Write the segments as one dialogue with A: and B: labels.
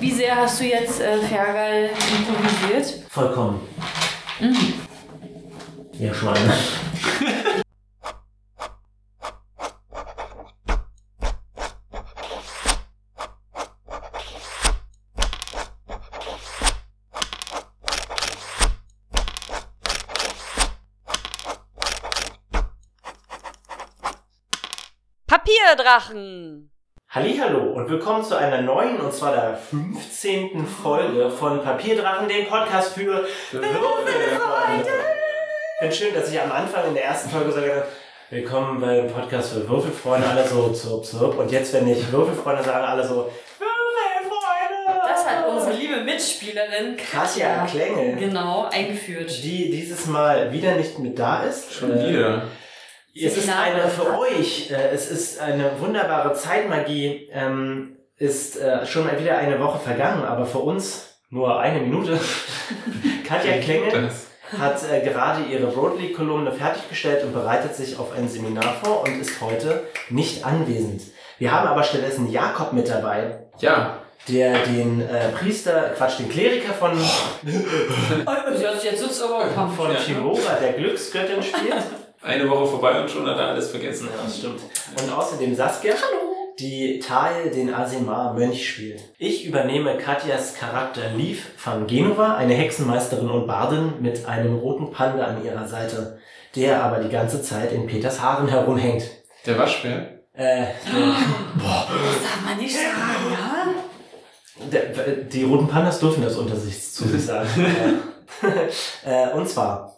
A: Wie sehr hast du jetzt äh, Fergal improvisiert?
B: Vollkommen.
C: Mhm.
B: Ihr Schweine.
D: Papierdrachen.
B: Hallihallo und willkommen zu einer neuen, und zwar der 15. Folge von Papierdrachen, dem Podcast für Würfelfreunde. Ich finde schön, dass ich am Anfang in der ersten Folge sage, willkommen beim Podcast für Würfelfreunde, alle so zirp zirp. Und jetzt, wenn ich Würfelfreunde sage, alle so Würfelfreunde.
A: Das hat unsere liebe Mitspielerin Katja
B: Katja Klänge,
A: genau eingeführt.
B: die dieses Mal wieder nicht mit da ist.
C: Schon
B: Äh,
C: wieder.
B: Es ist eine für euch, äh, es ist eine wunderbare Zeitmagie, ähm, ist äh, schon wieder eine Woche vergangen, aber für uns nur eine Minute. Katja Klingel
C: Das.
B: hat äh, gerade ihre Broadleague-Kolumne fertiggestellt und bereitet sich auf ein Seminar vor und ist heute nicht anwesend. Wir haben aber stattdessen Jakob mit dabei,
C: Ja,
B: der den äh, Priester, Quatsch, den Kleriker von,
A: Jetzt, jetzt sitzt aber kaum
B: von Chirora, der Glücksgöttin spielt.
C: eine Woche vorbei und schon hat er alles vergessen.
B: Ja, das stimmt. Und außerdem Saskia, die Tal den Asimar Mönch spielt. Ich übernehme Katjas Charakter Leaf van Genova, eine Hexenmeisterin und Bardin mit einem roten Panda an ihrer Seite, der aber die ganze Zeit in Peters Haaren herumhängt.
C: Der Waschbär?
B: Äh,
A: Das darf man nicht sagen, ja?
B: der, die roten Pandas dürfen das unter sich zu sich sagen. äh, und zwar.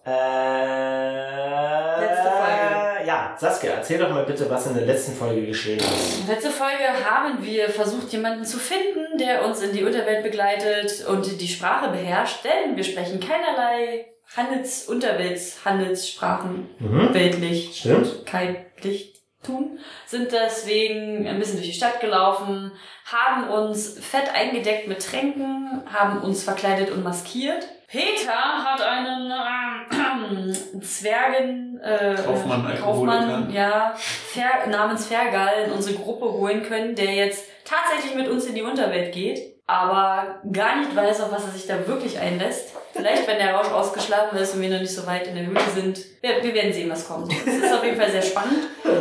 B: Äh,
A: Letzte Folge.
B: Ja, Saskia, erzähl doch mal bitte, was in der letzten Folge geschehen ist.
A: Letzte Folge haben wir versucht, jemanden zu finden, der uns in die Unterwelt begleitet und die Sprache beherrscht, denn wir sprechen keinerlei Handels-, Unterwelts-, Handelssprachen,
B: Mhm.
A: weltlich.
B: Stimmt?
A: kein Lichttum, sind deswegen ein bisschen durch die Stadt gelaufen, haben uns fett eingedeckt mit Tränken, haben uns verkleidet und maskiert. Peter hat einen äh, Zwergen äh,
C: Kaufmann,
A: äh,
C: Alkoholiker.
A: Kaufmann ja, Fer, namens Fergal in unsere Gruppe holen können, der jetzt tatsächlich mit uns in die Unterwelt geht, aber gar nicht weiß, auf was er sich da wirklich einlässt. Vielleicht, wenn der Rausch ausgeschlafen ist und wir noch nicht so weit in der Höhle sind. Wir, wir werden sehen, was kommt. Es ist auf jeden Fall sehr spannend.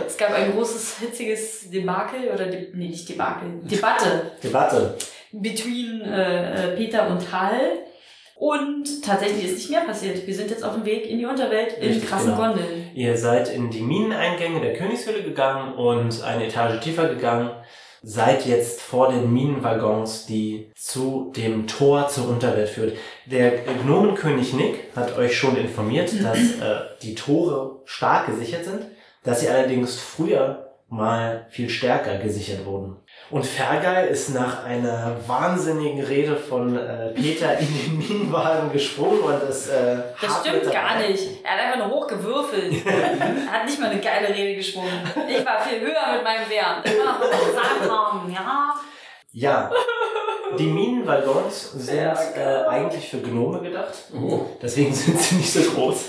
A: Es gab ein großes, hitziges Debakel, oder De nee, nicht Debakel, Debatte
B: Debatte.
A: between äh, äh, Peter und Tal. Und tatsächlich ist nicht mehr passiert. Wir sind jetzt auf dem Weg in die Unterwelt in
B: Richtig,
A: krassen
B: genau.
A: Gondeln.
B: Ihr seid in die Mineneingänge der Königshöhle gegangen und eine Etage tiefer gegangen. Seid jetzt vor den Minenwaggons, die zu dem Tor zur Unterwelt führt. Der Gnomenkönig Nick hat euch schon informiert, dass äh, die Tore stark gesichert sind, dass sie allerdings früher mal viel stärker gesichert wurden. Und Fergal ist nach einer wahnsinnigen Rede von äh, Peter in den Minenwagen gesprungen und ist äh,
A: Das
B: hart
A: stimmt
B: mit
A: gar
B: dabei.
A: nicht. Er hat einfach nur hochgewürfelt. er hat nicht mal eine geile Rede geschwungen. Ich war viel höher mit meinem Wehren. Immer noch Sandmann, ja.
B: Ja, die Minenwaggons sind äh, eigentlich für Gnome gedacht.
C: Oh,
B: Deswegen sind sie nicht so groß.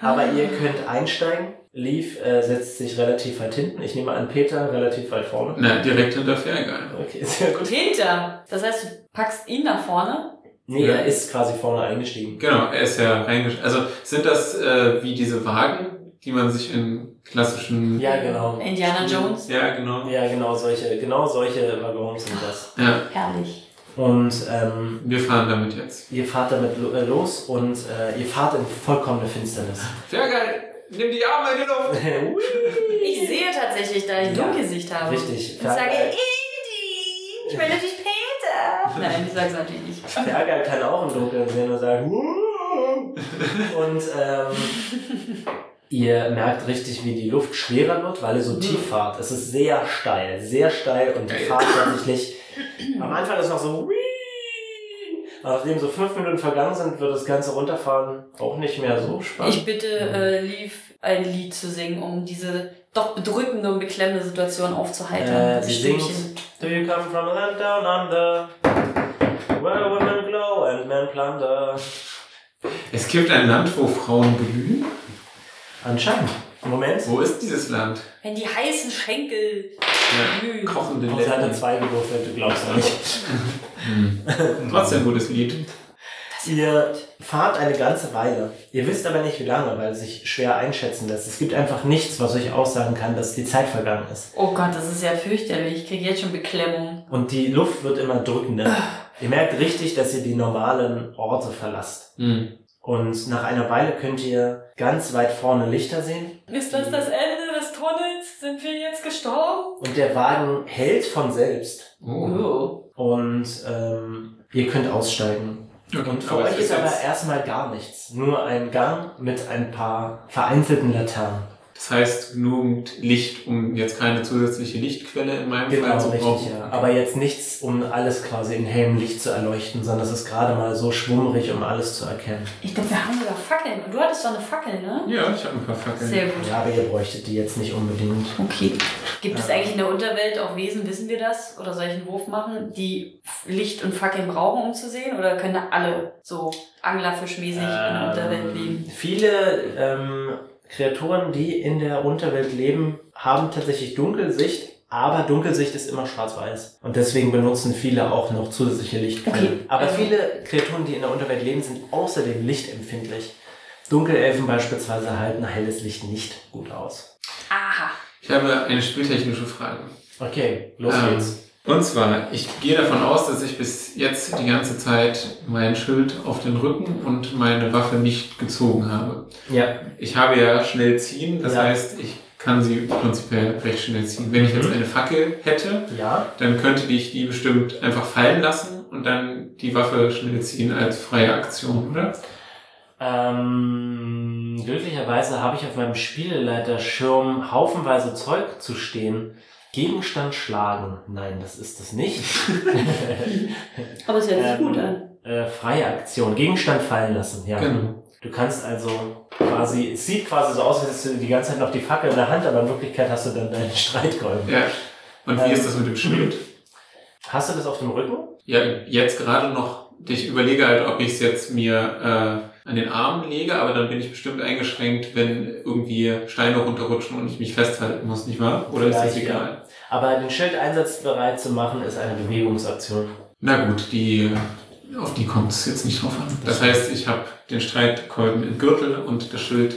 B: Aber ihr könnt einsteigen. Leaf äh, setzt sich relativ weit hinten. Ich nehme an, Peter relativ weit vorne.
C: na, direkt hinter Fergal.
B: Okay, sehr gut.
A: Peter. Das heißt, du packst ihn nach vorne.
B: Nee, er ist quasi vorne eingestiegen.
C: Genau, er ist ja reingesch... Also sind das äh, wie diese Wagen, die man sich in klassischen...
B: Ja, genau.
A: Indiana Jones.
C: Ja, genau.
B: Ja, genau solche, genau solche Waggons sind das.
C: Ja,
A: Herrlich.
B: Und ähm,
C: wir fahren damit jetzt.
B: ihr fahrt damit lo äh, los und äh, ihr fahrt in vollkommene Finsternis.
C: Fergal, nimm die Arme in die Luft!
A: Ich sehe tatsächlich, da ich
B: Ja,
A: Dunkelsicht habe.
B: Richtig.
A: Ich sage,
B: Fergal-
A: Indy, ich bin natürlich Peter. Nein, ich sage es natürlich nicht.
B: Fergal kann halt auch im Dunkeln sehen und sagen. "Wuh!" Und ähm, ihr merkt richtig, wie die Luft schwerer wird, weil ihr so tief fahrt. Es ist sehr steil, sehr steil und die
C: Mhm. Geil.
B: Fahrt tatsächlich. Am Anfang ist noch so. "Wii!" Aber Nachdem so fünf Minuten vergangen sind, wird das Ganze runterfahren auch nicht mehr so spannend.
A: Ich bitte äh, Leaf, ein Lied zu singen, um diese doch bedrückende und beklemmende Situation aufzuheitern.
B: Äh,
A: Dieses
B: sie singt
A: Stimmchen.
B: Do you come from a land down under? Where women glow and men plunder.
C: Es gibt ein Land, wo Frauen blühen?
B: Anscheinend. Moment.
C: Wo ist dieses Land?
A: Wenn die heißen Schenkel Nö.
C: Ja, kochende
B: Und seine
C: Läden.
B: zwei gewürfelt, du glaubst doch nicht.
C: Hm. Trotzdem ein gutes Lied.
B: Ihr fahrt eine ganze Weile. Ihr wisst aber nicht, wie lange, weil es sich schwer einschätzen lässt. Es gibt einfach nichts, was euch aussagen kann, dass die Zeit vergangen ist.
A: Oh Gott, das ist ja fürchterlich. Ich kriege jetzt schon Beklemmung.
B: Und die Luft wird immer drückender. Ihr merkt richtig, dass ihr die normalen Orte verlasst.
C: Hm.
B: Und nach einer Weile könnt ihr ganz weit vorne Lichter sehen.
A: Ist das das Ende des Tunnels? Sind wir jetzt gestorben?
B: Und der Wagen hält von selbst.
C: Oh.
A: Oh.
B: Und ähm, ihr könnt aussteigen.
C: Okay,
B: Und vor
C: aber
B: euch
C: es ist
B: ist aber
C: jetzt,
B: erstmal gar nichts. Nur ein Gang mit ein paar vereinzelten Laternen.
C: das heißt genügend Licht, um jetzt keine zusätzliche Lichtquelle in meinem
B: Genau,
C: Fall zu
B: richtig,
C: brauchen.
B: ja. Aber jetzt nichts, um alles quasi in hellem Licht zu erleuchten, sondern es ist gerade mal so schwummerig, um alles zu erkennen.
A: Ich glaube, wir haben sogar Fackeln. Und du hattest doch eine Fackel, ne?
C: Ja, ich habe ein paar Fackeln.
A: Sehr gut.
B: Ja, aber ihr bräuchtet die jetzt nicht unbedingt.
A: Okay. Gibt es
B: Ja.
A: eigentlich in der Unterwelt auch Wesen, wissen wir das, oder soll ich einen Wurf machen, die Licht und Fackeln brauchen, um zu sehen? Oder können alle so anglerfischmäßig in der
C: Ähm.
A: Unterwelt leben?
B: Ähm, Viele ähm, Kreaturen, die in der Unterwelt leben, haben tatsächlich Dunkelsicht, aber Dunkelsicht ist immer schwarz-weiß. Und deswegen benutzen viele auch noch zusätzliche Lichtquellen.
A: Okay.
B: Aber
A: Ähm.
B: viele Kreaturen, die in der Unterwelt leben, sind außerdem lichtempfindlich. Dunkelelfen beispielsweise halten helles Licht nicht gut aus.
A: Aha.
C: Ich habe eine spieltechnische Frage.
B: Okay, los
C: Ähm,
B: geht's.
C: Und zwar, ich gehe davon aus, dass ich bis jetzt die ganze Zeit mein Schild auf den Rücken und meine Waffe nicht gezogen habe.
B: Ja.
C: Ich habe ja schnell ziehen, das
B: Ja.
C: heißt, ich kann sie prinzipiell recht schnell ziehen. Wenn ich jetzt
B: Mhm.
C: eine Fackel hätte,
B: Ja.
C: dann könnte ich die bestimmt einfach fallen lassen und dann die Waffe schnell ziehen als freie Aktion, oder?
B: Ähm, glücklicherweise habe ich auf meinem Spieleleiterschirm haufenweise Zeug zu stehen. Gegenstand schlagen. Nein, das ist es nicht.
A: Aber es hört sich
B: Ähm,
A: gut an.
B: äh, freie Aktion. Gegenstand fallen lassen, ja.
C: Genau.
B: Du kannst also quasi, es sieht quasi so aus, als hättest du die ganze Zeit noch die Fackel in der Hand, aber in Wirklichkeit hast du dann deinen Streitkolben.
C: Ja. Und wie
B: Ähm.
C: ist das mit dem Schild?
B: Hast du das auf dem Rücken?
C: Ja, jetzt gerade noch, ich überlege halt, ob ich es jetzt mir äh, an den Arm lege, aber dann bin ich bestimmt eingeschränkt, wenn irgendwie Steine runterrutschen und ich mich festhalten muss, nicht wahr? Oder ist das
B: Vielleicht,
C: egal?
B: Aber den Schild einsatzbereit zu machen, ist eine Bewegungsaktion.
C: Na gut, die auf die kommt es jetzt nicht drauf an. Das heißt, ich habe den Streitkolben im Gürtel und das Schild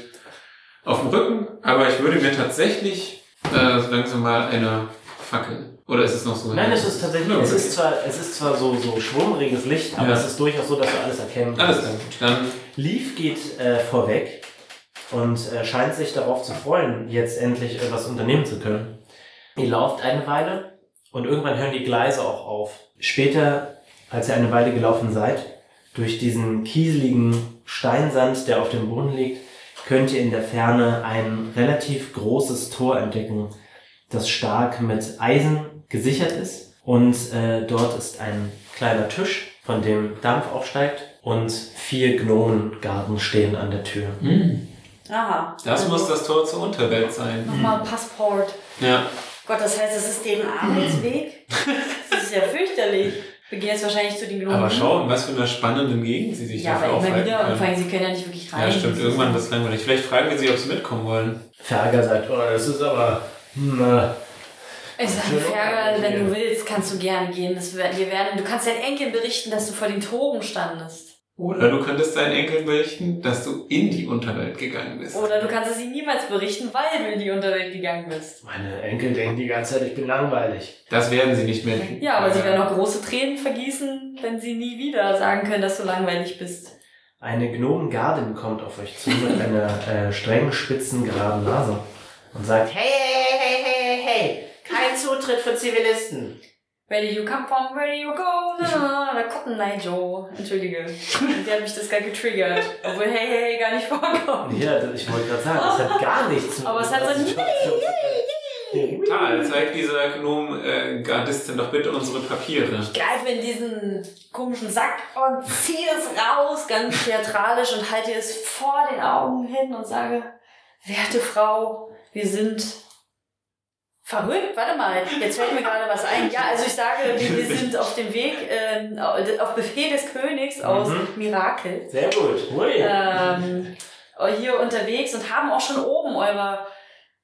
C: auf dem Rücken, aber ich würde mir tatsächlich äh, so langsam mal eine Fackel. Oder ist es noch so?
B: Nein, es ist tatsächlich,
C: Ja,
B: es
C: okay.
B: ist zwar, es ist zwar so, so schwummriges Licht, aber
C: Ja.
B: es ist durchaus so, dass du alles erkennen
C: Alles
B: kannst.
C: klar. Dann
B: Leaf geht äh, vorweg und äh, scheint sich darauf zu freuen, jetzt endlich etwas unternehmen zu können. Ihr lauft eine Weile und irgendwann hören die Gleise auch auf. Später, als ihr eine Weile gelaufen seid, durch diesen kieseligen Steinsand, der auf dem Boden liegt, könnt ihr in der Ferne ein relativ großes Tor entdecken, das stark mit Eisen gesichert ist. Und äh, dort ist ein kleiner Tisch, von dem Dampf aufsteigt und vier Gnomengarden stehen an der Tür.
C: hm,
A: Aha. Also,
C: das muss das Tor zur Unterwelt sein.
A: Nochmal ein Passport.
C: Ja.
A: Gott, das heißt, das ist deren Arbeitsweg? das ist ja fürchterlich. Wir gehen jetzt wahrscheinlich zu den Gnomen.
C: Aber schau, in was für einer spannenden Gegend sie sich
A: Ja,
C: dafür
A: aber immer
C: aufhalten
A: wieder. Und vor
C: können.
A: allem, sie können ja nicht wirklich rein.
C: Ja, stimmt. Irgendwann wird es langweilig. Vielleicht fragen wir sie, ob sie mitkommen wollen.
B: Ferger sagt, oh, das ist aber... Hm, äh,
A: Ich sag, Fergal, wenn du willst, kannst du gerne gehen. Das werden, wir werden, du kannst deinen Enkeln berichten, dass du vor den Toren standest.
C: Oder du könntest deinen Enkeln berichten, dass du in die Unterwelt gegangen bist.
A: Oder du kannst es ihnen niemals berichten, weil du in die Unterwelt gegangen bist.
B: meine Enkel denken die ganze Zeit, ich bin langweilig.
C: Das werden sie nicht mehr denken.
A: Ja, aber sie werden auch große Tränen vergießen, wenn sie nie wieder sagen können, dass du langweilig bist.
B: Eine Gnomengardin kommt auf euch zu mit einer äh, strengen, spitzen, geraden Nase und sagt, hey, hey, hey, hey, hey, hey, kein Zutritt für Zivilisten.
A: Where do you come from? Where do you go? Na, na, na, Cotton Eye Joe. Entschuldige. Der hat mich das gerade getriggert. Obwohl hey, hey, hey gar nicht vorkommt.
B: Ja, das- ich wollte gerade sagen, das hat gar nichts. mit
A: Aber es hat so ein
B: Situation zu tun.
C: Tal, zeig dieser Gnom-Gardistin doch bitte unsere Papiere.
A: Ich greife in diesen komischen Sack und ziehe es raus, ganz theatralisch und halte es vor den Augen hin und sage, werte Frau, wir sind verrückt. Warte mal, jetzt fällt mir gerade was ein. Ja, also ich sage, wir wir sind auf dem Weg, ähm, auf Befehl des Königs aus
B: Mhm.
A: Mirakel.
B: Sehr gut. Hui.
A: ähm, hier unterwegs und haben auch schon oben eure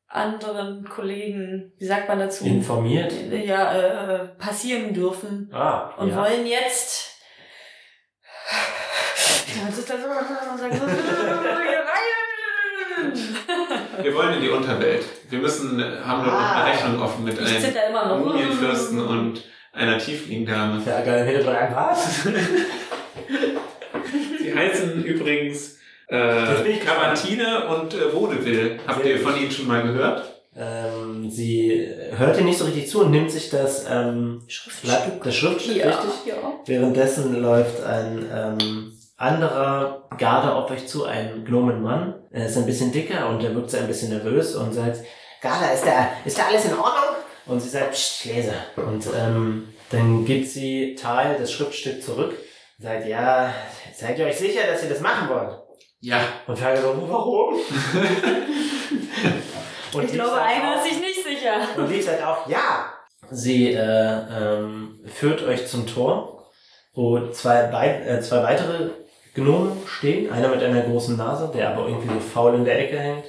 A: anderen Kollegen, wie sagt man dazu?
B: Informiert.
A: ja, äh, passieren dürfen
B: Ah,
A: und
B: ja.
A: wollen jetzt. Das ist das-
C: Wir wollen in die Unterwelt. Wir müssen, haben dort noch
B: Ah.
C: eine Rechnung offen mit
A: Ich
C: einem
A: zitter immer noch.
C: Mumienfürsten und einer Tieflingdame.
B: Ja, geil, hätte drei was?
C: Die heißen übrigens
B: Das bin
C: äh,
B: ich gespannt.
C: Cavantine und äh, Vaudeville. Habt
B: Sehr
C: ihr von ihnen schon mal gehört?
B: Ähm, sie hört dir nicht so richtig zu und nimmt sich das, ähm, Blatt, das Schriftstück,
A: Ja.
B: richtig?
A: ja.
B: Währenddessen läuft ein ähm, anderer Garde auf euch zu, ein Gnomenmann. Er ist ein bisschen dicker und er wirkt so ein bisschen nervös und sagt, Garda, ist da, ist da alles in Ordnung? Und sie sagt, Psst, Gläser. Und ähm, dann gibt sie Teil des Schriftstück zurück. und Sagt, ja, seid ihr euch sicher, dass ihr das machen wollt?
C: Ja.
B: Und frage so, warum? Und
A: Ich
B: die
A: glaube,
B: sagt
A: einer
B: auch-
A: ist sich nicht sicher.
B: und die sagt auch, ja. Sie äh, ähm, führt euch zum Tor, wo zwei, wei- äh, zwei weitere Gnomen stehen. Einer mit einer großen Nase, der aber irgendwie so faul in der Ecke hängt.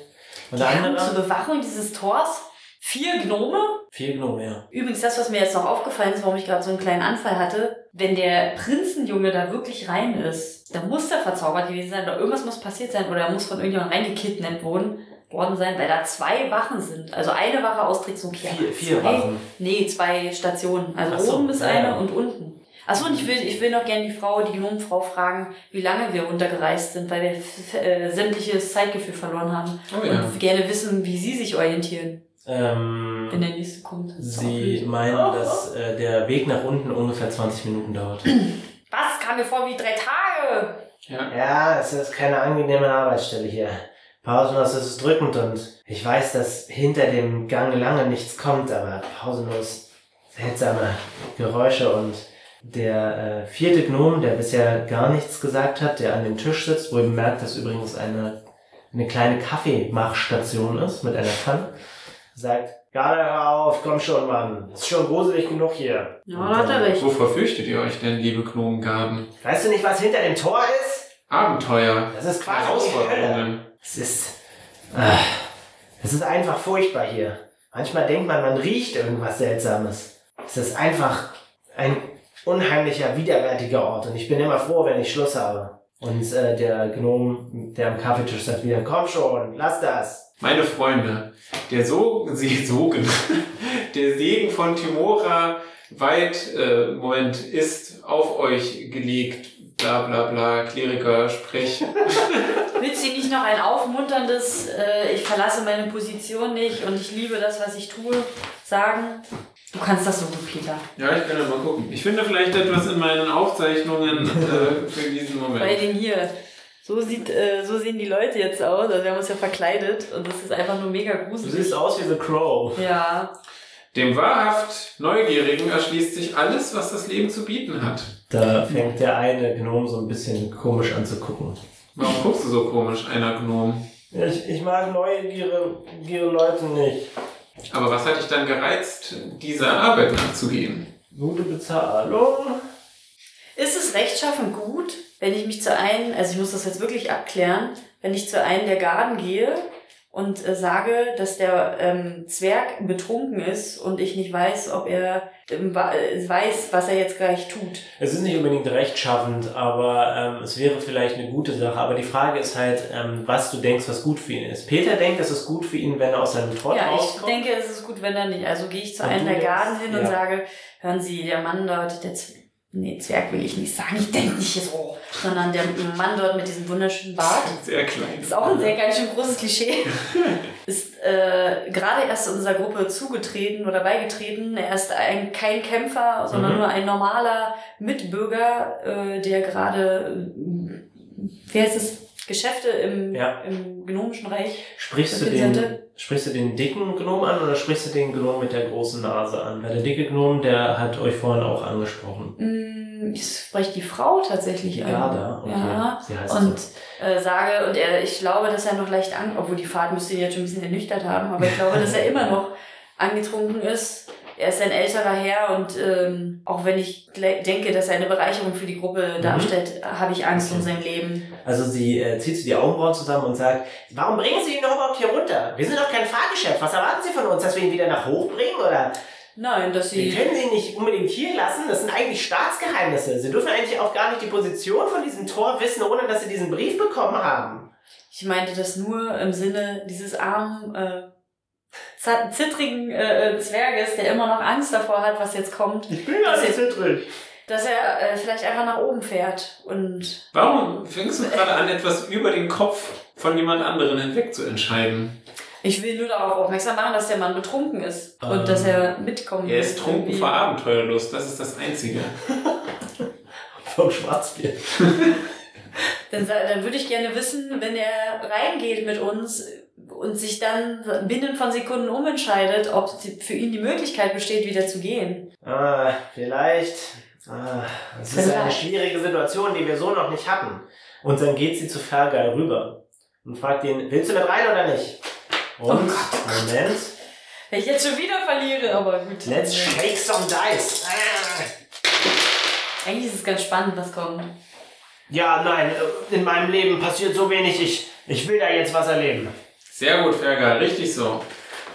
B: Und der
A: Die haben zur
B: andere,
A: Bewachung dieses Tors vier Gnome.
B: vier Gnomen, ja.
A: Übrigens, das, was mir jetzt noch aufgefallen ist, warum ich gerade so einen kleinen Anfall hatte, wenn der Prinzenjunge da wirklich rein ist, dann muss der verzaubert gewesen sein oder irgendwas muss passiert sein oder er muss von irgendjemandem reingekidnappt worden, worden sein, weil da zwei Wachen sind. Also eine Wache austricksen. Okay,
B: Vier, vier
A: zwei,
B: Wachen.
A: Nee, zwei Stationen. Also
B: Ach so,
A: oben ist
B: ja,
A: eine
B: ja.
A: und unten. Achso, und ich will, ich will noch gerne die Frau, die Gnomenfrau fragen, wie lange wir runtergereist sind, weil wir f- äh, sämtliches Zeitgefühl verloren haben.
C: Oh
A: Und gerne wissen, wie sie sich orientieren, wenn
B: Ähm,
A: der nächste kommt.
B: sie
A: Oh.
B: meinen, dass äh, der Weg nach unten ungefähr 20 Minuten dauert.
A: Was? Kam mir vor wie drei Tage!
C: Ja.
B: Ja, es ist keine angenehme Arbeitsstelle hier. Pausenlos ist es drückend und ich weiß, dass hinter dem Gang lange nichts kommt, aber pausenlos seltsame Geräusche und der äh, vierte Gnom, der bisher gar nichts gesagt hat, der an dem Tisch sitzt, wo ihr merkt, dass übrigens eine, eine kleine Kaffeemachstation ist mit einer Pfanne, sagt, gerade hör auf, komm schon, Mann, ist schon gruselig genug hier.
A: Ja, da hat er recht.
C: Wovor fürchtet ihr euch denn, liebe Gnomengarden?
B: Weißt du nicht, was hinter dem Tor ist?
C: Abenteuer.
B: Das ist quasi die Hölle.
C: Herausforderungen.
B: Es ist. ah, es ist einfach furchtbar hier. Manchmal denkt man, man riecht irgendwas Seltsames. Es ist einfach ein unheimlicher, widerwärtiger Ort und ich bin immer froh, wenn ich Schluss habe. Und äh, der Gnom, der am Kaffeetisch sagt wieder, komm schon, lass das.
C: Meine Freunde, der so sie Sogen, der Segen von Timora weit, äh, Moment, ist auf euch gelegt. Bla bla bla, Kleriker, sprech.
A: Willst du nicht noch ein aufmunterndes, äh, ich verlasse meine Position nicht und ich liebe das, was ich tue, sagen? Du kannst das so gut, Peter.
C: Ja, ich kann ja mal gucken. Ich finde vielleicht etwas in meinen Aufzeichnungen äh, für diesen
A: Bei
C: Moment.
A: den hier. So, sieht, äh, so sehen die Leute jetzt aus. Also wir haben uns ja verkleidet und das ist einfach nur mega gruselig.
B: aus wie The Crow.
A: Ja.
C: Dem wahrhaft Neugierigen erschließt sich alles, was das Leben zu bieten hat.
B: Da fängt der eine Gnom so ein bisschen komisch an zu gucken.
C: Warum guckst du so komisch, einer Gnom?
B: Ich, ich mag neugierige Leute nicht.
C: Aber was hat dich dann gereizt, dieser Arbeit nachzugehen?
B: Gute Bezahlung.
A: Ist es rechtschaffen gut, wenn ich mich zu einem, also ich muss das jetzt wirklich abklären, wenn ich zu einem der Garden gehe und äh, sage, dass der ähm, Zwerg betrunken ist und ich nicht weiß, ob er ähm, wa- äh, weiß, was er jetzt gleich tut.
B: Es ist nicht unbedingt rechtschaffend, aber ähm, es wäre vielleicht eine gute Sache. Aber die Frage ist halt, ähm, was du denkst, was gut für ihn ist. Peter denkt, es ist gut für ihn, wenn er aus seinem Trott
A: ja, ich
B: rauskommt.
A: denke, es ist gut, wenn er nicht. Also gehe ich zu
B: Und
A: einem
B: du
A: der
B: denkst,
A: Garden hin und
B: ja.
A: sage, hören Sie, der Mann dort, der Z nee, Zwerg will ich nicht sagen, ich denke nicht so, sondern der Mann dort mit diesem wunderschönen Bart.
C: Sehr klein.
A: Ist auch ein sehr ganz schön großes Klischee. Ist äh, gerade erst unserer Gruppe zugetreten oder beigetreten. Er ist ein, kein Kämpfer, sondern
B: Mhm.
A: nur ein normaler Mitbürger, äh, der gerade, äh, wie heißt es, Geschäfte im,
B: Ja.
A: im Gnomischen Reich.
B: Sprichst du,
A: Und Vincent?
B: den, sprichst du den dicken Gnom an oder sprichst du den Gnom mit der großen Nase an? Weil der dicke Gnom, der hat euch vorhin auch angesprochen.
A: Mm, Ich spreche die Frau tatsächlich
B: Die
A: an.
B: Garda. Okay.
A: Ja.
B: Sie heißt
A: Und
B: so.
A: äh, sage, und er, ich glaube, dass er noch leicht an, obwohl die Fahrt müsste ihn jetzt schon ein bisschen ernüchtert haben, aber ich glaube, dass er immer noch angetrunken ist er ist ein älterer Herr und ähm, auch wenn ich gle- denke, dass er eine Bereicherung für die Gruppe darstellt, habe ich Angst um sein Leben.
B: Also sie äh, zieht sie die Augenbrauen zusammen und sagt,
D: Warum bringen Sie ihn doch überhaupt hier runter? Wir sind doch kein Fahrgeschäft. Was erwarten Sie von uns, dass wir ihn wieder nach hoch bringen? Oder
A: Nein, dass
D: wir
A: sie.
D: können Sie ihn nicht unbedingt hier lassen. Das sind eigentlich Staatsgeheimnisse. Sie dürfen eigentlich auch gar nicht die Position von diesem Tor wissen, ohne dass Sie diesen Brief bekommen haben.
A: Ich meinte das nur im Sinne dieses armen, äh, zart- zittrigen äh, äh, Zwerges, der immer noch Angst davor hat, was jetzt kommt,
D: Ich bin ja
A: Das
D: nicht
A: ist-
D: zittrig.
A: dass er äh, vielleicht einfach nach oben fährt und
C: Warum fängst du gerade an, etwas über den Kopf von jemand anderen hinweg zu entscheiden?
A: ich will nur darauf aufmerksam machen, dass der Mann betrunken ist
B: Ähm,
A: und dass er mitkommen
C: Er ist
A: will
C: trunken
A: irgendwie.
C: vor Abenteuerlust, das ist das Einzige.
B: vom Schwarzbier.
A: Dann, sa- dann würde ich gerne wissen, wenn er reingeht mit uns und sich dann binnen von Sekunden umentscheidet, ob die- für ihn die Möglichkeit besteht, wieder zu gehen.
D: Ah, vielleicht. Ah, es ist
A: Vielleicht.
D: eine schwierige Situation, die wir so noch nicht hatten.
B: Und dann geht sie zu Fergal rüber
D: Und fragt ihn, willst du mit rein oder nicht?
B: und Moment,
A: Wenn ich jetzt schon wieder verliere, aber gut. Äh,
D: Let's shake some dice. Ah.
A: Eigentlich ist es ganz spannend, was kommt.
D: Ja, nein, äh, in meinem Leben passiert so wenig. Ich, ich will da jetzt was erleben.
C: Sehr gut, Fergal, richtig so.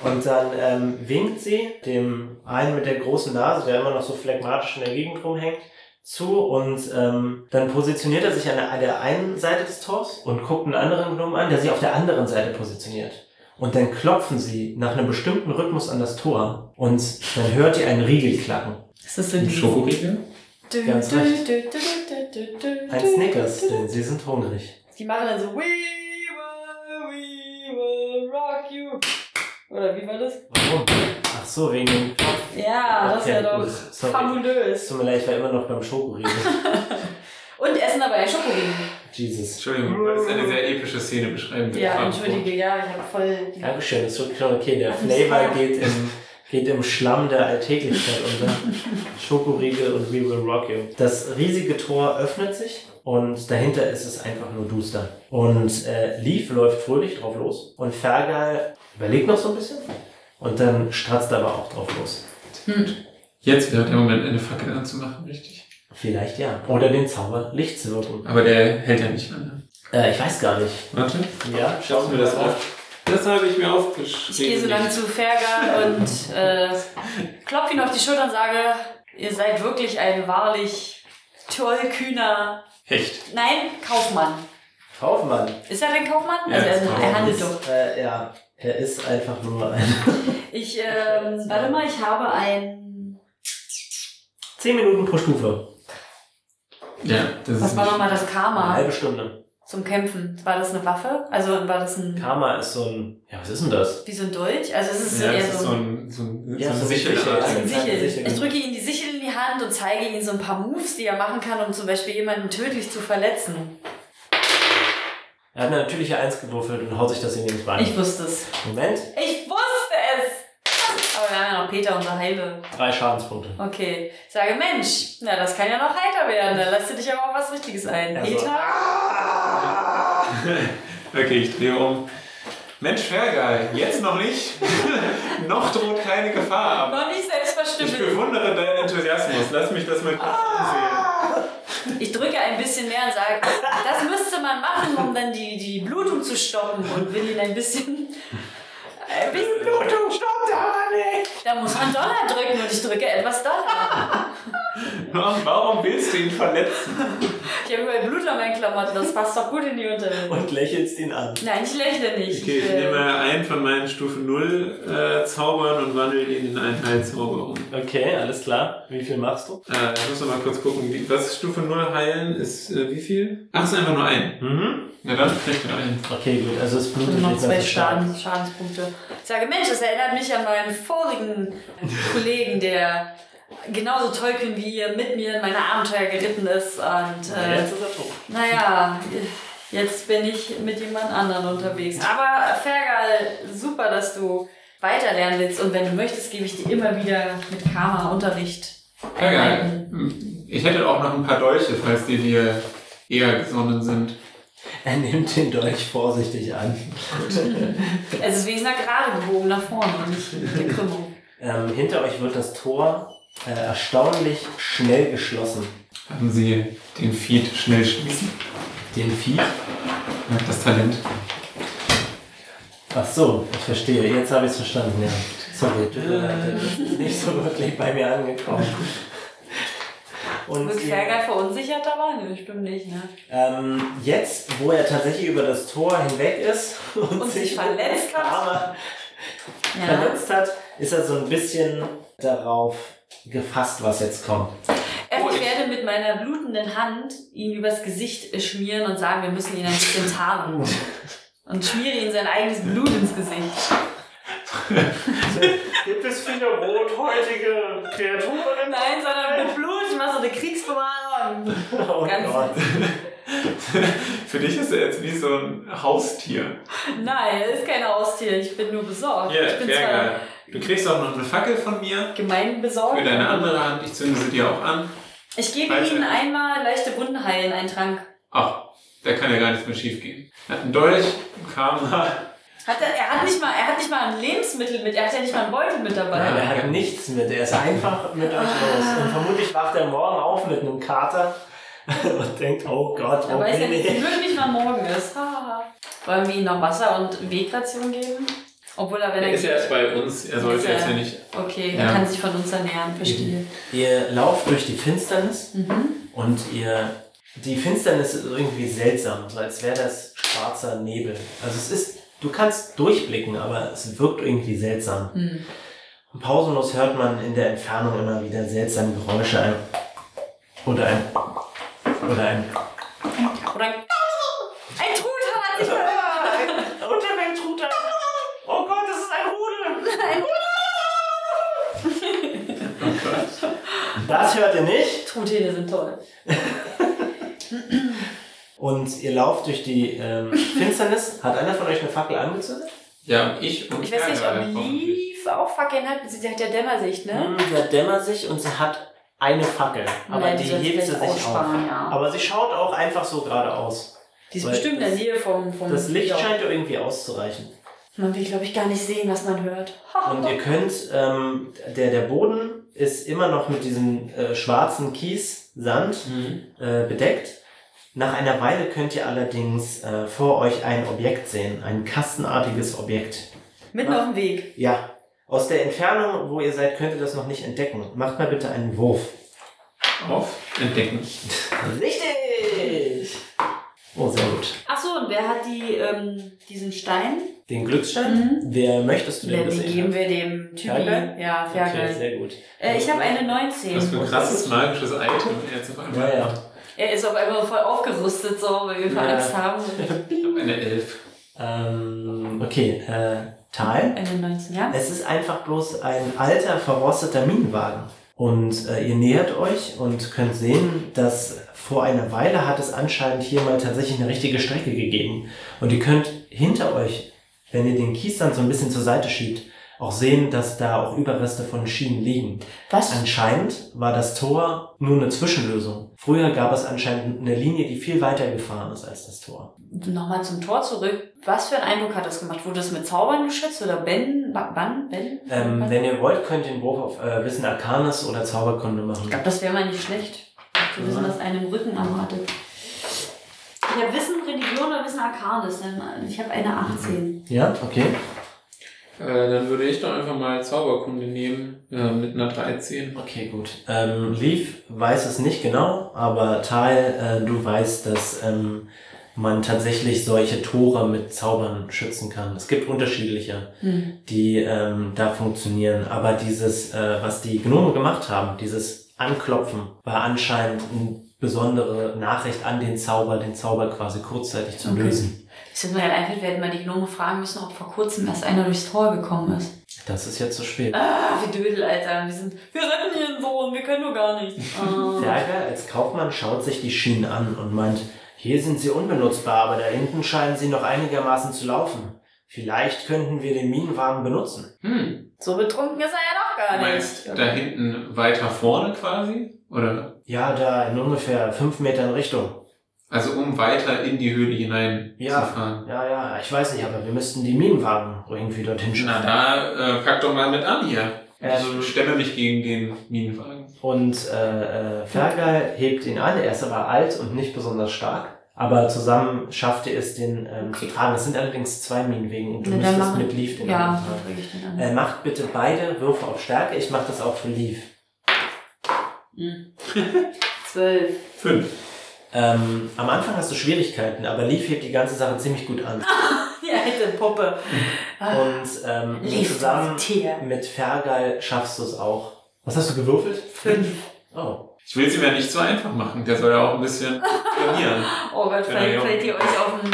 B: Und dann ähm, winkt sie dem einen mit der großen Nase, der immer noch so phlegmatisch in der Gegend rumhängt, zu und ähm, dann positioniert er sich an der, an der einen Seite des Tors und guckt einen anderen Gnomen an, der sich auf der anderen Seite positioniert. Und dann klopfen sie nach einem bestimmten Rhythmus an das Tor und dann hört ihr einen Riegel klacken.
A: Ist das so
C: Ein
A: dieses-
C: Schokoriegel?
A: Dü-
B: Ganz
A: dü-
B: recht.
A: dü- dü- dü- dü- dü-
B: Ein
A: dü-
B: Snickers,
A: dü- dü-
B: denn sie sind hungrig.
A: Die machen dann so We will, we will rock you. Oder wie war das?
B: Warum? Ach so, wegen dem Klopfen.
A: Ja, das ist ja
B: Okay,
A: doch
B: gut. Sorry. Es
A: fabulös.
B: Tut mir leid, ich war immer noch beim Schokoriegel.
A: Und essen dabei ein Schokoriegel.
B: Jesus.
C: Entschuldigung, das ist eine sehr epische Szene beschreiben. wir.
A: Ja, entschuldige, ja, ich habe voll die
B: Dankeschön, das ist wirklich schon okay. Der
A: Ach,
B: Flavor
A: das
B: geht im,
C: Ähm,
B: geht im Schlamm der Alltäglichkeit unter. Schokoriegel und We Will Rock You. Das riesige Tor öffnet sich und dahinter ist es einfach nur duster. Und äh, Leaf läuft fröhlich drauf los und Fergal überlegt noch so ein bisschen und dann stratzt er aber auch drauf los.
A: Hm.
C: Jetzt wäre der Moment, eine Fackel anzumachen, richtig?
B: Vielleicht ja. Oder den Zauber Licht zu wirken.
C: Aber der hält ja nicht lange.
B: Äh, ich weiß gar nicht.
C: Warte,
B: Ja,
C: schaust du mir das auf? Das habe ich mir aufgeschrieben.
A: Ich gehe so lange zu Ferger und äh, klopfe ihn auf die Schulter und sage, ihr seid wirklich ein wahrlich tollkühner,
C: Hecht.
A: nein, Kaufmann.
B: Kaufmann.
A: Ist er denn Kaufmann?
C: Ja,
A: also
C: er ist
A: er,
C: Kaufmann.
A: er handelt doch.
B: Ist, äh, ja, er ist einfach nur ein.
A: Ich, ähm, warte mal, ich habe ein,
B: 10 Minuten pro Stufe.
C: Ja, das ist
A: was war
C: nicht-
A: nochmal das
B: Eine
A: Karma
B: halbe Stunde.
A: zum Kämpfen? War das eine Waffe? Also war das ein,
B: Karma ist so ein. Ja, was ist denn das?
A: wie so ein Dolch? Also es ist
C: Ja,
A: eher
C: das ist
A: so
C: so
A: ein...
C: ein, so ein,
B: Ja,
C: so ein
B: so ein
C: Sichel.
B: Sichel.
A: so ein
B: ein
A: Sichel.
B: Sichel.
A: Ich drücke ihm die Sichel in die Hand und zeige ihm so ein paar Moves, die er machen kann, um zum Beispiel jemanden tödlich zu verletzen.
B: Er hat eine natürliche Eins gewürfelt und haut sich das in den Bein.
A: Ich wusste es.
B: Moment,
A: Ich wusste es! Aber wir haben ja noch Peter, unser Heile.
B: drei Schadenspunkte.
A: Okay. Ich sage, Mensch, na, das kann ja noch heiter werden. Da lässt du dich aber auf was Richtiges ein.
B: Also-
A: Peter?
C: Okay, ich drehe um. Mensch, Fergal, jetzt noch nicht. noch droht keine Gefahr. Aber
A: Noch nicht
C: ich
A: selbstverständlich.
C: bewundere deinen Enthusiasmus. Lass mich das mal kurz
A: Ah!
C: ansehen.
A: Ich drücke ein bisschen mehr und sage, das müsste man machen, um dann die, die Blutung zu stoppen und will ihn ein bisschen. Ein bisschen
D: Blutung, stopp da nicht!
A: da muss man Dollar drücken und ich drücke etwas Dollar.
C: Ach, Ah! Warum willst du ihn verletzen?
A: Ich habe überall Blut an meinen Klamotten, das passt doch gut in die Unterwelt.
B: Und lächelst ihn an.
A: Nein, ich lächle nicht.
C: Okay, ich
A: Äh,
C: nehme einen von meinen Stufe 0 äh, Zaubern und wandle ihn in einen Heilzauber um.
B: Okay, alles klar. Wie viel machst du?
C: Äh, ich muss noch mal kurz gucken. Wie, was ist Stufe 0 heilen? Ist äh, wie viel? Hm? Ach, es ist einfach nur ein.
B: Mhm.
C: Na dann kriegt er einen.
B: Okay, gut. Also es
A: Ich
B: blutet
A: habe
B: nicht
A: noch
B: mehr
A: zwei
B: so stark.
A: Schaden, Schadenspunkte. Ich sage, Mensch, das erinnert mich an meinen vorigen Kollegen, der genauso tollkühn wie ihr mit mir in meine Abenteuer geritten ist. Und äh,
B: Jetzt ist er tot.
A: naja, jetzt bin ich mit jemand anderem unterwegs. Aber Fergal, super, dass du weiterlernen willst. Und wenn du möchtest, gebe ich dir immer wieder mit Karma Unterricht.
C: Fergal, ich hätte auch noch ein paar Dolche, falls die dir eher gesonnen sind.
B: Er nimmt den Dolch vorsichtig an.
A: Also Es ist wenigstens gerade gebogen nach vorne und nicht gekrümmelt.
B: Ähm, hinter euch wird das Tor äh, erstaunlich schnell geschlossen.
C: Haben Sie den Feed schnell schließen?
B: Den Vieh?
C: Ja, Das Talent.
B: Ach so, ich verstehe. Jetzt habe ich es verstanden, ja. Sorry, tut mir
A: Äh.
B: leid, das ist nicht so wirklich bei mir angekommen. Und
A: Wird
B: ihr-
A: Fergal verunsichert aber? Nee, bestimmt nicht, ne?
B: ähm, jetzt, wo er tatsächlich über das Tor hinweg ist und,
A: Und sich verletzt hat.
B: Aber
A: Ja.
B: verletzt hat, ist er so ein bisschen darauf gefasst, was jetzt kommt.
A: Also ich werde mit meiner blutenden Hand ihn übers Gesicht schmieren und sagen, wir müssen ihn ein bisschen tarnen. Und schmiere ihm sein eigenes Blut ins Gesicht. Oh
D: Gibt es viele rothäutige Kreaturen?
A: Nein, sondern mit Blut, ich mach so eine Kriegsbemalung.
B: Oh
A: Ganz-
B: Gott.
C: Für dich ist er jetzt wie so ein Haustier.
A: Nein, er ist kein Haustier, ich bin nur besorgt.
C: Ja,
A: ich bin
C: sehr geil. Du kriegst auch noch eine Fackel von mir.
A: gemein
C: Für
A: besorgt.
C: deine andere Hand. Ich zünde sie dir auch an.
A: Ich gebe
C: Weiß
A: ihnen
C: er.
A: einmal leichte Wunden heilen, einen Trank.
C: Ach, da kann ja gar nichts mehr schief gehen. Er hat einen Dolch, ein Karma.
A: Hat er, er, hat nicht mal, er hat nicht mal ein Lebensmittel mit, er hat ja nicht mal einen Beutel mit dabei.
B: Nein, er hat nichts mit, er ist einfach mit euch
A: Ah.
B: los. Und vermutlich wacht er morgen auf mit einem Kater und denkt, oh Gott,
A: Er
B: wo
A: weiß ja
B: bin
A: nicht,
B: ich?
A: wirklich, wann morgen ist. Haha. Wollen wir ihm noch Wasser und Wegration geben? Obwohl er, wenn
C: Er
A: er
C: ist ja erst bei uns. Er
A: Ist
C: sollte
A: er-
C: jetzt ja nicht.
A: Okay, er
C: Ja.
A: kann sich von uns ernähren, verstehe.
B: Ihr lauft durch die Finsternis
A: Mhm.
B: und ihr. Die Finsternis ist irgendwie seltsam, so als wäre das schwarzer Nebel. Also es ist. Du kannst durchblicken, aber es wirkt irgendwie seltsam.
A: Hm.
B: Und pausenlos hört man in der Entfernung immer wieder seltsame Geräusche ein. Oder ein. Oder ein.
A: Oder ein, ein Truthahn hat sich
D: Ah, ein Unterweltruter. Oh Gott, das ist ein Rudel. Ah.
B: Das hört ihr nicht.
A: Truthähne sind toll.
B: Und ihr lauft durch die ähm, Finsternis. Hat einer von euch eine Fackel angezündet?
C: Ja, ich und
A: Ich weiß nicht,
C: Fergal
A: ob
C: hoffentlich.
A: Leaf auch Fackeln hat. Sie hat ja Dämmersicht, ne?
B: Hm, Der dämmert sich und sie hat eine Fackel. Aber
A: Nein,
B: die
A: soll sie
B: hebt sie
A: vielleicht
B: sich auf.
A: aussparen, ja.
B: Aber sie schaut auch einfach so geradeaus.
A: Die ist
B: Weil
A: bestimmt in der
B: das-
A: Nähe vom... vom
B: Das Licht
A: Ja.
B: scheint ihr irgendwie auszureichen.
A: Man will, glaube ich, gar nicht sehen, was man hört.
B: Und ihr könnt, ähm, der, der Boden ist immer noch mit diesem äh, schwarzen Kies, Sand
C: Mhm.
B: äh, bedeckt. Nach einer Weile könnt ihr allerdings äh, vor euch ein Objekt sehen, ein kastenartiges Objekt.
A: Mitten auf dem Weg.
B: Ja, aus der Entfernung, wo ihr seid, könnt ihr das noch nicht entdecken. Macht mal bitte einen Wurf.
C: Auf entdecken.
B: Richtig! Oh, sehr gut.
A: Achso, und wer hat die, ähm, diesen Stein?
B: Den Glücksstein? Wer möchtest du
A: Den,
B: denn
A: den
B: gesehen
A: Mhm. geben
B: haben?
A: wir dem Typi.
B: Fergal?
A: Ja,
B: Okay,
A: Fergal.
B: sehr gut. Ähm,
A: Äh, ich habe eine 19.
C: Was für ein krasses magisches Item er jetzt auf einmal.
B: Ja, ja.
A: Er ist auf einmal voll aufgerüstet, so, weil wir voll
B: Ja.
A: Angst haben.
C: Ich habe eine Elf.
B: Ähm, okay, äh, Tal?
A: Eine 19, ja?
B: Es ist einfach bloß ein alter, verrosteter Minenwagen. Und äh, ihr nähert euch und könnt sehen, dass vor einer Weile hat es anscheinend hier mal tatsächlich eine richtige Strecke gegeben. Und ihr könnt hinter euch, wenn ihr den Kies dann so ein bisschen zur Seite schiebt, auch sehen, dass da auch Überreste von Schienen liegen.
A: Was?
B: Anscheinend war das Tor nur eine Zwischenlösung. Früher gab es anscheinend eine Linie, die viel weiter gefahren ist als das Tor.
A: Nochmal zum Tor zurück. Was für einen Eindruck hat das gemacht? Wurde das mit Zaubern geschützt oder Bänden? Ba- Bann? Bänden?
B: Ähm, wenn ihr wollt, könnt ihr einen Wurf auf äh, Wissen Arcanis oder Zauberkunde machen.
A: ich glaube, das wäre mal nicht schlecht. Zu wissen,
B: Ja.
A: was einem im Rücken erwartet. Ich habe Wissen Religion oder Wissen Arcanis. denn Ich habe eine 18.
B: Ja, okay.
C: Äh, dann würde ich doch einfach mal Zauberkunde nehmen äh, mit einer 13.
B: Okay, gut. Ähm, Leaf weiß es nicht genau, aber Tal, äh, du weißt, dass ähm, man tatsächlich solche Tore mit Zaubern schützen kann. Es gibt unterschiedliche,
A: Hm.
B: die ähm, da funktionieren. Aber dieses, äh, was die Gnome gemacht haben, dieses Anklopfen, war anscheinend eine besondere Nachricht an den Zauber, den Zauber quasi kurzzeitig zu
A: Okay.
B: lösen.
A: Ich hätte mir halt einfällt, wir hätten mal die Gnome fragen müssen, ob vor kurzem erst einer durchs Tor gekommen ist.
B: Das ist jetzt zu spät.
A: Ah, wir Dödel, Alter. Wir, sind, wir retten ihren Sohn, wir können nur gar nichts. Ah.
B: Ferger als Kaufmann schaut sich die Schienen an und meint, hier sind sie unbenutzbar, aber da hinten scheinen sie noch einigermaßen zu laufen. Vielleicht könnten wir den Minenwagen benutzen.
C: Hm.
A: So betrunken ist er ja doch
C: Du
A: gar nicht.
C: meinst da hinten weiter vorne quasi? Oder?
B: Ja, da in ungefähr fünf Metern Richtung.
C: Also um weiter in die Höhle hinein
B: Ja.
C: zu fahren.
B: Ja, ja, ich weiß nicht, aber wir müssten die Minenwagen irgendwie dortin
C: Na,
B: schaffen.
C: da äh, pack doch mal mit an hier.
B: Ähm,
C: ich stemme mich gegen den Minenwagen.
B: Und äh, äh, Fergal hebt ihn an. Er ist aber alt und nicht besonders stark. Aber zusammen schaffte es, den ähm, zu tragen. Es sind allerdings zwei Minenwegen und du
A: Na, dann
B: müsstest
A: machen-
B: mit Leaf den
A: Ja,
B: anderen
A: dann
B: tragen.
A: bringe ich den an.
B: Äh, macht bitte beide Würfe auf Stärke. Ich mache das auch für Leaf.
A: Hm. Zwölf.
C: Fünf.
B: Ähm, am Anfang hast du Schwierigkeiten, aber Leaf hebt die ganze Sache ziemlich gut an.
A: Die alte Puppe. Ah,
B: Und ähm, zusammen
A: Tier.
B: mit Fergal schaffst du es auch. Was hast du gewürfelt?
A: Fünf.
B: Oh.
C: Ich will es ihm ja nicht so einfach machen. Der soll ja auch ein bisschen trainieren.
A: Oh Gott,
C: Ja,
A: vielleicht
C: ja.
A: fällt ihr euch auf den...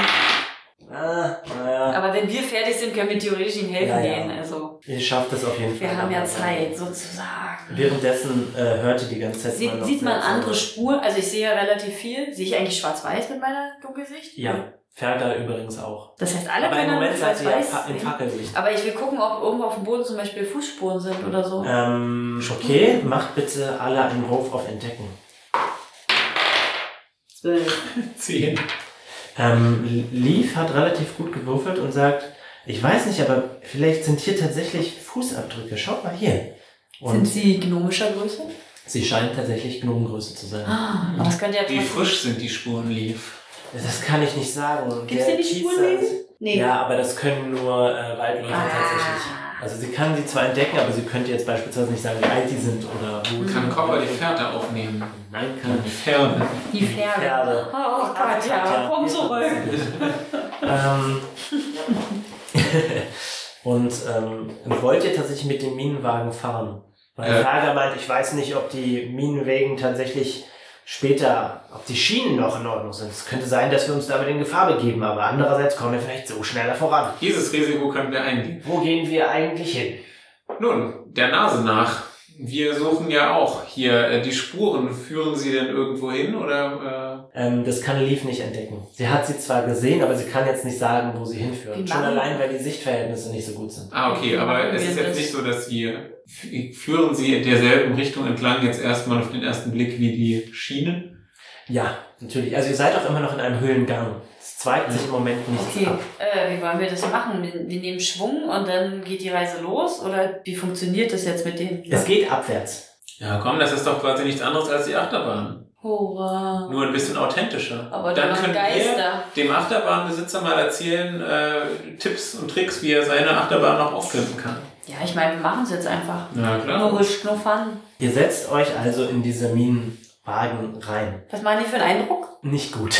B: Ah, naja.
A: Aber wenn wir fertig sind, können wir theoretisch ihnen helfen
B: Ja, ja.
A: gehen. Also,
B: Ihr schafft das auf jeden Fall.
A: wir haben ja
B: Aber-
A: Zeit, sozusagen.
B: Währenddessen äh, hörte die ganze Zeit
A: Sie,
B: noch
A: sieht man
B: sehr-
A: andere Spuren? Also ich sehe ja relativ viel. Sehe ich eigentlich schwarz-weiß mit meiner Dunkelsicht?
B: Ja, Fergal übrigens auch.
A: Das heißt, alle
B: aber im
A: können
B: Moment seid ihr ja
A: schwarz-weiß
B: fa- im
A: sehen.
B: Fackellicht.
A: Aber ich will gucken, ob irgendwo auf dem Boden zum Beispiel Fußspuren sind oder so.
B: Ähm, okay, macht bitte alle einen Wurf auf Entdecken.
A: Zwölf.
C: Zehn.
B: Ähm, Leaf hat relativ gut gewürfelt und sagt, ich weiß nicht, aber vielleicht sind hier tatsächlich Fußabdrücke. Schaut mal hier. Und
A: Sind sie gnomischer Größe?
B: sie scheint tatsächlich Gnomengröße zu sein.
A: Ah, aber das könnte ja
C: Wie
A: trotzdem-
C: frisch sind die Spuren lief.
B: Das kann ich nicht sagen.
A: Gibt's
B: Der
A: hier nicht
B: Cheat
A: Spurenlesen?
B: sagt-
A: Nee.
B: Ja, aber das können nur äh, Waldläufer
A: Ah.
B: tatsächlich. Also sie kann sie zwar entdecken, aber sie könnte jetzt beispielsweise nicht sagen, wie alt die sind oder wo.
C: Kann Copper die Fährte aufnehmen?
B: Nein, kann
C: Die
B: nicht.
C: Ferne.
A: Die Pferde.
B: Pferde.
A: Oh Gott, ja.
B: Ja.
A: Komm zurück.
B: Ähm, und ähm, wollt ihr tatsächlich mit dem Minenwagen fahren? Weil
C: Ja.
B: Lager meint, ich weiß nicht, ob die Minenwegen tatsächlich später, ob die Schienen noch in Ordnung sind. Es könnte sein, dass wir uns damit in Gefahr begeben, aber andererseits kommen wir vielleicht so schneller voran.
C: Dieses Risiko können wir eingehen.
B: Wo gehen wir eigentlich hin?
C: Nun, der Nase nach. Wir suchen ja auch hier äh, die Spuren. Führen sie denn irgendwo hin oder?
B: Ähm, das kann Leaf nicht entdecken. Sie hat sie zwar gesehen, aber sie kann jetzt nicht sagen, wo sie hinführen.
A: Wie
B: Schon
A: machen-
B: allein, weil die Sichtverhältnisse nicht so gut sind.
C: Äh, ah, okay, aber es ist jetzt nicht so, dass sie f- führen sie in derselben Richtung entlang jetzt erstmal auf den ersten Blick wie die Schienen.
B: Ja, natürlich. Also ihr seid auch immer noch in einem Höhlengang. Es zweigt sich im Moment nichts
A: Okay,
B: ab.
A: äh, wie wollen wir das machen? Wir, wir nehmen Schwung und dann geht die Reise los? Oder wie funktioniert das jetzt mit dem?
B: Es geht abwärts.
C: Ja, komm, das ist doch quasi nichts anderes als die Achterbahn.
A: Hurra.
C: Nur ein bisschen authentischer.
A: Aber da waren Geister.
C: dem Achterbahnbesitzer mal erzählen, äh, Tipps und Tricks, wie er seine Achterbahn noch aufpimpen kann.
A: Ja, ich meine, wir machen es jetzt einfach.
C: Na
A: Logisch, no fun.
B: Ihr setzt euch also in diese Minenwagen rein.
A: Was machen die für einen Eindruck?
B: Nicht gut.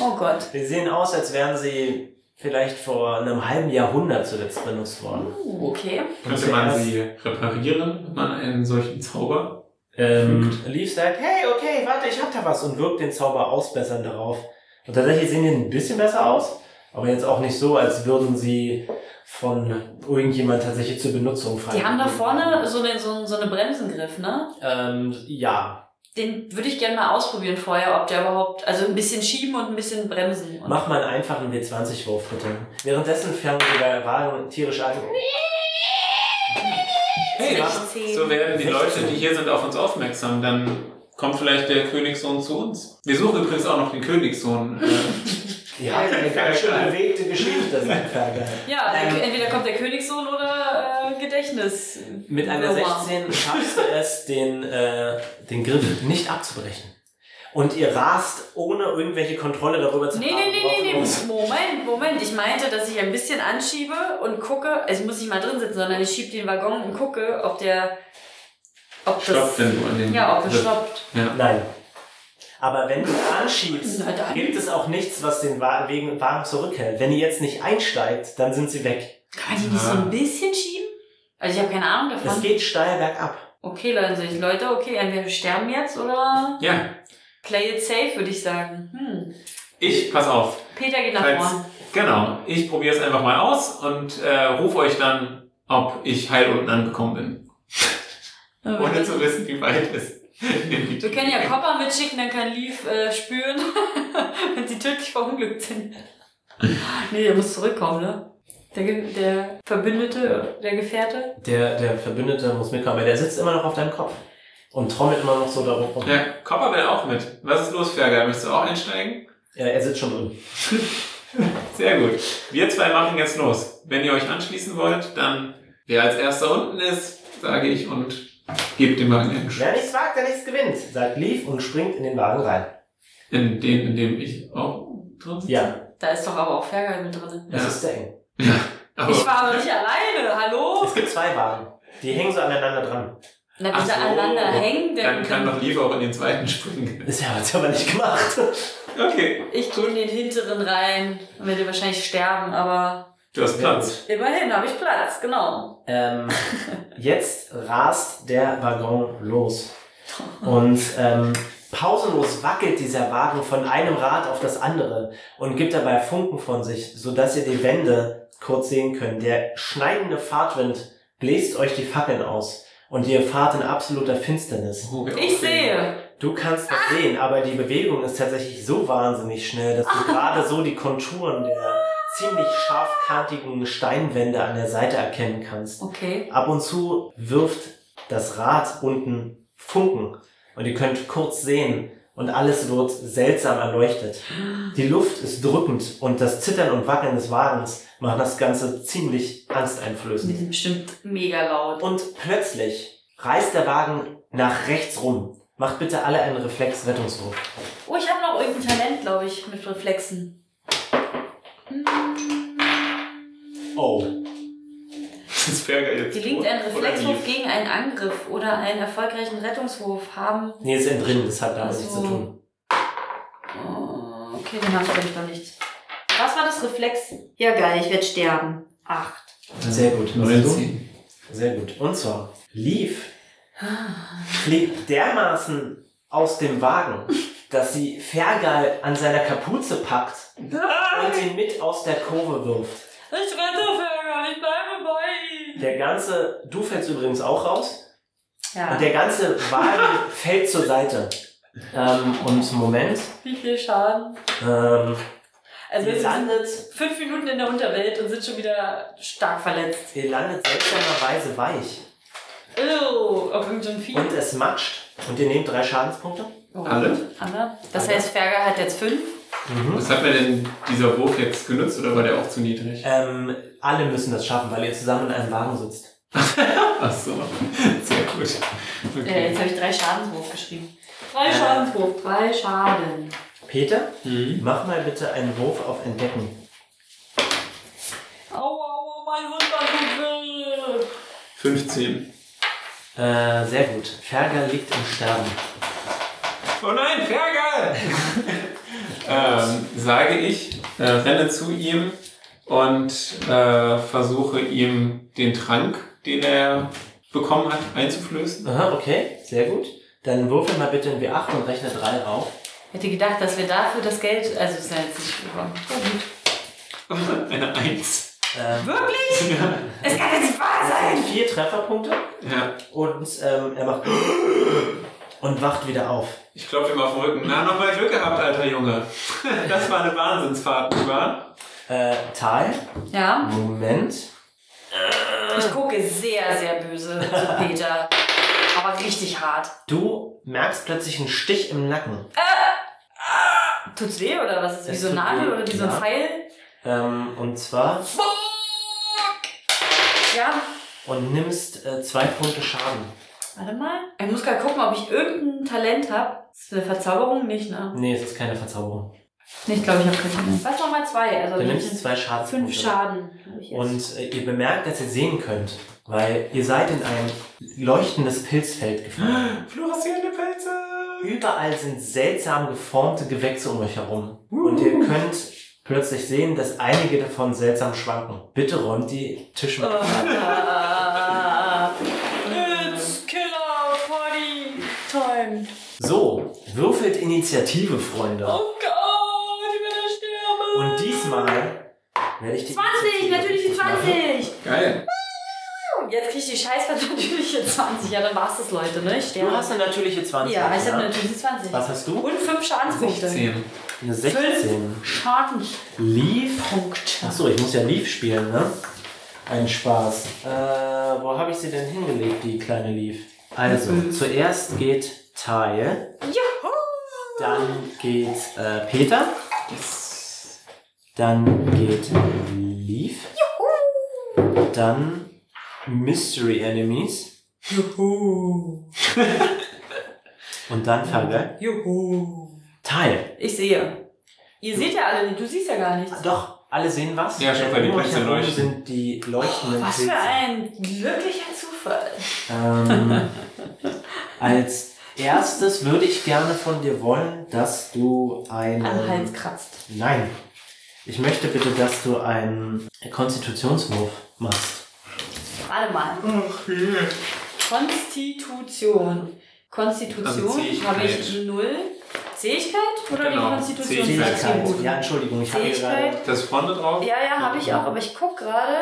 A: Oh Gott.
B: Sie sehen aus, als wären sie vielleicht vor einem halben Jahrhundert zuletzt benutzt worden.
A: Uh, okay.
C: Könnte
B: Und
C: man
B: zuerst-
C: sie reparieren, wenn man einen solchen Zauber?
B: Ähm, Leaf sagt, hey, okay, warte, ich hab da was und wirkt den Zauber ausbessern darauf. Und tatsächlich sehen die ein bisschen besser aus, aber jetzt auch nicht so, als würden sie von irgendjemand tatsächlich zur Benutzung frei.
A: Die haben da vorne so, eine, so, einen- so eine Bremsengriff, ne?
B: Ähm, ja.
A: Den würde ich gerne mal ausprobieren vorher, ob der überhaupt. Also ein bisschen schieben und ein bisschen bremsen. Und
B: Mach mal einen einfachen W20-Wurf, bitte. Währenddessen färben sie bei Wagen tierisch an.
C: Hey,
A: 16.
C: so werden die
B: 16.
C: Leute, die hier sind, auf uns aufmerksam. Dann kommt vielleicht der Königssohn zu uns. Wir suchen übrigens auch noch den Königssohn. Äh,
B: Die haben eine ganz schön bewegte Geschichte, das ist total geil.
A: Ja,
B: Ähm,
A: der- entweder kommt der Königssohn oder äh, Gedächtnis.
B: Mit einer
A: Wirrwarr.
B: 16 schaffst du es, den, äh, den Griff nicht abzubrechen. Und ihr rast, ohne irgendwelche Kontrolle darüber zu
A: Nee,
B: haben.
A: nee, nee,
B: worauf
A: nee,
B: los-
A: nee. Moment, Moment. Ich meinte, dass ich ein bisschen anschiebe und gucke. Es muss nicht mal drin sitzen, sondern ich schiebe den Waggon und gucke, ob der. Ob
C: stoppt
A: das.
C: denn nur an den.
A: Ja, ob es
C: Griff.
A: stoppt.
C: Ja.
B: Nein. Aber wenn du anschiebst,
A: Na dann.
B: gibt es auch nichts, was den Wa- Wegen- Wagen zurückhält. Wenn ihr jetzt nicht einsteigt, dann sind sie weg.
A: Kann man die nicht
C: Ja.
A: so ein bisschen schieben? Also, ich habe keine Ahnung
B: Es
A: davon.
B: geht steil bergab.
A: Okay, Leute, sich- Leute, okay, entweder wir sterben jetzt oder
C: ja,
A: play it safe, würde ich sagen. Hm.
C: ich, pass auf.
A: Peter geht nach
C: Falls-
A: vorne.
C: Genau, ich probiere es einfach mal aus und äh, rufe euch dann, ob ich heil unten angekommen bin. Ohne zu wissen, wie weit es.
A: Wir können ja Copper mitschicken, dann kann Leaf äh, spüren, wenn sie tödlich verunglückt sind. nee, der muss zurückkommen, ne? Der, Ge- der Verbündete, der Gefährte.
B: Der, der Verbündete muss mitkommen, aber der sitzt immer noch auf deinem Kopf und trommelt immer noch so darum rum.
C: Ja, Copper will auch mit. Was ist los, Ferger? Möchtest du auch einsteigen?
B: Ja, er sitzt schon drin.
C: Sehr gut. Wir zwei machen jetzt los. Wenn ihr euch anschließen wollt, dann wer als erster unten ist, sage ich und gebe dem Wagen einen Schuss.
B: Wer nichts wagt, der nichts gewinnt, sagt Leaf und springt in den Wagen rein.
C: In den, in dem ich auch drin sitze.
B: Ja,
A: Da ist doch aber auch Fairguy mit drin.
B: es
C: Ja.
B: ist sehr eng.
C: Aber
A: Ich war aber nicht alleine, hallo?
B: Es gibt zwei Wagen. Die hängen so aneinander dran.
A: Na
C: Ach
A: bitte
C: so.
A: aneinander hängen,
C: dann
A: denn
C: kann doch Lieber auch in den zweiten springen.
B: Bisher haben wir es aber nicht gemacht.
C: Okay.
A: ich gehe in den hinteren rein und werde wahrscheinlich sterben, aber
C: Du hast Platz.
A: immerhin habe ich Platz, genau.
B: Ähm, jetzt rast der Waggon los. Und ähm, pausenlos wackelt dieser Wagen von einem Rad auf das andere und gibt dabei Funken von sich, sodass ihr die Wände kurz sehen könnt. Der schneidende Fahrtwind bläst euch die Fackeln aus und ihr fahrt in absoluter Finsternis.
C: Oh, wir
A: Ich
C: auch sehen.
A: sehe.
B: Du kannst das sehen, aber die Bewegung ist tatsächlich so wahnsinnig schnell, dass du gerade so die Konturen der ziemlich scharfkantigen Steinwände an der Seite erkennen kannst.
A: Okay.
B: Ab und zu wirft das Rad unten Funken und ihr könnt kurz sehen und alles wird seltsam erleuchtet. Die Luft ist drückend und das Zittern und Wackeln des Wagens macht das Ganze ziemlich
A: Die
B: angsteinflößend.
A: sind bestimmt mega laut.
B: Und plötzlich reißt der Wagen nach rechts rum. Macht bitte alle einen Reflex-Rettungswurf.
A: Oh, ich habe noch irgendein Talent, glaube ich, mit Reflexen. Hm.
B: Oh.
C: Das ist Berger jetzt.
A: Gelingt ein
C: Oder
A: Reflexwurf
C: Lief.
A: gegen einen Angriff oder einen erfolgreichen Rettungswurf haben.
B: Nee, ist entrinnen, das hat damit
A: Ach
B: nichts
A: so.
B: zu tun.
A: Oh, okay, dann habe ich dann lieber nicht. Was war das Reflex? Ja, geil, ich werde sterben. Acht.
B: Sehr gut. Was hast du?
C: 19.
B: Sehr gut. Und zwar, Leaf fliegt dermaßen aus dem Wagen, dass sie Fergal an seiner Kapuze packt und ihn mit aus der Kurve wirft.
A: Ich rette Fergal, ich bleibe bei ihm.
B: Der ganze, du fällst übrigens auch raus,
A: Ja,
B: und der ganze Wagen fällt zur Seite. Ähm, und Moment,
A: wie viel Schaden?
B: ähm,
A: Also
B: ihr
A: wir sind
B: landet,
A: fünf Minuten in der Unterwelt und sind schon wieder stark verletzt.
B: ihr landet seltsamerweise weich
A: Oh, auf irgendein Vieh.
B: und es matscht und ihr nehmt drei Schadenspunkte.
A: Oh,
C: Alle?
A: Alle. Das
B: Alle.
A: heißt, Fergal hat jetzt fünf.
C: Was hat mir denn dieser Wurf jetzt genutzt oder war der auch zu niedrig?
B: Ähm, alle müssen das schaffen, weil ihr zusammen in einem Wagen sitzt.
C: Ach so. Sehr gut.
A: Äh,
C: Okay.
A: jetzt habe ich drei Schadenswurf geschrieben. Drei
B: Äh.
A: Schadenswurf. Drei Schaden.
B: Peter?
C: Mhm.
B: Mach mal bitte einen Wurf auf Entdecken.
A: Aua, aua, mein Hund war so wild.
C: 15.
B: Äh, sehr gut. Ferger liegt im Sterben.
C: Oh nein, Fergal! ähm, sage ich, äh, renne zu ihm und äh, versuche ihm den Trank, den er bekommen hat, einzuflößen.
B: Aha, okay, sehr gut. Dann würfel mal bitte ein W8 und rechne 3 auf.
A: Hätte gedacht, dass wir dafür das Geld. Also, es ist ja jetzt nicht über.
C: Eine Eins.
B: Ähm,
A: Wirklich? Es kann jetzt nicht wahr sein!
B: vier Trefferpunkte
C: Ja.
B: und ähm, er macht und wacht wieder auf.
C: Ich klopfe ihm auf den Rücken. Na, nochmal Glück gehabt, alter Junge. Das war eine Wahnsinnsfahrt, nicht wahr?
B: Äh, Tal,
A: Ja,
B: Moment.
A: ich gucke sehr, sehr böse zu Peter. Aber richtig hart.
B: Du merkst plötzlich einen Stich im Nacken.
A: Tut's weh oder was? Ist wie
B: Es
A: so ein
B: tut
A: Nagel
B: weh,
A: oder wie so ein
B: ja.
A: Pfeil?
B: Ähm, und zwar
A: Fuck! Ja,
B: und nimmst äh, zwei Punkte Schaden.
A: warte mal. Ich muss gerade gucken, ob ich irgendein Talent habe. Das ist eine Verzauberung nicht, ne?
B: Nee, es ist keine Verzauberung.
A: Nee, ich glaube, ich habe keinen Talent. Was nochmal zwei? Also
B: Du
A: hab ich
B: nimmst zwei Schadenspunkte.
A: fünf Schaden. hab ich jetzt.
B: Und äh, ihr bemerkt, dass ihr sehen könnt, weil ihr seid in ein leuchtendes Pilzfeld gefallen.
C: Fluoreszierende Pelze!
B: Überall sind seltsam geformte Gewächse um euch herum. Und ihr könnt plötzlich sehen, dass einige davon seltsam schwanken. Bitte räumt die
A: Oh,
B: Tischmatte.
A: ah. It's Killer Party Time.
B: So, würfelt Initiative, Freunde.
A: Oh Gott, ich werde sterben.
B: Und diesmal werde ich die
A: 20,
B: Initiative
A: natürlich die
B: richtig machen.
A: 20.
C: Geil.
A: Jetzt krieg ich die scheiß natürliche 20. Ja, dann war's das, Leute, ne? Ich
B: Du
A: sterbe.
B: hast eine natürliche 20.
A: ja, ich habe eine natürliche 20.
B: Was hast du?
A: Und 5 Schadenspunkte.
C: 10.
B: Eine 16.
A: Schaden.
B: Leaf.
A: Punkt.
B: Achso, ich muss ja Leaf spielen, ne? Ein Spaß. Äh, wo habe ich sie denn hingelegt, die kleine Leaf? Also, zuerst geht Teil,
A: Juhu!
B: dann geht äh, Peter, dann geht Leaf, dann Mystery Enemies
A: Juhu.
B: Und dann Fergal.
A: Juhu.
B: Teil.
A: Ich sehe. Ihr seht ja alle, nicht, du siehst ja gar nichts.
B: Ah, Doch, alle sehen was.
C: Ja, schon, weil die
B: Um euch
C: Pilze
B: herum
C: leuchten.
B: sind die leuchtenden
A: Oh, Was
B: Pilze.
A: für ein glücklicher Zufall.
B: Ähm, als erstes würde ich gerne von dir wollen, dass du einen...
A: Am Hals Also kratzt.
B: Nein. Ich möchte bitte, dass du einen Konstitutionswurf machst.
A: Warte mal. Konstitution.
C: Also
A: Konstitution
C: Zähigkeit.
A: habe ich null. Zähigkeit oder
C: Genau,
A: die Konstitution?
C: Zähigkeit.
A: Zähigkeit.
B: Ja, Entschuldigung, ich habe
A: Fähigkeit.
B: gerade...
C: Das vorne drauf?
A: Ja, ja, habe ich auch, aber ich guck gerade.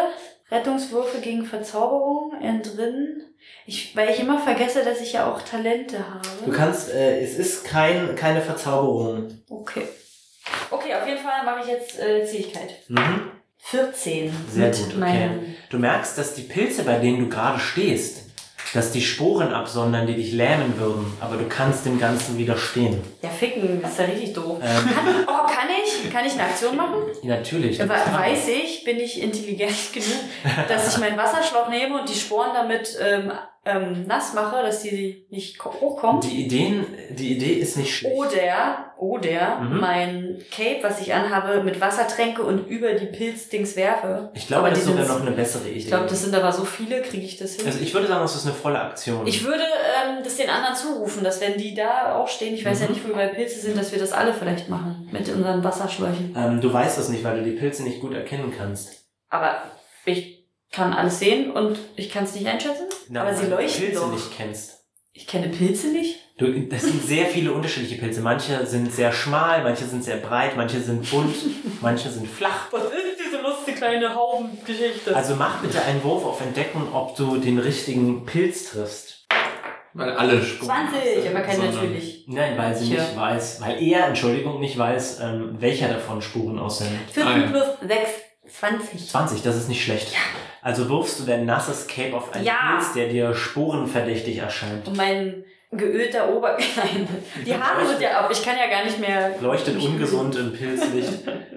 A: Rettungswürfe gegen Verzauberung entrinnen. Ich, weil ich immer vergesse, dass ich ja auch Talente
B: Du
A: habe.
B: kannst, äh, es ist kein, keine Verzauberung.
A: Okay. Okay, auf jeden Fall mache ich jetzt äh, Zähigkeit.
B: Mhm.
A: 14.
B: Sehr
A: mit
B: gut, okay.
A: meinem-
B: Du merkst, dass die Pilze, bei denen du gerade stehst, dass die Sporen absondern, die dich lähmen würden, aber du kannst dem Ganzen widerstehen.
A: Ja, ficken, das ist ja richtig doof.
B: Ähm,
A: Kann, oh, kann ich? Kann ich eine Aktion machen?
B: natürlich.
A: We- Weiß ich, bin ich intelligent genug, dass ich meinen Wasserschlauch nehme und die Sporen damit ähm, ähm, nass mache, dass die nicht ko- hochkommen.
B: Die, Ideen, die Idee ist nicht schlecht.
A: Oder, oder
B: Mhm.
A: mein Cape, was ich anhabe, mit Wasser tränke und über die Pilzdings werfe.
B: Ich glaube,
A: Aber
B: das ist
A: die
B: sogar
A: sind-
B: noch eine bessere Idee.
A: Ich glaube, das sind aber so viele, kriege ich das hin.
B: also ich würde sagen, das ist eine volle Aktion.
A: ich würde ähm, das den anderen zurufen, dass wenn die da auch stehen, ich weiß
B: Mhm.
A: ja nicht, wo überall Pilze sind, dass wir das alle vielleicht machen mit unseren Wasserschläuchen.
B: ähm, du weißt das nicht, weil du die Pilze nicht gut erkennen kannst.
A: Aber ich kann alles sehen und ich kann es nicht einschätzen. aber
B: weil
A: sie
B: du
A: leuchten
B: Pilze
A: doch.
B: nicht kennst.
A: Ich kenne Pilze nicht.
B: Du, das sind sehr viele unterschiedliche Pilze. Manche sind sehr schmal, manche sind sehr breit, manche sind bunt, manche sind flach.
A: Was ist diese lustige kleine Haubengeschichte?
B: Also mach bitte einen Wurf auf Entdecken, ob du den richtigen Pilz triffst.
C: Weil alle Spuren.
A: 20, aber kein
C: Sondern-
A: natürlich.
B: Nein, weil sie
A: Tja.
B: nicht weiß, weil er, Entschuldigung, nicht weiß, ähm, welcher davon Spuren aussendet.
A: 14 plus 6, 20.
B: 20, das ist nicht schlecht. Also wirfst du dein nasses Cape auf einen
A: Ja.
B: Pilz, der dir sporenverdächtig erscheint.
A: Und mein geölter Oberkleid. Die Haare sind ja ab. Ich kann ja gar nicht mehr.
B: Leuchtet ungesund im Pilzlicht.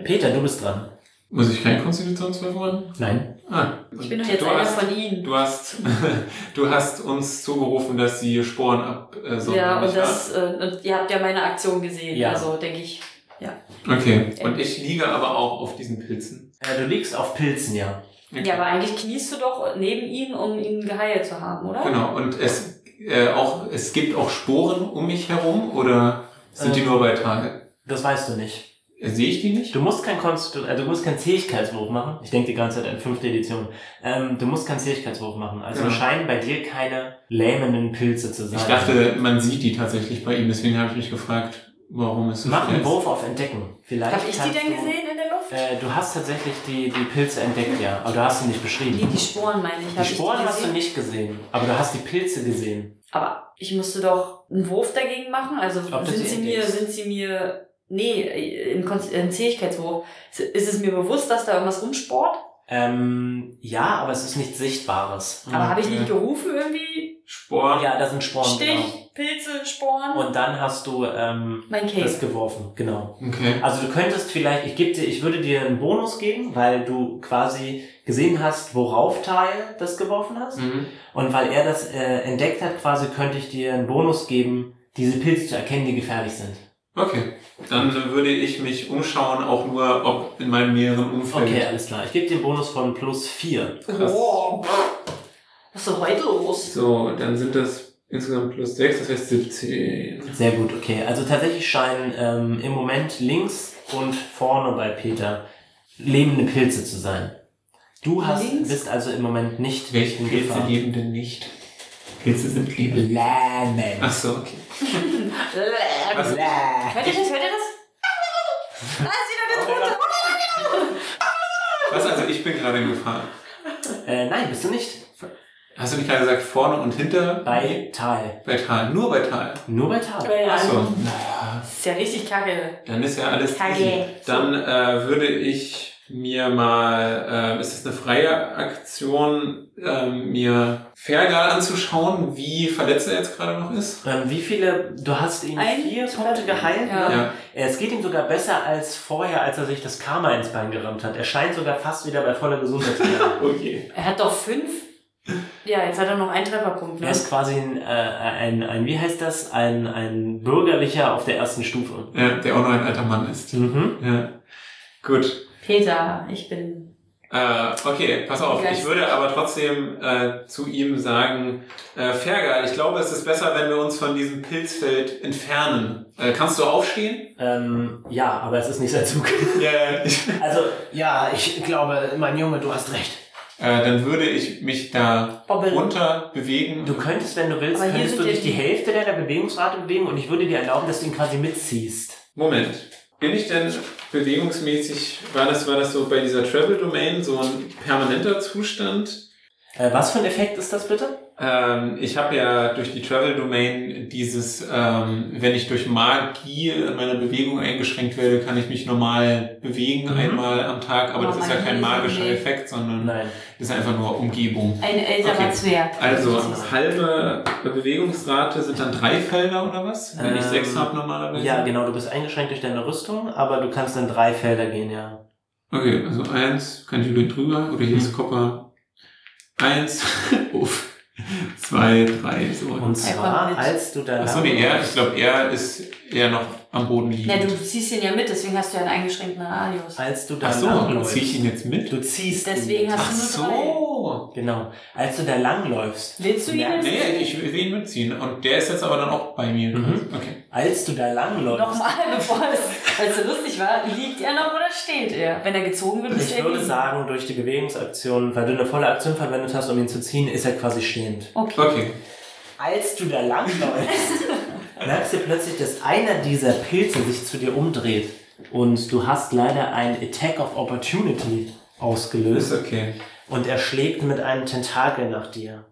B: Peter, du bist dran.
C: Muss ich keinen Konstitutionswürfel machen?
B: Nein.
C: Ah.
A: Ich bin doch jetzt
C: du
A: einer
C: hast,
A: von ihnen.
C: du hast, du hast uns zugerufen, dass die Sporen absondern.
A: ja, und
C: nicht
A: das, äh, und ihr habt ja meine Aktion gesehen.
B: Ja.
A: Also denke ich.
C: wahr? Okay. Und ich liege aber auch auf diesen Pilzen.
B: Äh, du liegst auf Pilzen, ja.
C: Okay.
A: Ja, aber eigentlich kniest du doch neben ihm, um ihn geheilt zu haben, oder?
C: Genau. Und es, äh, auch, es gibt auch Sporen um mich herum oder sind die
B: Ähm.
C: nur bei Tage?
B: Das weißt du nicht.
C: Äh, Sehe ich die nicht?
B: Du musst kein Konstitu äh, du musst keinen Zähigkeitswurf machen. Ich denke die ganze Zeit an fünfte Edition. Ähm, du musst keinen Zähigkeitswurf machen. Also
C: Ja.
B: scheinen bei dir keine lähmenden Pilze zu sein.
C: Ich dachte, man sieht die tatsächlich bei ihm, deswegen habe ich mich gefragt, warum es so
B: Mach
C: schwer
B: einen
C: ist.
B: Wurf auf Entdecken. Vielleicht
A: Habe ich die
B: kannst
A: denn
B: du-
A: gesehen in der Luft?
B: Äh, du hast tatsächlich die, die Pilze entdeckt, ja. Aber du hast sie nicht beschrieben.
A: Nee, die Sporen meine ich. Hab
B: Die Sporen
A: ich
B: hast du
A: gesehen?
B: nicht gesehen, aber du hast die Pilze gesehen.
A: Aber ich musste doch einen Wurf dagegen machen. Also
B: Ob du
A: sind
B: sie
A: sie mir,
B: entdeckst?
A: sind sie mir. Nee, im, Konz- im Zähigkeitswurf. Ist es mir bewusst, dass da irgendwas rumsport?
B: Ähm, ja, aber es ist nichts Sichtbares.
A: Aber habe ich
C: Ja.
A: nicht gerufen irgendwie?
C: Sporen.
B: Ja, da sind Sporen.
A: Stich, Pilze,
B: Genau.
A: Sporen.
B: Und dann hast du ähm,
A: mein
B: das
A: Case.
B: geworfen, genau.
C: Okay.
B: Also du könntest vielleicht, ich gebe dir, ich würde dir einen Bonus geben, weil du quasi gesehen hast, worauf Teil das geworfen hast.
C: Mhm.
B: Und weil er das äh, entdeckt hat, quasi könnte ich dir einen Bonus geben, diese Pilze zu erkennen, die gefährlich sind.
C: Okay, dann würde ich mich umschauen, auch nur ob in meinem näheren Umfeld.
B: Okay, alles klar. Ich gebe dir einen Bonus von plus vier.
C: Krass.
A: Oh. Was ist denn heute los?
C: So, dann sind das insgesamt plus 6, das heißt 17.
B: Sehr gut, okay. Also tatsächlich scheinen ähm, im Moment links und vorne bei Peter lebende Pilze zu sein. Du hast,
A: Links?
B: bist also im Moment nicht
C: Welche
B: in
C: Pilze
B: Gefahr.
C: leben denn nicht? Pilze sind Liebe. Ach
B: Lähmen.
C: so, okay.
A: Hört
C: Was?
B: Läh.
A: ihr das? Hört ihr das? Da ist wieder eine Tote.
C: Was, also ich bin gerade in Gefahr.
B: Äh, nein, bist du nicht.
C: Hast du nicht gerade gesagt, vorne und hinter?
B: Bei Tal.
C: Bei Tal, nur bei Tal.
B: Nur bei Tal.
A: Ja,
C: Ach so,
A: ja.
C: naja,
A: Ist ja richtig kacke.
C: dann ist ja alles
A: Kage.
C: easy. Dann äh, würde ich mir mal, äh, es ist eine freie Aktion, äh, mir Fergal anzuschauen, wie verletzt er jetzt gerade noch ist.
B: Ähm, wie viele, du hast ihm
A: Ein-
B: vier Punkte geheilt.
A: Ja.
B: Ne?
C: Ja.
B: Es geht ihm sogar besser als vorher, als er sich das Karma ins Bein gerammt hat. Er scheint sogar fast wieder bei voller Gesundheit zu sein.
C: Okay.
A: Er hat doch fünf Ja, jetzt hat er noch einen Trefferpunkt. Ne?
B: Er ist quasi ein, äh, ein, ein, wie heißt das? Ein, ein Bürgerlicher auf der ersten Stufe.
C: Ja, der auch noch ein alter Mann ist.
B: Mhm.
C: Ja. Gut.
A: Peter, ich bin.
C: Äh, okay, pass auf. Ich
A: Geist.
C: würde aber trotzdem äh, zu ihm sagen, äh, Fergal, ich glaube, es ist besser, wenn wir uns von diesem Pilzfeld entfernen. Äh, kannst du aufstehen?
B: Ähm, ja, aber es ist nicht sein Zug.
C: Ja, ja. Ich, äh,
B: Also,
E: Ja, ich glaube, mein Junge, du hast recht.
C: dann würde ich mich da
A: Bobbel.
C: runter bewegen.
B: du könntest, wenn du willst,
A: Aber hier
B: könntest du
A: sind
B: dich
A: ja
B: die
A: die-
B: Hälfte deiner Bewegungsrate bewegen und ich würde dir erlauben, dass du ihn quasi mitziehst.
C: Moment. Bin ich denn bewegungsmäßig, war das, war das so bei dieser Travel Domain so ein permanenter Zustand?
B: Äh, was für ein Effekt ist das bitte?
C: Ähm, ich habe ja durch die Travel Domain dieses, ähm, wenn ich durch Magie in meiner Bewegung eingeschränkt werde, kann ich mich normal bewegen
B: Mhm.
C: einmal am Tag, aber
A: Aber
C: das ist ja
A: Magie
C: kein
A: ist
C: magischer
A: nicht.
C: Effekt, sondern
B: Nein.
C: das ist einfach nur Umgebung.
A: Ein älterer
C: Okay.
A: Zwerg.
C: Also halbe Bewegungsrate sind dann drei Felder oder was? Wenn ich
B: Ähm,
C: sechs habe normalerweise.
B: Ja, genau, du bist eingeschränkt durch deine Rüstung, aber du kannst in drei Felder gehen, ja.
C: Okay, also eins kann ich über den drüber oder hier
B: Mhm.
C: ist Kopper. Eins, uff, zwei, drei, so.
B: Und zwar,
A: mit.
B: als du dann.
C: Achso, nee, er, ich glaube, er ist eher noch am Boden liegend.
A: Na, du ziehst ihn ja mit, deswegen hast du ja einen eingeschränkten Radius.
B: Als du dann.
C: Ach so, dann
B: langläufst-
C: ziehe ich ihn jetzt mit.
B: Du ziehst. ihn
A: Deswegen
B: mit.
A: hast
C: Ach
A: du nur drei.
C: so.
B: Genau. Als du da langläufst,
A: Willst du ihn
B: Merk-
A: jetzt?
C: Nee, ich will ihn mitziehen. Und der ist jetzt aber dann auch bei mir.
B: Mhm.
C: Okay.
B: als du da langläufst,
A: Nochmal, bevor es, als es lustig war, liegt er noch oder steht er? Wenn er gezogen wird, ist
B: ich
A: er
B: würde
A: liegen.
B: sagen, durch die Bewegungsaktion, weil du eine volle Aktion verwendet hast, um ihn zu ziehen, ist er quasi stehend.
A: Okay.
C: Okay.
B: Als du da langläufst, merkst du plötzlich, dass einer dieser Pilze sich zu dir umdreht. Und du hast leider ein Attack of Opportunity
C: Ist
B: ausgelöst.
C: okay.
B: Und er schlägt mit einem Tentakel nach dir.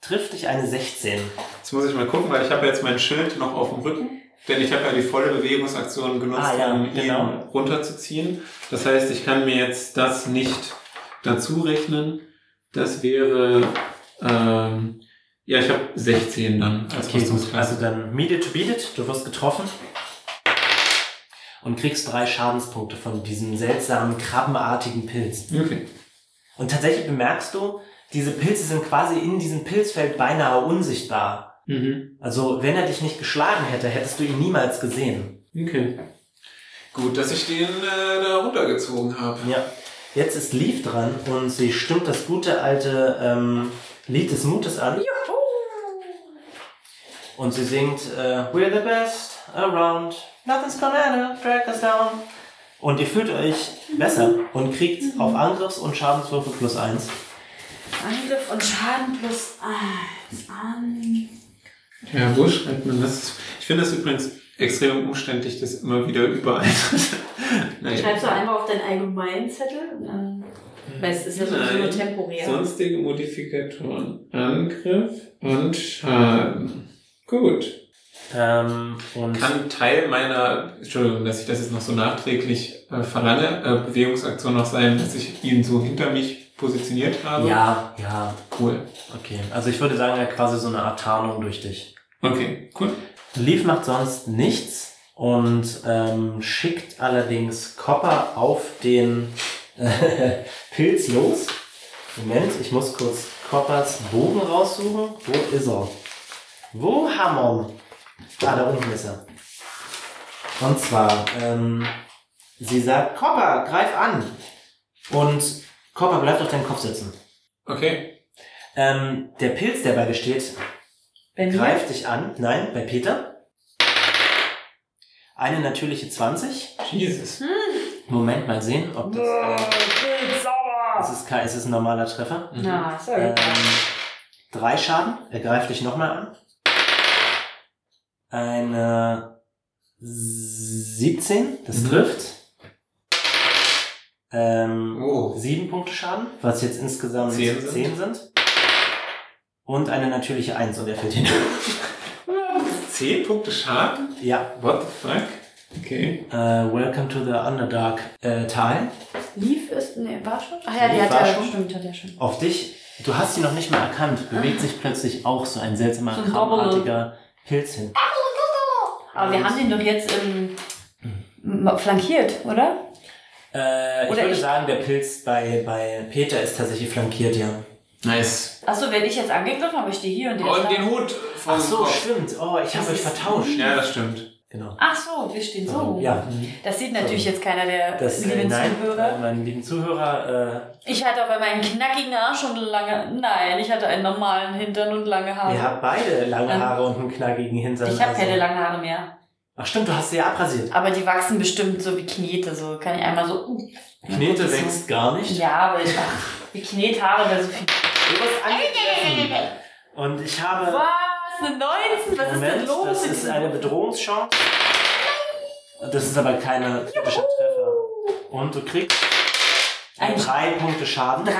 B: Trifft dich eine 16.
C: Jetzt muss ich mal gucken, weil ich habe jetzt mein Schild noch auf dem Rücken. Denn ich habe ja die volle Bewegungsaktion genutzt,
B: Ah, ja,
C: um ihn
B: genau.
C: runterzuziehen. Das heißt, ich kann mir jetzt das nicht dazu rechnen. Das wäre. Ähm, ja, ich habe 16 dann als
B: Okay, gut.
C: Rüstungsklasse.
B: Also dann meet it to beat it. Du wirst getroffen. Und kriegst drei Schadenspunkte von diesem seltsamen, krabbenartigen Pilz.
C: Okay.
B: Und tatsächlich bemerkst du, diese Pilze sind quasi in diesem Pilzfeld beinahe unsichtbar.
C: Mhm.
B: Also, wenn er dich nicht geschlagen hätte, hättest du ihn niemals gesehen.
C: Okay. Gut, dass ich den äh, da runtergezogen habe.
B: Ja. Jetzt ist Leaf dran und sie stimmt das gute alte ähm, Lied des Mutes an. Und sie singt äh, We're the best around, nothing's gonna drag us down. Und ihr fühlt euch besser und kriegt auf Angriffs- und Schadenswürfe plus eins.
A: Angriff und Schaden plus eins. An.
C: Ja, wo schreibt man das? Ich finde das übrigens extrem umständlich, das immer wieder überall. naja.
A: Schreibst du einfach auf deinen allgemeinen Zettel? und dann-
B: Hm.
A: Weil es ist ja sowieso nur
C: Nein.
A: temporär.
C: Sonstige Modifikatoren. Angriff und Schaden. Gut.
B: Ähm, und
C: Kann Teil meiner, Entschuldigung, dass ich das jetzt noch so nachträglich äh, verlange, äh, Bewegungsaktion noch sein, dass ich ihn so hinter mich positioniert habe?
B: ja, ja,
C: Cool.
B: okay. Also ich würde sagen, er hat quasi so eine Art Tarnung durch dich.
C: Okay, cool.
B: Leaf macht sonst nichts und ähm, schickt allerdings Copper auf den äh, Pilz los. Moment, ich muss kurz Coppers Bogen raussuchen. Wo ist er? Wo Hammern? Ah, da unten ist er. Und zwar, ähm, sie sagt, Copper, greif an! Und Copper bleibt auf deinem Kopf sitzen.
C: Okay.
B: Ähm, der Pilz, der bei dir steht,
A: Wenn
B: Greift dich an. Nein, bei Peter. Eine natürliche 20.
C: Jesus.
B: Moment, mal sehen, ob das... Es
A: sauer!
B: ist, kein, es ist ein normaler Treffer.
A: Hm? Na, sorry.
B: Ähm, drei Schaden. Er greift dich nochmal an. Eine 17. Das
C: Mhm.
B: trifft. Ähm,
C: Oh.
B: sieben Punkte Schaden, was jetzt insgesamt
C: Zehn sind.
B: zehn sind. Und eine natürliche 1 und er fällt hin.
C: Zehn Punkte Schaden?
B: ja,
C: What the fuck? Okay.
B: Äh, welcome to the Underdark äh, Tal.
A: Lief ist. Ne, war schon? Ach ja, die
B: Lief
A: hat
B: war
A: ja
B: schon.
A: Stimmt, hat ja schon.
B: Auf dich, du hast sie noch nicht mal erkannt, bewegt sich plötzlich auch so ein seltsamer,
A: So ein
B: krabbenartiger Pilz hin. Mhm.
A: Aber wir haben den doch jetzt ähm, flankiert, oder?
B: Äh, ich
A: Oder
B: würde
A: ich-
B: sagen, der Pilz bei, bei Peter ist tatsächlich flankiert, ja.
C: Nice.
A: Achso, wenn ich jetzt angegriffen habe, ich stehe hier und der ist
C: Und
A: da.
C: den Hut vom
B: Ach so,
C: Kopf.
B: stimmt. Oh, ich habe euch vertauscht.
C: Ja, das stimmt.
B: Genau.
A: Ach so, wir stehen so rum.
B: Ja,
A: Das sieht natürlich jetzt keiner der
B: das, äh,
A: lieben
B: nein,
A: Zuhörer.
B: äh, meine lieben Zuhörer, äh,
A: Ich hatte aber meinen knackigen Arsch und lange. Nein, ich hatte einen normalen Hintern und lange
B: äh,
A: Haare.
B: ihr habt beide lange
A: Also- Ähm,
B: Haare und einen knackigen Hintern.
A: ich habe
B: also.
A: keine langen Haare mehr.
B: Ach stimmt, du hast sie ja abrasiert.
A: Aber die wachsen bestimmt so wie Knete. So kann ich einmal so. Uh,
B: Knete
A: so.
B: wächst gar nicht.
A: Ja, aber ich ach, wie Knethaare bei so viel.
B: Du wirst angegriffen. Und ich habe...
A: Was? Eine 19? Was ist denn los?
B: das
A: mit
B: ist
A: diesem-
B: eine Bedrohungschance. Das ist aber keine kritische Treffer. Und du kriegst
A: Ein-
B: drei Punkte Schaden.
A: Drei?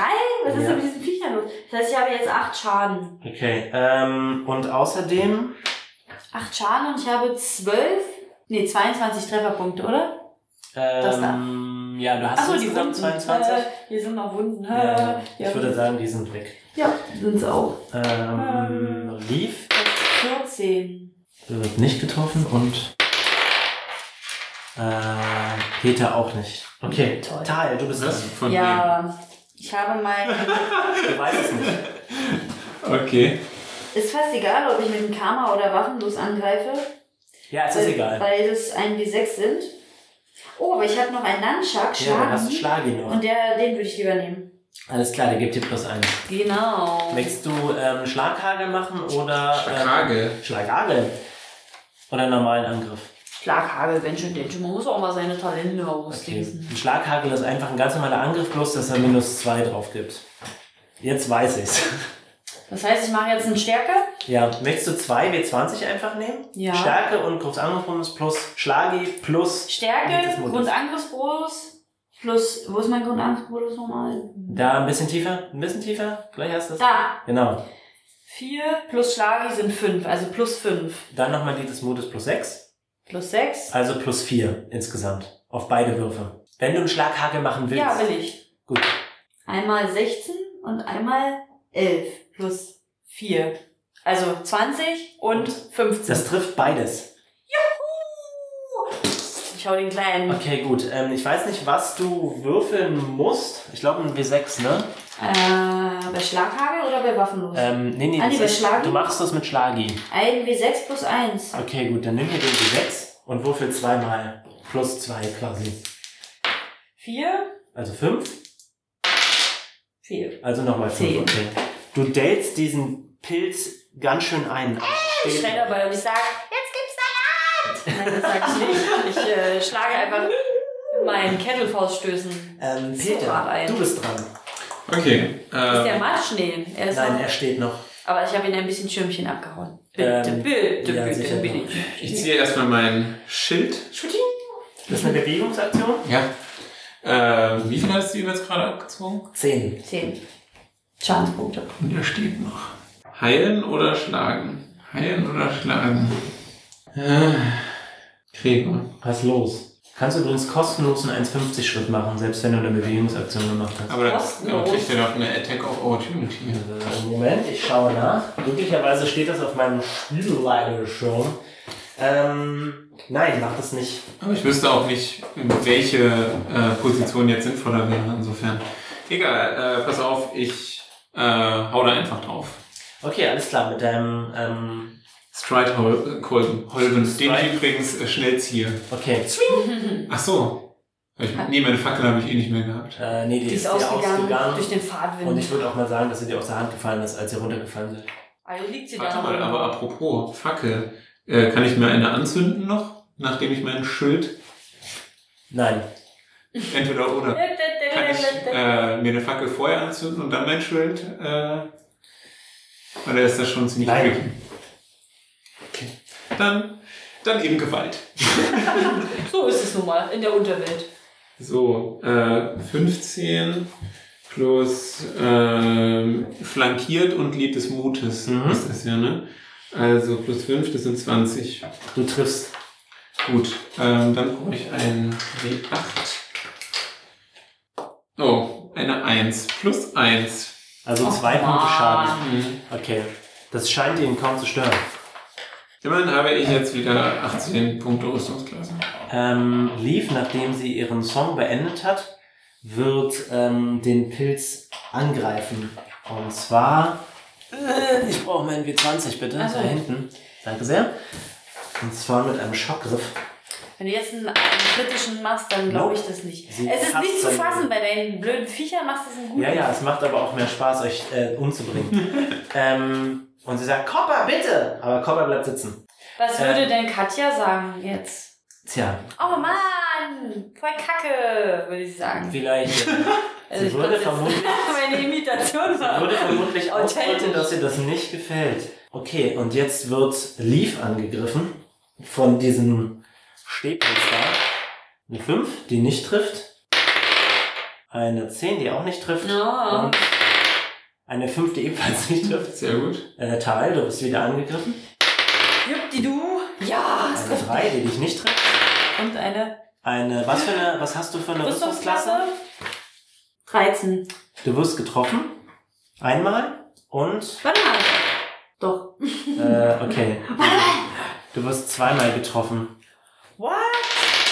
A: Was ist
B: Ja.
A: denn mit diesen Viechern los? Das heißt, ich habe jetzt acht Schaden.
B: Okay. Ähm, und außerdem
A: Acht Schaden und ich habe zwölf. Nee, 22 Trefferpunkte, oder?
B: ähm, ja, du hast
A: Achso, die
B: insgesamt
A: Wunden.
B: 22.
A: Äh, hier sind noch Wunden. Äh,
B: Ja, ich würde sagen, die sind weg.
A: Ja, sind es auch.
B: Ähm,
A: Ähm.
B: Leaf
A: Das ist 14.
B: wird nicht getroffen und äh, Peter auch nicht. Okay.
A: Toll.
B: Tal, du bist
C: Was?
B: das.
C: Von
A: ja, ich habe mein.
B: Du weißt es nicht.
C: wem? Okay.
A: ist fast egal, ob ich mit dem Karma oder waffenlos angreife.
B: Ja, es ist
A: Äh, weil-
B: egal.
A: Weil es ein W6 sind. Oh, aber ich habe noch einen Nunchuck,
B: Ja, du
A: Schaden.
B: hast Schlag noch.
A: und der, den würde ich lieber nehmen.
B: Alles klar, der gibt dir plus eins.
A: Genau.
B: Möchtest du ähm, Schlaghagel machen
C: Äh,
B: oder
C: Frage.
B: Ähm, Schlaghagel? Oder normalen Angriff?
A: Schlaghagel, wenn schon, denn schon. Man muss auch mal seine Talente
B: Okay.
A: ausdenken.
B: Ein Schlaghagel ist einfach ein ganz normaler Angriff, bloß dass er minus zwei drauf gibt. Jetzt weiß ich's.
A: Das heißt, ich mache jetzt einen Stärke.
B: Ja, möchtest du zwei W20 einfach nehmen?
A: Ja.
B: Stärke und Kurzangriffbonus plus Schlagi plus. Das
A: Stärke,
B: Modus.
A: Grundangriffsbonus plus, wo ist mein Grundangriffsbonus nochmal?
B: Da ein bisschen tiefer, ein bisschen tiefer, gleich hast du es.
A: Da,
B: Genau.
A: 4 plus Schlagi sind 5, also plus 5.
B: Dann nochmal die des Modus plus sechs.
A: Plus 6?
B: also plus vier insgesamt. Auf beide Würfe. Wenn du einen Schlaghagel machen willst.
A: Ja, will ich.
B: Gut.
A: Einmal 16 und einmal 11 plus 4. Also 20 und 15.
B: Das trifft beides.
A: ich hau den kleinen.
B: Okay, gut. Ähm, ich weiß nicht, was du würfeln musst. Ich glaube ein W6, ne?
A: Äh, bei Schlaghagel oder bei Waffenlos?
B: Ähm, nee, nee,
A: Ah, nee,
B: das
A: bei
B: ist,
A: Schlagi?
B: du machst das mit Schlagi.
A: Ein W6 plus 1.
B: Okay, gut, dann nimm hier den W6 und würfel zweimal. Plus zwei quasi.
A: 4,
B: Also fünf.
A: 4.
B: Also nochmal fünf.
A: Zehn.
B: Okay. Du dältst diesen Pilz ganz schön ein.
A: Ich schrei dabei und ich sag, jetzt gibt's Salat! Nein, das sag ich nicht. Ich äh, schlage einfach mit meinen Kettelfauststößen.
B: Ähm,
A: So hart
B: Peter,
A: ein.
B: du bist dran.
C: Okay.
A: Ist der
C: Ähm,
A: Matsch? Nee, er ist
B: Nein,
A: noch,
B: er steht noch.
A: Aber ich habe ihn ein bisschen Schirmchen abgehauen. Bitte,
B: Ähm,
A: bitte,
B: ja, sicher
A: bitte, bitte.
C: ich ziehe erstmal mein Schild.
B: Das ist eine Bewegungsaktion?
C: Ja. Ähm, wie viel hast du ihm jetzt gerade abgezogen?
B: Zehn.
A: 10. Schadenspunkte.
C: Und er steht noch. Heilen oder schlagen? Heilen oder schlagen? Äh, Gregor.
B: Was ist los? Kannst du übrigens kostenlos einen 1,50-Schritt machen, selbst wenn du eine Bewegungsaktion gemacht hast.
C: Aber das
A: Kostenlos.
C: kriegt er noch eine Attack of Opportunity.
B: Äh, Moment, ich schaue nach. Glücklicherweise steht das auf meinem Spielleiter schon. Ähm, nein, mach das nicht.
C: Aber ich wüsste auch nicht, welche äh, Position jetzt sinnvoller wäre, insofern. Egal, äh, pass auf, ich äh, hau da einfach drauf.
B: Okay, alles klar, mit deinem, ähm,
C: Stride Hol äh, Kolben, Holben, den ich
B: Stride.
C: übrigens äh, schnell ziehe.
B: okay.
C: Ach so. Ich, nee, meine Fackel habe ich eh nicht mehr gehabt.
B: Äh, nee, die,
A: Die ist
B: dir
A: ausgegangen, durch den Fahrtwind.
B: Und ich würde auch mal sagen, dass sie dir aus der Hand gefallen ist, als sie runtergefallen sind.
A: also liegt sie
C: Warte
A: da
C: mal,
A: noch?
C: aber apropos Fackel, äh, kann ich mir eine anzünden noch, nachdem ich mein Schild
B: Nein.
C: entweder oder? Kann ich äh, mir eine Fackel vorher anzünden und dann mein Schild? Äh, oder ist das schon ziemlich
B: Nein.
C: übel? Okay. Dann, dann eben Gewalt.
A: So ist es nun mal in der Unterwelt.
C: So, äh, 15 plus ähm, flankiert und Lied des Mutes
B: Mhm.
C: ist das ja, ne? Also plus 5, das sind 20.
B: Du triffst.
C: Gut, ähm, dann brauche ich ein W8. Oh, eine 1. Plus 1.
B: Also
A: Ach,
B: zwei Punkte
A: Oh Mann.
B: Schaden.
C: Mhm.
B: Okay. Das scheint ihn kaum zu stören.
C: Immerhin habe ich jetzt wieder 18 Punkte Rüstungsklasse.
B: ähm, lief, nachdem sie ihren Song beendet hat, wird ähm, den Pilz angreifen. Und zwar, äh, ich brauche meinen W20 bitte,
A: Ach so.
B: da hinten. Danke sehr. Und zwar mit einem Schockgriff.
A: Wenn du jetzt einen, einen kritischen machst, dann glaube ich das nicht.
B: Sie
A: es ist
B: hasst
A: nicht zu
B: sein
A: fassen,
B: Leben.
A: bei deinen blöden Viechern machst du es einen guten.
B: Ja, ja, es macht aber auch mehr Spaß, euch äh, umzubringen. ähm, und sie sagt, Copper, bitte! Aber Copper bleibt sitzen.
A: Was würde
B: Äh.
A: denn Katja sagen jetzt?
B: Tja,
A: Oh Mann, voll Kacke, würde ich sagen.
B: vielleicht äh,
A: Also
B: Sie
A: ich konnte
B: würde
A: jetzt
B: vermutlich-
A: meine Imitation machen.
B: würde vermutlich ausdrücken,
A: Authentisch.
B: dass ihr das nicht gefällt. Okay, und jetzt wird Leaf angegriffen von diesem Stehpilz da. Eine 5, die nicht trifft. Eine 10, die auch nicht trifft.
A: Oh.
B: Und eine 5, die ebenfalls nicht trifft.
C: Sehr gut.
B: Äh, Tal, du bist wieder angegriffen.
A: Juppdidu. Ja, es
B: Eine
A: trifft
B: 3, die dich nicht trifft.
A: Und eine
B: Eine, was für eine, was hast du für eine Rüstungsklasse?
A: Rüstungsklasse? 13.
B: Du wirst getroffen. Einmal. Und,
A: Warte mal. Doch.
B: äh, okay. Du wirst zweimal getroffen.
A: What?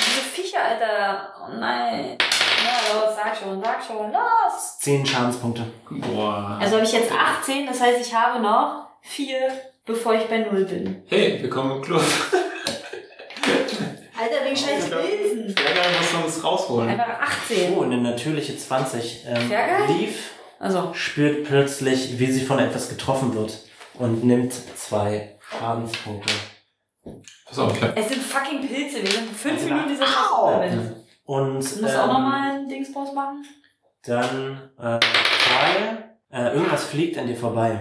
A: Diese Viecher, Alter. Oh nein. Na los, sag schon, sag schon. Los.
B: Zehn Schadenspunkte.
C: Boah.
A: Also habe ich jetzt 18, das heißt, ich habe noch 4, bevor ich bei 0 bin.
C: hey, wir kommen im Club.
A: Alter, wegen scheiß
B: genau.
C: Ja.
A: Pilzen.
C: Berger muss noch was rausholen.
A: Einfach 18.
B: Oh, eine natürliche 20. Ähm,
A: Fergal?
B: Leaf
A: Also,
B: spürt plötzlich, wie sie von etwas getroffen wird und nimmt zwei Schadenspunkte.
C: Pass auf, ich hab
A: es sind fucking Pilze. Wir sind 5
B: Also,
A: Minuten dieser
B: au!
A: Scheiße.
B: Und ähm,
A: Du musst auch nochmal ein Dingsbums machen.
B: dann äh, zwei. Äh, irgendwas fliegt an dir vorbei.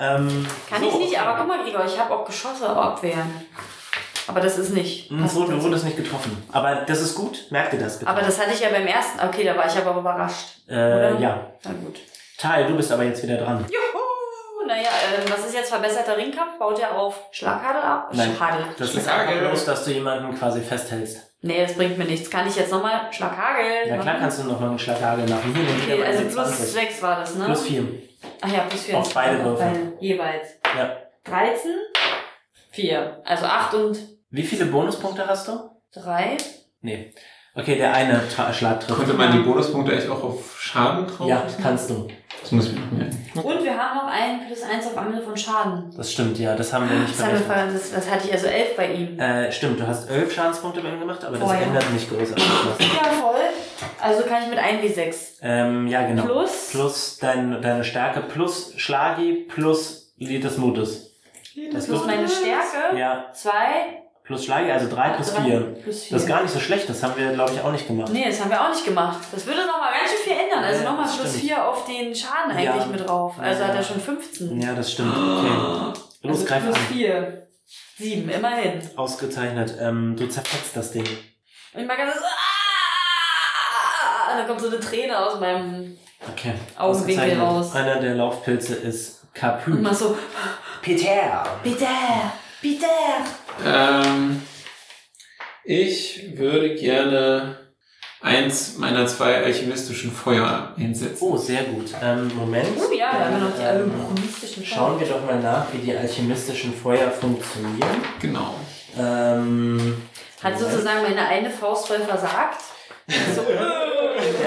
B: Ähm,
A: Kann
B: so.
A: ich nicht, aber guck mal, Gregor, ich habe auch Geschosse abwehren. Aber das ist nicht.
B: Hm,
A: passend
B: so, du
A: dazu.
B: wurdest nicht getroffen. Aber das ist gut, merkt ihr das bitte.
A: aber das hatte ich ja beim ersten. Okay, da war ich aber überrascht.
B: äh,
A: oder?
B: ja.
A: Na gut.
B: Tal, du bist aber jetzt wieder dran.
A: Juhu! Naja, ähm, was ist jetzt verbesserter Ringkampf? Baut er auf Schlaghadel ab?
B: Nein.
A: Schlaghagel.
B: Das ist
C: Schlagage.
B: einfach bloß, dass du jemanden quasi festhältst.
A: Nee, das bringt mir nichts. Kann ich jetzt nochmal Schlaghagel?
B: Na klar
A: machen?
B: kannst du nochmal einen Schlaghagel machen. Hier, nimm wieder
A: Okay,
B: meine
A: also plus
B: 20.
A: 6 war das, ne?
B: Plus 4.
A: Ach ja, plus 4.
B: Auf beide Würfe.
A: Jeweils.
B: Ja.
A: 13, 4. Also 8 und
B: Wie viele Bonuspunkte hast du?
A: 3.
B: Nee. Okay, der eine Tra Schlag trifft.
C: Konnte man die Bonuspunkte echt auch auf Schaden drauf?
B: Ja, kannst du.
C: Das muss ich mir noch merken.
A: Und wir haben noch einen plus 1 auf Angriff und Schaden.
B: Das stimmt, ja. Das haben wir nicht
A: Das, haben wir
B: berechnet.
A: vorher- das, das hatte ich also elf bei ihm.
B: Äh, stimmt, du hast elf Schadenspunkte bei ihm gemacht, aber das
A: Vorher.
B: ändert nicht großartig was.
A: Ja, voll. Also kann ich mit 1 W6.
B: Ähm, ja, genau.
A: Plus?
B: Plus dein, deine Stärke, plus Schlagi, plus Lied des Mutes. Das
A: Plus
B: wird-
A: meine Stärke.
B: Ja,
A: 2.
B: plus Schlagi, also drei plus vier.
A: Plus 4.
B: Das ist gar nicht so schlecht, das haben wir, glaube ich, auch nicht gemacht.
A: nee, das haben wir auch nicht gemacht. Das würde nochmal ganz schön viel ändern. Also
B: Ja,
A: nochmal
B: das
A: plus
B: stimmt.
A: 4 auf den Schaden eigentlich
B: Ja.
A: mit drauf. Also
B: Ja.
A: hat er schon 15.
B: Ja, das stimmt. Okay. Los,
A: also
B: greif
A: plus
B: an.
A: 4. 7, immerhin.
B: Ausgezeichnet. Ähm, du zerfetzt das Ding.
A: Und ich mag das so. "Ah!" Und dann kommt so eine Träne aus meinem.
B: Okay.
A: Augenwinkel
B: Ausgezeichnet.
A: raus.
B: Einer der Laufpilze ist Kapü.
A: Und mach so.
B: Peter.
A: Peter! Peter!
C: Ähm, ich würde gerne eins meiner zwei alchemistischen Feuer einsetzen.
B: Oh, sehr gut. Ähm, Moment.
A: Oh ja, da haben wir noch die
B: Ähm,
A: alumnistischen
B: Schauen wir doch mal nach, wie die alchemistischen Feuer funktionieren.
C: Genau.
B: Ähm,
A: Hat sozusagen meine eine Faust voll versagt.
B: der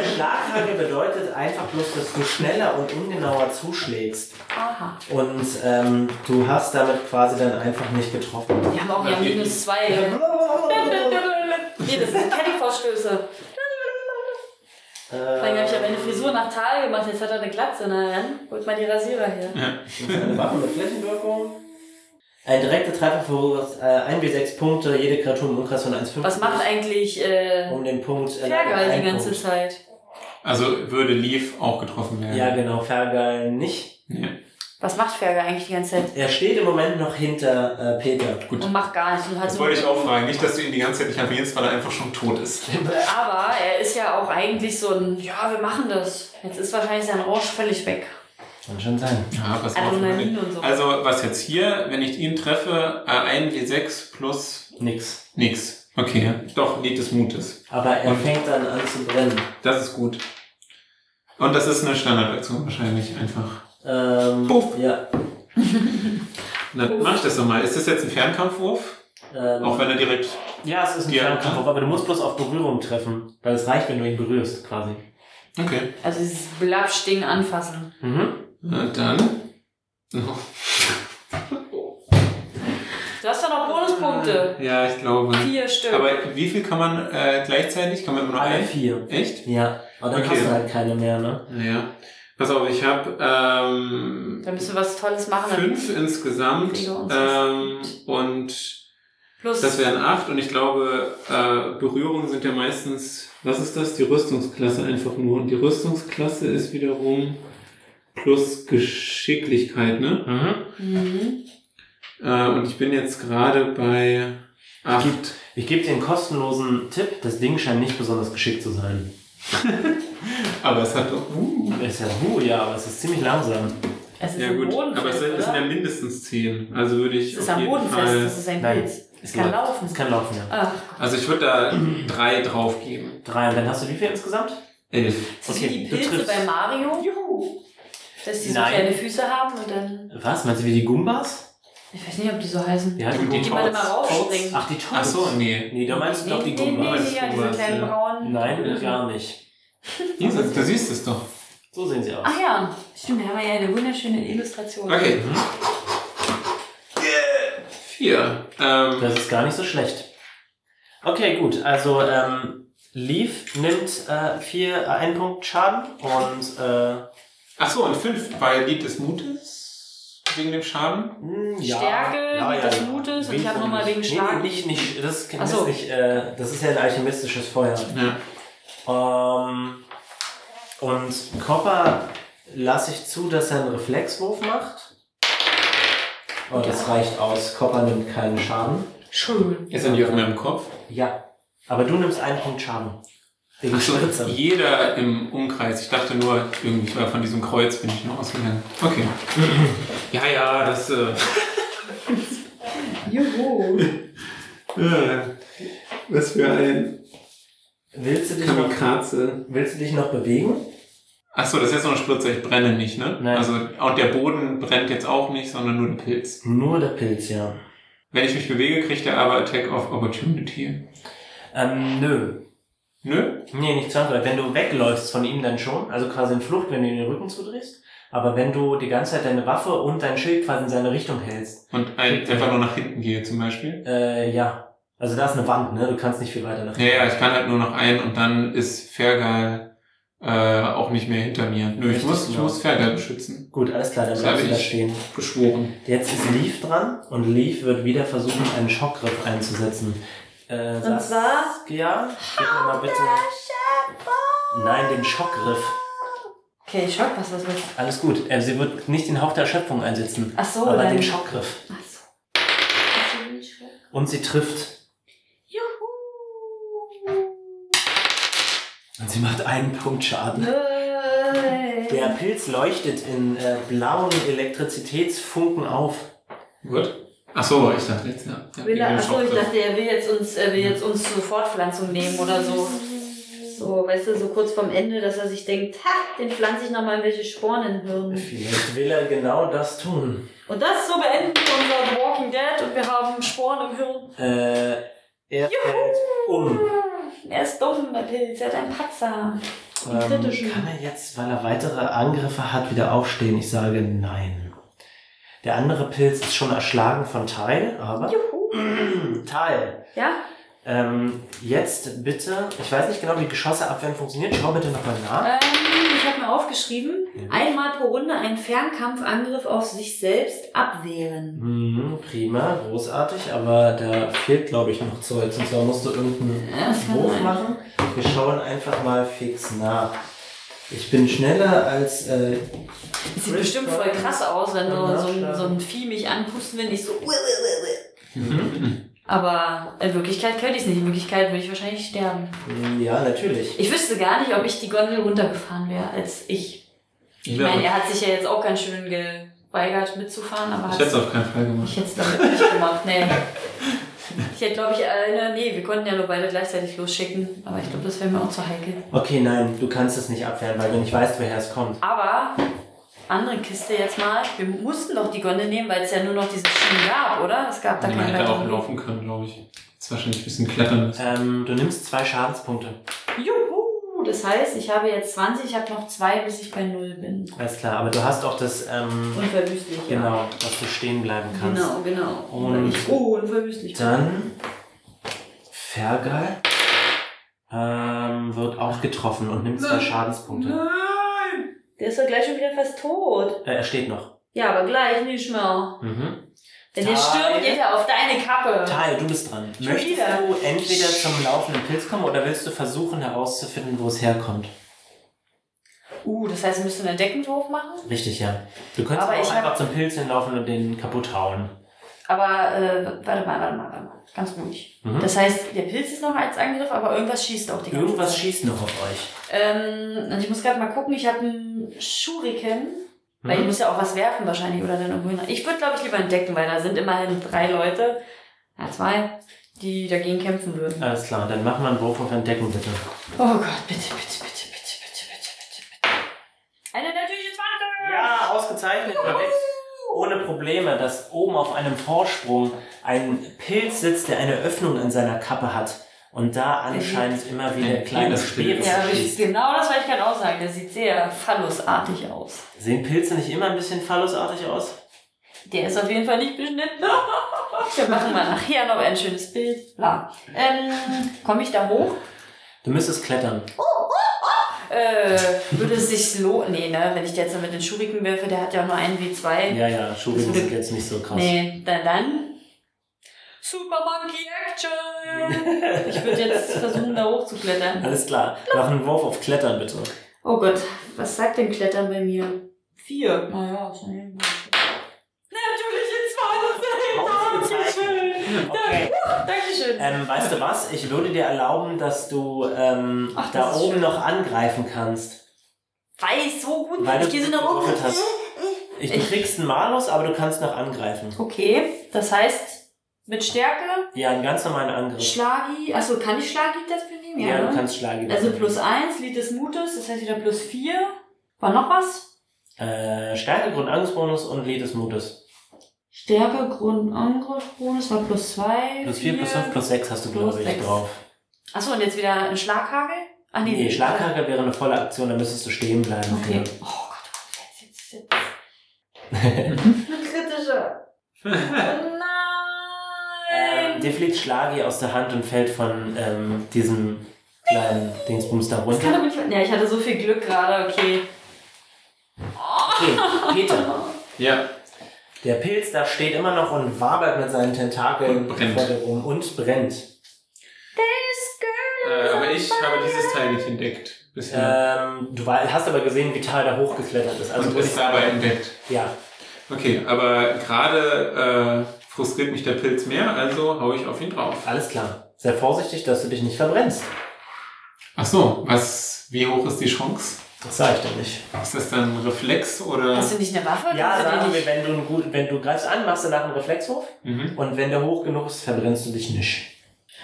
B: Schlaghagel bedeutet einfach bloß, dass du schneller und ungenauer zuschlägst.
A: Aha.
B: Und ähm, du hast damit quasi dann einfach nicht getroffen.
A: Wir haben auch ja minus zwei. Hier, das sind Caddy-Vorstöße. Vor allem habe ich aber eine Frisur nach Tal gemacht, jetzt hat er eine Glatze. Na dann, holt mal die Rasierer her.
B: Eine Waffe mit Flächenwirkung. Ein direkter Treffer verursacht äh, 1 bis 6 Punkte, jede Kreatur im Umkreis von 1,5.
A: Was macht eigentlich äh,
B: Um den Punkt. äh,
A: Fergal
B: einen
A: die ganze
B: Punkt.
A: Zeit?
C: Also würde Leaf auch getroffen werden.
B: Ja, genau, Fergal nicht.
C: Nee.
A: Was macht Fergal eigentlich die ganze Zeit?
B: Er steht im Moment noch hinter äh, Peter.
C: Gut.
A: Und macht gar nichts. Und hat
C: Das
A: so
C: wollte ich auch fragen. Nicht, dass du ihn die ganze Zeit nicht erwähnst, weil er einfach schon tot ist.
A: aber er ist ja auch eigentlich so ein, ja, wir machen das. Jetzt ist wahrscheinlich sein Rausch völlig weg.
B: Kann schon sein.
C: Ja, pass
A: Adrenalin und so.
C: Also, was jetzt hier, wenn ich ihn treffe, äh, 1 W6 plus
B: Nix.
C: nix. Okay, doch, Lied des Mutes.
B: Aber er
C: Und-
B: fängt dann an zu brennen.
C: Das ist gut. Und das ist eine Standardaktion wahrscheinlich einfach.
B: Ähm,
C: Puff.
B: Ja.
C: Na, dann mach ich das nochmal. Ist das jetzt ein Fernkampfwurf?
B: Ähm,
C: Auch wenn er direkt
B: ja, es ist ein
C: Ja.
B: Fernkampf, aber du musst bloß auf Berührung treffen, weil es reicht, wenn du ihn berührst, quasi.
C: Okay.
A: Also dieses Blabsch-Ding anfassen.
B: Mhm.
C: Na dann.
A: Du hast doch noch Bonuspunkte.
C: Ja, ich glaube.
A: Vier Stück.
C: Äh, Aber wie viel kann man äh, gleichzeitig? Kann man immer nur
B: Alle
C: ein?
B: vier.
C: Echt?
B: Ja, aber dann
C: Okay.
B: hast du halt keine mehr, ne?
C: Naja. Pass auf, ich habe ähm,
A: dann müssen wir was Tolles machen. dann-
C: fünf insgesamt
A: Kriege uns
C: ähm,
A: was gut.
C: und
A: Plus.
C: das wären acht und ich glaube, äh, Berührungen sind ja meistens, was ist das? Die Rüstungsklasse einfach nur. Und die Rüstungsklasse ist wiederum plus Geschicklichkeit, ne?
B: Mhm.
A: mhm.
C: Äh, und ich bin jetzt gerade bei acht.
B: Ich gebe dir einen kostenlosen Tipp. Das Ding scheint nicht besonders geschickt zu sein.
C: Aber es hat doch. Uh.
B: Ist ja, uh, ja, aber es ist ziemlich langsam.
A: Es ist
C: Ja
A: ein
C: gut,
A: Bodenfest,
C: aber es sind,
A: oder?
C: es sind ja mindestens zehn. Also würde ich
A: Es ist
C: auf
A: am
C: jeden
A: Boden fest,
C: Fall.
A: das ist ein
B: Nein.
A: Pilz. Es kann
B: Ja.
A: laufen.
B: Es kann laufen, ja.
A: Ach,
C: Also ich würde da drei drauf geben.
B: Drei. Und dann hast du wie viel insgesamt?
C: Elf.
A: das ist
B: Okay,
A: wie die
B: du
A: Pilze
B: triffst.
A: bei Mario. Juhu. Dass die so
B: Nein.
A: kleine Füße haben und dann.
B: Was? Meinst du wie die Gumbas?
A: Ich weiß nicht, ob die so heißen.
B: Wie heißen
C: Die
A: die man immer raufspringt.
B: Ach, die Tots.
C: Ach so, nee.
B: Nee, da meinst du doch die
A: nee, nee,
B: Gumbas.
A: nee, ja, diese
C: Gumbas,
A: kleinen
C: ja.
A: braunen.
B: äh, Nein, gar nicht.
C: Hier, du siehst es doch.
B: So sehen sie aus.
A: Ach ja, stimmt, da haben wir ja eine wunderschöne Illustration.
C: Okay. Mhm. Yeah. Vier. Ähm,
B: Das ist gar nicht so schlecht. Okay, gut. Also, ähm, Leaf nimmt äh, vier, äh, einen Punkt Schaden und äh,
C: ach so, und fünf war Lied des Mutes wegen dem Schaden.
B: mh, Hm, ja.
A: Stärke,
B: ja,
A: Lied
B: ja,
A: des
B: ja.
A: Mutes und ich
B: Wenig
A: hab
B: von
A: nochmal
B: nicht.
A: wegen
B: Nee,
A: Schlag.
B: Nee, nicht, nicht, das ist,
A: Ach
B: das
A: so.
B: ist nicht, äh, das ist ja ein alchemistisches Feuer.
C: Ja.
B: Ähm, und Copper lasse ich zu, dass er einen Reflexwurf macht. Oh, das reicht aus. Copper nimmt keinen Schaden.
A: Schön.
C: Ist er nicht auf meinem Kopf?
B: Ja. Aber du nimmst einen Punkt Schaden. Wegen
C: Ach so,
B: Spritze.
C: jeder im Umkreis. Ich dachte nur, irgendwie war von diesem Kreuz bin ich nur ausgegangen. Okay. Ja, ja, das. Äh,
A: Juhu.
C: äh, was für ein
B: Willst du, dich noch,
C: Kamikaze.
B: willst du dich noch bewegen?
C: Achso, das ist jetzt noch eine Spritze, ich brenne nicht, ne?
B: Nein.
C: Also auch der Boden brennt jetzt auch nicht, sondern nur der Pilz.
B: Nur der Pilz, ja.
C: Wenn ich mich bewege, kriegt er aber Attack of Opportunity.
B: Ähm, nö.
C: Nö?
B: Nee, nicht zwangsläufig. Wenn du wegläufst von ihm dann schon, also quasi in Flucht, wenn du ihm den Rücken zudrehst. Aber wenn du die ganze Zeit deine Waffe und dein Schild quasi in seine Richtung hältst,
C: Und ein,
B: Kriegt er.
C: einfach nur nach hinten gehe zum Beispiel.
B: äh, ja. Also da ist eine Wand, ne? Du kannst nicht viel weiter nach
C: Ja, ja, ich kann halt nur noch ein und dann ist Fergal äh, auch nicht mehr hinter mir. Nö, ich
B: Richtig,
C: muss, ich
B: genau.
C: muss Fergal beschützen.
B: Gut, alles klar, dann
C: Das
B: bleibst
C: habe
B: du da
C: ich.
B: stehen.
C: Geschworen.
B: Jetzt ist Leaf dran und Leaf wird wieder versuchen, einen Schockgriff einzusetzen. Äh,
A: Und zwar?
B: Ja, gib mir mal bitte. Nein, den Schockgriff.
A: Okay, Schock, was was was?
B: Alles gut. Äh, sie wird nicht den Hauch der Erschöpfung einsetzen,
A: Ach so,
B: aber
A: Oh, dann.
B: den Schockgriff.
A: Ach so. Hast du den Schock?
B: Und sie trifft.
A: Juhu.
B: Und sie macht einen Punkt Schaden.
A: Hey.
B: Der Pilz leuchtet in äh, blauen Elektrizitätsfunken auf.
C: Gut. Achso, ich dachte jetzt, ja. ja
A: Will
C: wegen dem
A: er, achso, ich
C: Schockgriff.
A: dachte, er will jetzt uns, er will jetzt uns zur Fortpflanzung nehmen oder so. So, weißt du, so kurz vorm Ende, dass er sich denkt, ha, den pflanze ich nochmal in welche Sporen in den Hirn.
B: Vielleicht will er genau das tun.
A: Und das so beenden wir unser The Walking Dead und wir haben Sporen im Hirn.
B: Äh, er fällt um.
A: Er ist dumm, der Pilz, er hat einen Patzer. Einen
B: Ähm,
A: kritischen.
B: kann er jetzt, weil er weitere Angriffe hat, wieder aufstehen? Ich sage nein. Der andere Pilz ist schon erschlagen von Teil, aber.
A: Juhu.
B: Teil.
A: Ja?
B: Ähm, jetzt bitte, ich weiß nicht genau, wie Geschosse abwehren funktioniert, schau bitte nochmal nach.
A: Ähm, ich habe mir aufgeschrieben,
B: Ja.
A: einmal pro Runde einen Fernkampfangriff auf sich selbst abwehren.
B: Mhm, prima, großartig, aber da fehlt, glaube ich, noch Zeug. Und zwar musst du irgendeinen
A: Ja, das kann
B: Wurf
A: sein.
B: machen. Wir schauen einfach mal fix nach. Ich bin schneller als. Äh,
A: Sieht bestimmt voll krass aus, wenn so, so, ein, so ein Vieh mich anpusten will, nicht so.
C: Mhm,
A: Aber in Wirklichkeit könnte ich es nicht. In Wirklichkeit würde ich wahrscheinlich sterben.
B: Ja, natürlich.
A: Ich wüsste gar nicht, ob ich die Gondel runtergefahren wäre als ich. Ich
C: Ja.
A: meine, er hat sich ja jetzt auch ganz schön geweigert mitzufahren, aber
C: Ich
A: hat
C: hätte es auf keinen Fall
A: ich
C: gemacht.
A: hätte es damit nicht gemacht. Nee. Ich hätte, glaube ich, äh, nee, wir konnten ja nur beide gleichzeitig losschicken, aber ich glaube, das wäre mir auch zu heikel.
B: Okay, nein, du kannst es nicht abwehren, weil du nicht weißt, woher es kommt.
A: Aber andere Kiste jetzt mal. Wir mussten doch die Gondel nehmen, weil es ja nur noch diese Schienen gab, oder? Es gab da
C: Man
A: keine
C: hätte auch
A: weiteren.
C: laufen können, glaube ich. Ist wahrscheinlich ein bisschen klettern. müssen.
B: Ähm, du nimmst zwei Schadenspunkte.
A: Juhu! Das heißt, ich habe jetzt 20, ich habe noch zwei, bis ich bei null bin.
B: Alles klar, aber du hast auch das, ähm,
A: Unverwüstlich, ja.
B: genau, dass du stehen bleiben kannst.
A: Genau, genau.
B: Und-
A: ich, oh, unverwüstlich.
B: Dann Fergal ähm, wird auch getroffen und nimmt zwei
C: Nein.
B: Schadenspunkte.
C: Nein!
A: Der ist doch gleich schon wieder fast tot.
B: Äh, er steht noch.
A: Ja, aber gleich nicht mehr.
B: Mhm.
A: Wenn ihr
B: Teil.
A: stirbt, geht er auf deine Kappe.
B: Tal, du bist dran.
A: Schon
B: Möchtest
A: wieder.
B: du entweder zum laufenden Pilz kommen oder willst du versuchen herauszufinden, wo es herkommt?
A: Uh, das heißt, wir müssen einen Deckenwurf machen?
B: Richtig, ja. Du könntest
A: Aber
B: aber
A: ich
B: auch
A: hab-
B: einfach zum Pilz hinlaufen und den kaputt hauen.
A: Aber, äh, warte mal, warte mal, warte mal. Ganz ruhig.
B: Mhm.
A: Das heißt, der Pilz ist noch als Angriff, aber irgendwas schießt auch die ganze
B: Irgendwas
A: Zeit.
B: schießt noch auf euch.
A: Ähm, und ich muss gerade mal gucken, ich habe einen Schuriken. Weil ich
B: Mhm.
A: muss ja auch was werfen wahrscheinlich oder dann irgendwo hin. Ich würde, glaube ich, lieber entdecken, weil da sind immerhin drei Leute, ja, zwei, die dagegen kämpfen würden.
B: Alles klar, dann machen wir einen Wurf auf Entdecken, bitte.
A: Oh Gott, bitte, bitte, bitte, bitte, bitte, bitte, bitte, bitte. Eine natürliche 20!
B: Ja, ausgezeichnet. Perfekt. Ohne Probleme, dass oben auf einem Vorsprung ein Pilz sitzt, der eine Öffnung in seiner Kappe hat und da anscheinend immer wieder kleine
C: Ein kleines
B: Speere
C: Pilz.
A: Ja, aber ich,
B: schießt.
A: genau das wollte ich gerade auch sagen. Der sieht sehr phallusartig aus.
B: Sehen Pilze nicht immer ein bisschen phallusartig aus?
A: Der ist auf jeden Fall nicht beschnitten. Wir machen mal nachher noch ein schönes Bild. Bla. Ähm, Komme ich da hoch?
B: Du müsstest klettern.
A: Äh, würde es sich lohnen? Nee, ne? Wenn ich jetzt mit den Schuriken werfe, der hat ja auch nur einen W2.
B: Ja, ja, Schuriken
A: Das wird-
B: sind jetzt nicht so krass.
A: nee, dann dann. Super Monkey Action! Ich würde jetzt versuchen, da hochzuklettern.
B: Alles klar, mach einen Wurf auf Klettern bitte.
A: Oh Gott, was sagt denn Klettern bei mir? Vier. Naja, ist eine Natürliche 20! Dankeschön!
B: Okay.
A: Dankeschön!
B: Ähm, weißt du was? Ich würde dir erlauben, dass du ähm,
A: Ach, das
B: da
A: ist
B: oben
A: schön.
B: noch angreifen kannst.
A: Weiß, so gut,
B: Weil
A: ich
B: du
A: gehe so nach oben.
B: gewürfelt hast. Ich, du
A: um. Ich-
B: kriegst einen Malus, aber du kannst noch angreifen.
A: Okay, das heißt, mit Stärke,
B: Ja, einen ganz normalen Angriff.
A: Schlagi, achso, kann ich Schlagi dafür nehmen?
B: Ja, du kannst schlagen.
A: Also plus 1, Lied des Mutes, das heißt wieder plus 4. War noch was?
B: Äh, Stärke, Grundangstbonus und Lied des Mutes.
A: Stärke, Grundangriffbonus war plus 2.
B: Plus 4, plus 5, plus 6 hast du,
A: plus
B: glaube ich,
A: sechs.
B: drauf.
A: Achso, und jetzt wieder ein Schlaghagel? Ah, Ach
B: Nee, Schlaghagel wäre eine volle Aktion, da müsstest du stehen bleiben.
A: Okay.
B: Ja.
A: Oh Gott, jetzt, jetzt, jetzt. Eine kritische.
B: Äh,
A: Oh
B: Ähm,
A: nein!
B: dir fliegt Schlagi aus der Hand und fällt von ähm, diesem kleinen Dingsbums da
A: das kann
B: runter.
A: doch nicht. Ja, ich hatte so viel Glück gerade, okay.
B: Okay, Peter.
C: Ja,
B: Der Pilz da steht immer noch und wabert mit seinen Tentakeln
C: Und brennt.
B: vor dir rum und brennt.
C: äh, aber ich habe dieses Teil nicht entdeckt bisher.
B: Ähm, du war, hast aber gesehen, wie Tal da hochgeklettert ist. Also
C: und
B: würde ich
C: ist dabei entdeckt.
B: Ja,
C: Okay, aber gerade äh, frustriert mich der Pilz mehr, also hau ich auf ihn drauf.
B: alles klar. Sehr vorsichtig, dass du dich nicht verbrennst.
C: Ach so, was? Wie hoch ist die Chance?
B: Das sage ich dir nicht.
C: Ist das dann ein Reflex oder?
A: Hast du nicht eine Waffe?
B: Ja,
A: Kannst du
B: sagen
A: die
B: wir,
A: nicht-
B: wenn du, einen guten, wenn du greifst an, machst du nach einen Reflexwurf.
C: Mhm.
B: Und wenn der hoch genug ist, verbrennst du dich nicht.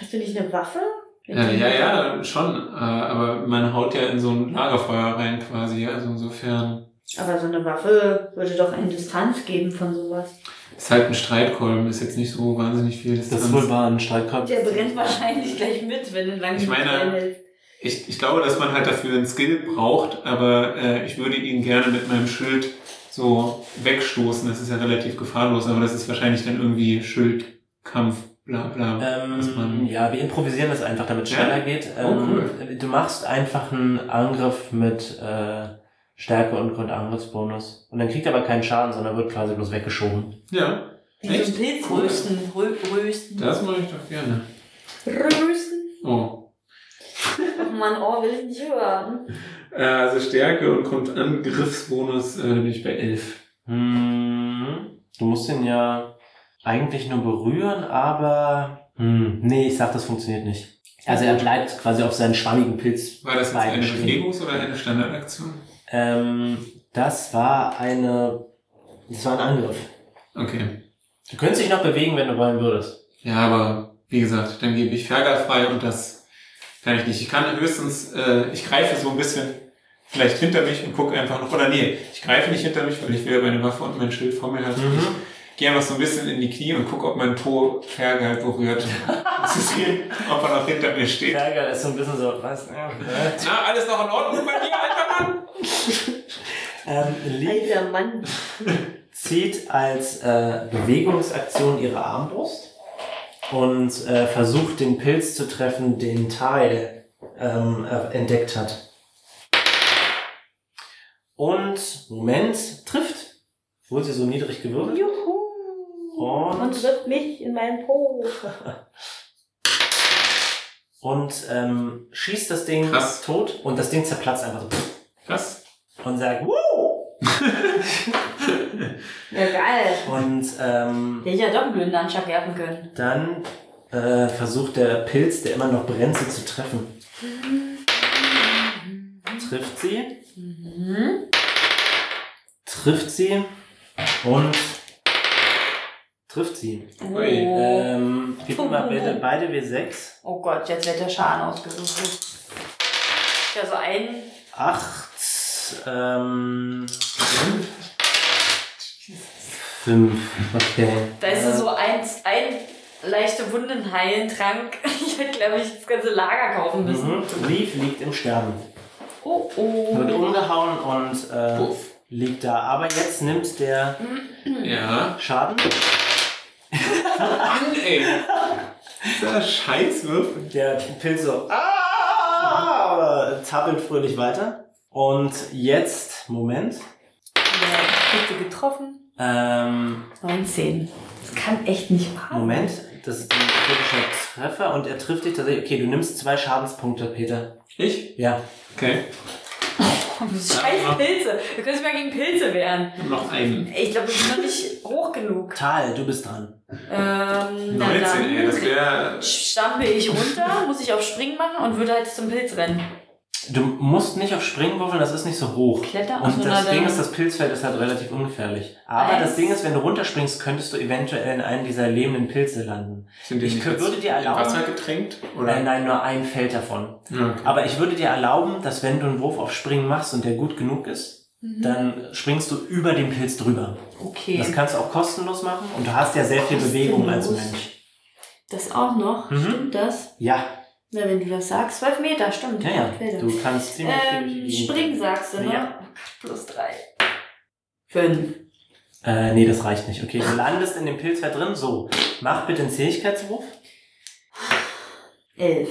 A: Hast du nicht eine Waffe?
C: Äh, ja, ja, schon. Äh, aber man haut ja in so ein Lagerfeuer rein quasi. Also insofern
A: Aber so eine Waffe würde doch eine Distanz geben von sowas.
C: ist halt ein Streitkolben, ist jetzt nicht so wahnsinnig viel Distanz.
B: wahr, ein Streitkorb.
A: Der brennt wahrscheinlich gleich mit, wenn du lange
C: Ich meine-
A: brennst.
C: Ich, ich glaube, dass man halt dafür einen Skill braucht, aber äh, ich würde ihn gerne mit meinem Schild so wegstoßen. Das ist ja relativ gefahrlos, aber das ist wahrscheinlich dann irgendwie Schildkampf, bla bla. Was
B: Ähm,
C: man-
B: ja, wir improvisieren das einfach, damit es
C: Ja?
B: schneller geht.
C: Oh,
B: Ähm, Du machst einfach einen Angriff mit äh, Stärke und Grundangriffsbonus. Und dann kriegt er aber keinen Schaden, sondern wird quasi bloß weggeschoben.
C: Ja,
A: Die so
C: Echt? Cool.
A: Pilzrösten, cool. Rösten.
C: das mache ich doch gerne.
A: Rösten.
C: Oh.
A: Oh Mann, oh, will ich nicht hören.
C: Äh, also Stärke und kommt Angriffsbonus, äh, da bin ich bei 11.
B: Hm, du musst ihn ja eigentlich nur berühren, aber. Hm, nee, ich sag, das funktioniert nicht. Also er bleibt quasi auf seinen schwammigen Pilz.
C: War das jetzt
B: Beide
C: eine
B: stehen.
C: Bewegungs- oder eine Standardaktion?
B: Ähm, das war eine. Das war ein Angriff.
C: Okay.
B: Du könntest dich noch bewegen, wenn du wollen würdest.
C: Ja, aber wie gesagt, dann gebe ich Fergal frei und das kann ich nicht. Ich kann höchstens, äh, ich greife so ein bisschen vielleicht hinter mich und gucke einfach noch. Oder nee, ich greife nicht hinter mich, weil ich will meine Waffe und mein Schild vor mir halten.
B: Mhm.
C: Ich gehe einfach so ein bisschen in die Knie und gucke, ob mein Po Fergal berührt. Um zu sehen, ob er noch hinter mir steht.
B: Fergal ist so ein bisschen so, was? Ja, ne?
C: Na, alles noch in Ordnung bei dir, alter Mann?
B: ähm, Lee
F: Alter Mann.
B: zieht als äh, Bewegungsaktion ihre Armbrust und äh, versucht den Pilz zu treffen, den Teil ähm, äh, entdeckt hat. Und Moment, trifft. Wurde sie so niedrig gewürfelt?
F: Juhu.
B: Und-
F: Und trifft mich in meinen Po.
B: Und ähm, schießt das Ding
C: Krass.
B: tot und das Ding zerplatzt einfach so pff,
C: Krass.
B: und sagt, wow!
F: Ja, geil.
B: Und ähm,
A: Der hätte ja doch einen blöden Anschlag werfen können.
B: dann äh, versucht der Pilz, der immer noch brennt, sie zu treffen. Trifft sie.
A: Mhm.
B: trifft sie und trifft sie.
C: Ui.
A: Oh.
B: Ähm, gib mir mal bitte beide W6.
A: oh Gott, jetzt wird der Schaden ausgesucht. Ja, so ein.
B: 8, ähm, 5. 5, okay.
A: Da ist so ein, ein leichte Wundenheilentrank. Ich hätte, glaube ich, das ganze Lager kaufen müssen.
B: Mhm. Leaf liegt im Sterben.
A: Oh, oh.
B: Wird umgehauen und äh,
C: Puff.
B: liegt da. Aber jetzt nimmt der
C: Ja.
B: Schaden.
C: Mann, ey. Dieser Scheißwürfel.
B: Der Pilz so ah, zappelt fröhlich weiter. Und jetzt, Moment.
A: Ja, bitte getroffen.
B: Ähm,
A: 19. Das kann echt nicht wahr sein.
B: Moment, das ist ein kritischer Treffer und er trifft dich tatsächlich. Okay, du nimmst zwei Schadenspunkte, Peter.
C: Ich?
B: Ja.
C: Okay.
A: Oh, Scheiß Pilze. Wir können es mal gegen Pilze wehren.
C: Ich hab noch einen.
A: Ich glaube, wir sind noch nicht hoch genug.
B: Tal, du bist dran.
A: Ähm, na
C: 19, ey. Das
A: dann
C: wäre.
A: stampfe ich runter, muss ich auf Springen machen und würde halt zum Pilz rennen.
B: Du musst nicht auf Springen würfeln, das ist nicht so hoch.
A: Kletter ach so,
B: Und das
A: na
B: Ding
A: dann-
B: ist, das Pilzfeld ist halt relativ ungefährlich. Aber
A: Eins.
B: das Ding ist, wenn du runterspringst, könntest du eventuell in einen dieser lebenden Pilze landen.
C: Sind die
B: Ich
C: nicht
B: könnte-
C: jetzt
B: würde dir erlauben-
C: in Wasser getränkt? Oder?
B: Äh, nein, nur ein Feld davon.
C: Ja.
B: Aber ich würde dir erlauben, dass wenn du einen Wurf auf Springen machst und der gut genug ist, dann springst du über den Pilz drüber.
A: Mhm. Okay.
B: Das
A: Das,
B: kannst du auch kostenlos machen und du hast ja sehr viel Bewegung als
A: Kostenlos.
B: Mensch.
A: auch noch.
B: Mhm.
A: Stimmt das?
B: Ja,
A: Na, wenn du das sagst. 12 Meter, stimmt.
B: Ja, ja,
A: Meter.
B: du kannst ziemlich viel
A: ähm,
B: durch die Gegend-
A: Springen sagst du, ne?
B: Ja.
A: Oh Gott, plus 3. 5.
B: Äh, nee, das reicht nicht. Okay, du landest in dem Pilzfeld drin. So, mach bitte einen Zähigkeitswurf.
A: 11.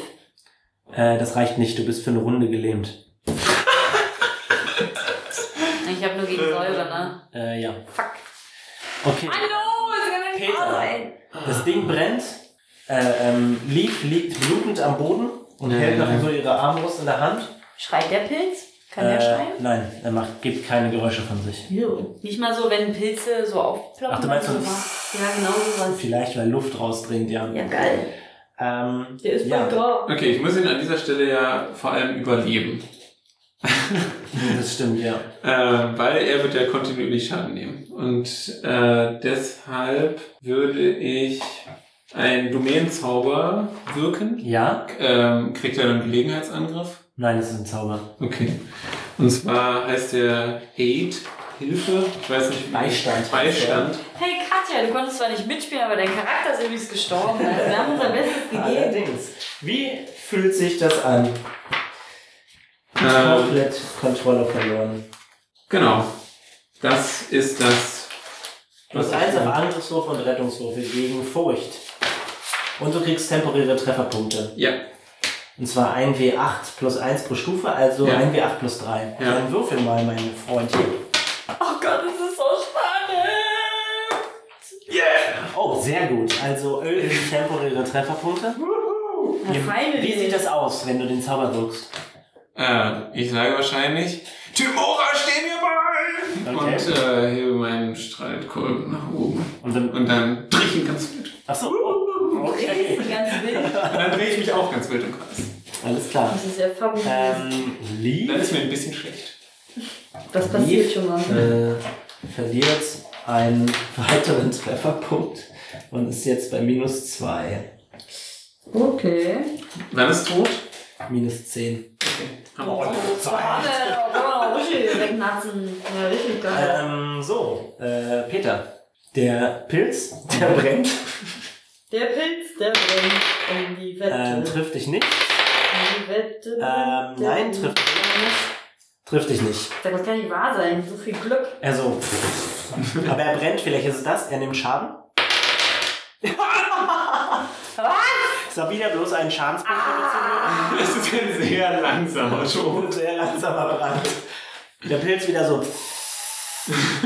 B: Äh, das reicht nicht, du bist für eine Runde gelähmt.
A: Ich habe nur gegen Säure, ne?
B: Äh, ja.
A: Fuck.
B: Okay,
A: Hallo, das kann doch nicht wahr
B: Peter.
A: sein.
B: das Ding brennt. Äh, ähm, Leaf liegt blutend am Boden und hält noch so ihre Armbrust in der Hand.
A: Schreit der Pilz? Kann der
B: äh,
A: schreien?
B: nein, er macht, gibt keine Geräusche von sich.
A: Jo. Nicht mal so, wenn Pilze so aufploppen.
B: Ach, du meinst so-
A: so. Ja, genau sowas.
B: Vielleicht, weil Luft rausdringt, ja.
A: Ja, geil.
B: Ähm,
A: Der ist voll
B: ja,
A: drauf.
C: Okay, ich muss ihn an dieser Stelle ja vor allem überleben.
B: das stimmt, ja.
C: Äh, weil er wird ja kontinuierlich Schaden nehmen. Und äh, deshalb würde ich einen Domänenzauber wirken.
B: Ja?
C: Ähm, kriegt er dann Gelegenheitsangriff?
B: Nein, das ist ein Zauber.
C: Okay. Und zwar heißt der Aid, Hilfe. Ich weiß nicht. wie-
B: Beistand.
C: Beistand.
A: Hey Katja, du konntest zwar nicht mitspielen, aber dein Charakter ist übrigens gestorben. Also wir haben unser Bestes gegeben.
B: Allerdings. Wie fühlt sich das an?
C: Ähm,
B: Komplett Kontrolle verloren.
C: genau. Das ist das.
B: Plus
C: ich-
B: eins auf Angriffswurf und Rettungswürfe gegen Furcht. Und du kriegst temporäre Trefferpunkte.
C: Ja,
B: Und zwar 1W8 plus 1 pro Stufe, also
C: Ja.
B: 1W8 plus 3.
C: Ja.
B: Dann würfel mal, mein Freund.
A: Oh Gott, das ist so spannend.
B: Oh, sehr gut. Also 11 temporäre Trefferpunkte.
A: Na, finally.
B: Wie sieht das aus, wenn du den Zauber wirkst?
C: Äh, ich sage wahrscheinlich, Timora, steh mir bei!
B: Okay.
C: Und äh, hebe meinen Streitkolben nach oben.
B: Und dann.
C: Und dann drehe ich ihn ganz wild.
B: Achso. oh, Okay.
A: Riesen, ganz wild.
C: Und dann drehe ich mich auch ganz wild im Kreis.
B: Alles klar.
A: Das ist ja fabulös.
B: Ähm,
C: Dann
B: Lee
C: ist mir ein bisschen schlecht.
A: das passiert schon mal.
B: äh, verliert einen weiteren Trefferpunkt und ist jetzt bei minus 2.
A: Okay.
C: Wann ist tot?
B: Minus Oh, 10.
A: Oh,
C: Okay. Haben wir auch.
A: Warte, da kann man Genau, richtig wegnatzen. Ja, richtig geil.
B: Ähm, so, äh, Peter. Der Pilz, der brennt,
A: Der Pilz, der brennt um die Wette.
B: ähm, trifft dich nicht.
A: um die Wette.
B: Ähm,
A: der
B: nein, trifft dich nicht. Trifft dich nicht.
A: Sag, Das kann nicht wahr sein. So viel Glück.
B: Also, pff. aber er brennt, vielleicht ist es das. Er nimmt Schaden. Sabina bloß einen Schadenspunkt.
A: Ah.
C: Das ist ein sehr langsamer Show.
B: Und sehr langsamer Brand. Der Pilz wieder so. pff.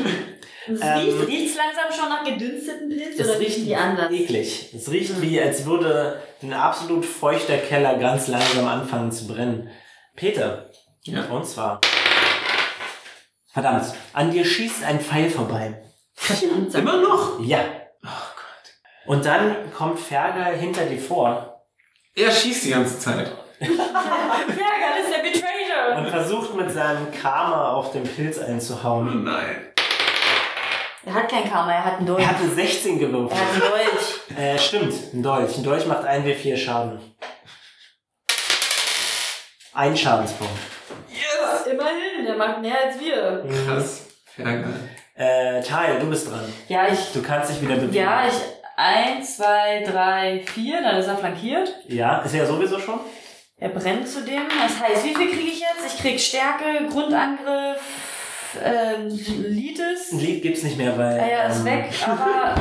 A: Es
B: Ähm,
A: riecht riecht's langsam schon nach gedünsteten Pilz
B: Es
A: oder
B: riecht
A: riechen die anders?
B: Eklig. Es riecht wie, als würde ein absolut feuchter Keller ganz langsam anfangen zu brennen. Peter.
C: Ja.
B: Und zwar. Verdammt. An dir schießt ein Pfeil vorbei.
A: Verdammt, sag-
C: Immer noch?
B: Ja.
C: Oh Gott.
B: Und dann kommt Fergal hinter dir vor
C: Er schießt die ganze Zeit.
A: Fergal ist der Betrayer.
B: und versucht mit seinem Karma auf den Pilz
C: Oh
B: einzuhauen.
C: nein.
A: Er hat kein Karma, er hat einen Dolch.
B: Er hatte 16
A: Er
B: gewürfelt.
A: hat einen Dolch.
B: Äh, stimmt, ein Dolch. Ein Dolch macht 1w4 Schaden. Ein Schadenspunkt.
C: Yes!
A: Immerhin, der macht mehr als wir.
C: Krass. Fergal.
B: Äh, Talia, du bist dran.
A: Ja, ich.
B: Du kannst dich wieder bewegen.
A: Ja, ich. Eins, zwei, drei, vier, dann ist er flankiert.
B: Ja, ist er sowieso schon?
A: Er brennt zudem. Das heißt, wie viel kriege ich jetzt? Ich krieg Stärke, Grundangriff, ähm,
B: Ein
A: Lides.
B: Lied gibt's nicht mehr, weil. ähm,
A: Ah ja, ist weg, aber.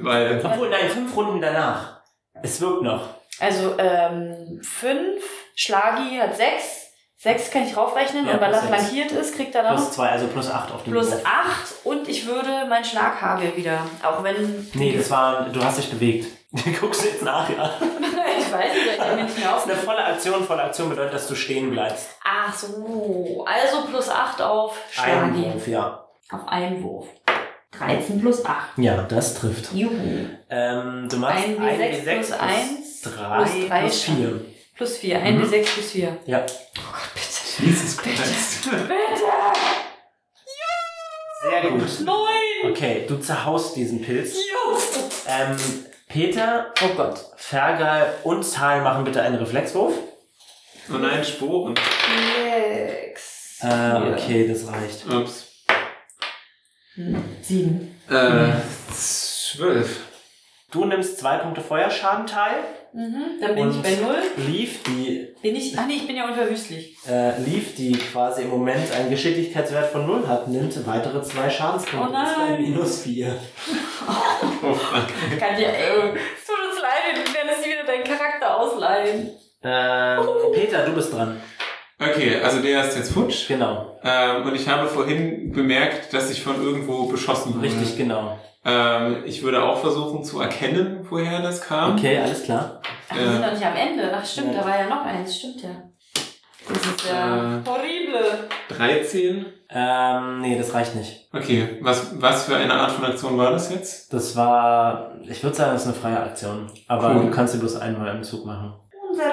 C: Weil
B: Obwohl, nein, fünf Runden danach. Es wirkt noch.
A: Also, ähm, fünf, Schlagi hat sechs. Sechs kann ich raufrechnen
B: Ja,
A: und weil er
B: plus sechs.
A: flankiert ist, kriegt er dann
B: Plus zwei, also plus acht auf dem
A: plus
B: Wurf.
A: acht und ich würde meinen Schlaghagel wieder. Auch wenn.
B: Nee, das war. Du hast dich bewegt. Guckst du jetzt nach, ja.
A: ich weiß nicht, ich kann mir nicht mehr
B: Eine
A: aufnehmen.
B: volle Aktion, volle Aktion bedeutet, dass du stehen bleibst.
A: Ach so. Also plus 8 auf
B: Ein
A: Schlagi.
B: Wurf, ja.
A: Auf einen Wurf. 13 plus 8.
B: Ja, das trifft.
A: Juhu.
B: Ähm, du machst
A: Ein
B: 1
A: W6
B: W6
A: plus
B: plus
A: eins
B: 1 3
A: plus drei
B: plus 4.
A: Plus 4. 1
C: Mhm.
A: bis 6 plus 4.
B: Ja.
A: Oh Gott, bitte.
C: Jesus Christ.
A: Bitte!
B: Sehr gut.
A: 9!
B: Okay, du zerhaust diesen Pilz. Ähm, Peter,
A: Oh Gott.
B: Fergal und Zahl machen bitte einen Reflexwurf.
C: Oh nein, Sporen.
A: Sechs.
B: Äh, okay, das reicht.
C: Ups.
A: Sieben.
C: Äh, zwölf.
B: Du nimmst zwei Punkte Feuerschaden teil.
A: Mhm, dann bin
B: Und-
A: ich bei null.
B: Leaf, die,
A: Bin ich. Ach nee, ich bin ja unverwüstlich.
B: äh, Leaf, die quasi im Moment einen Geschicklichkeitswert von 0 hat, nimmt weitere zwei Schadenspunkte.
A: Oh nein.
B: Das ist bei minus 4.
C: Oh fuck.
A: Ich kann dir. Ey, es tut uns leid, wir werden es wieder deinen Charakter ausleihen.
B: Ähm, Peter, du bist dran.
C: Okay, also der ist jetzt futsch.
B: Genau.
C: Ähm, und ich habe vorhin bemerkt, dass ich von irgendwo beschossen wurde.
B: Richtig, genau.
C: Ähm, ich würde auch versuchen zu erkennen, woher das kam.
B: Okay, alles klar.
A: Ach, wir sind
C: Äh.
A: noch nicht am Ende. Ach stimmt,
B: Ja.
A: da war ja noch eins, stimmt ja. Das ist ja
C: Äh.
A: horrible.
C: 13.
B: Ähm, nee, das reicht nicht.
C: Okay, was, was für eine Art von Aktion war das jetzt?
B: Das war, ich würde sagen, das ist eine freie Aktion. Aber
C: Cool.
B: du kannst sie bloß einmal im Zug machen.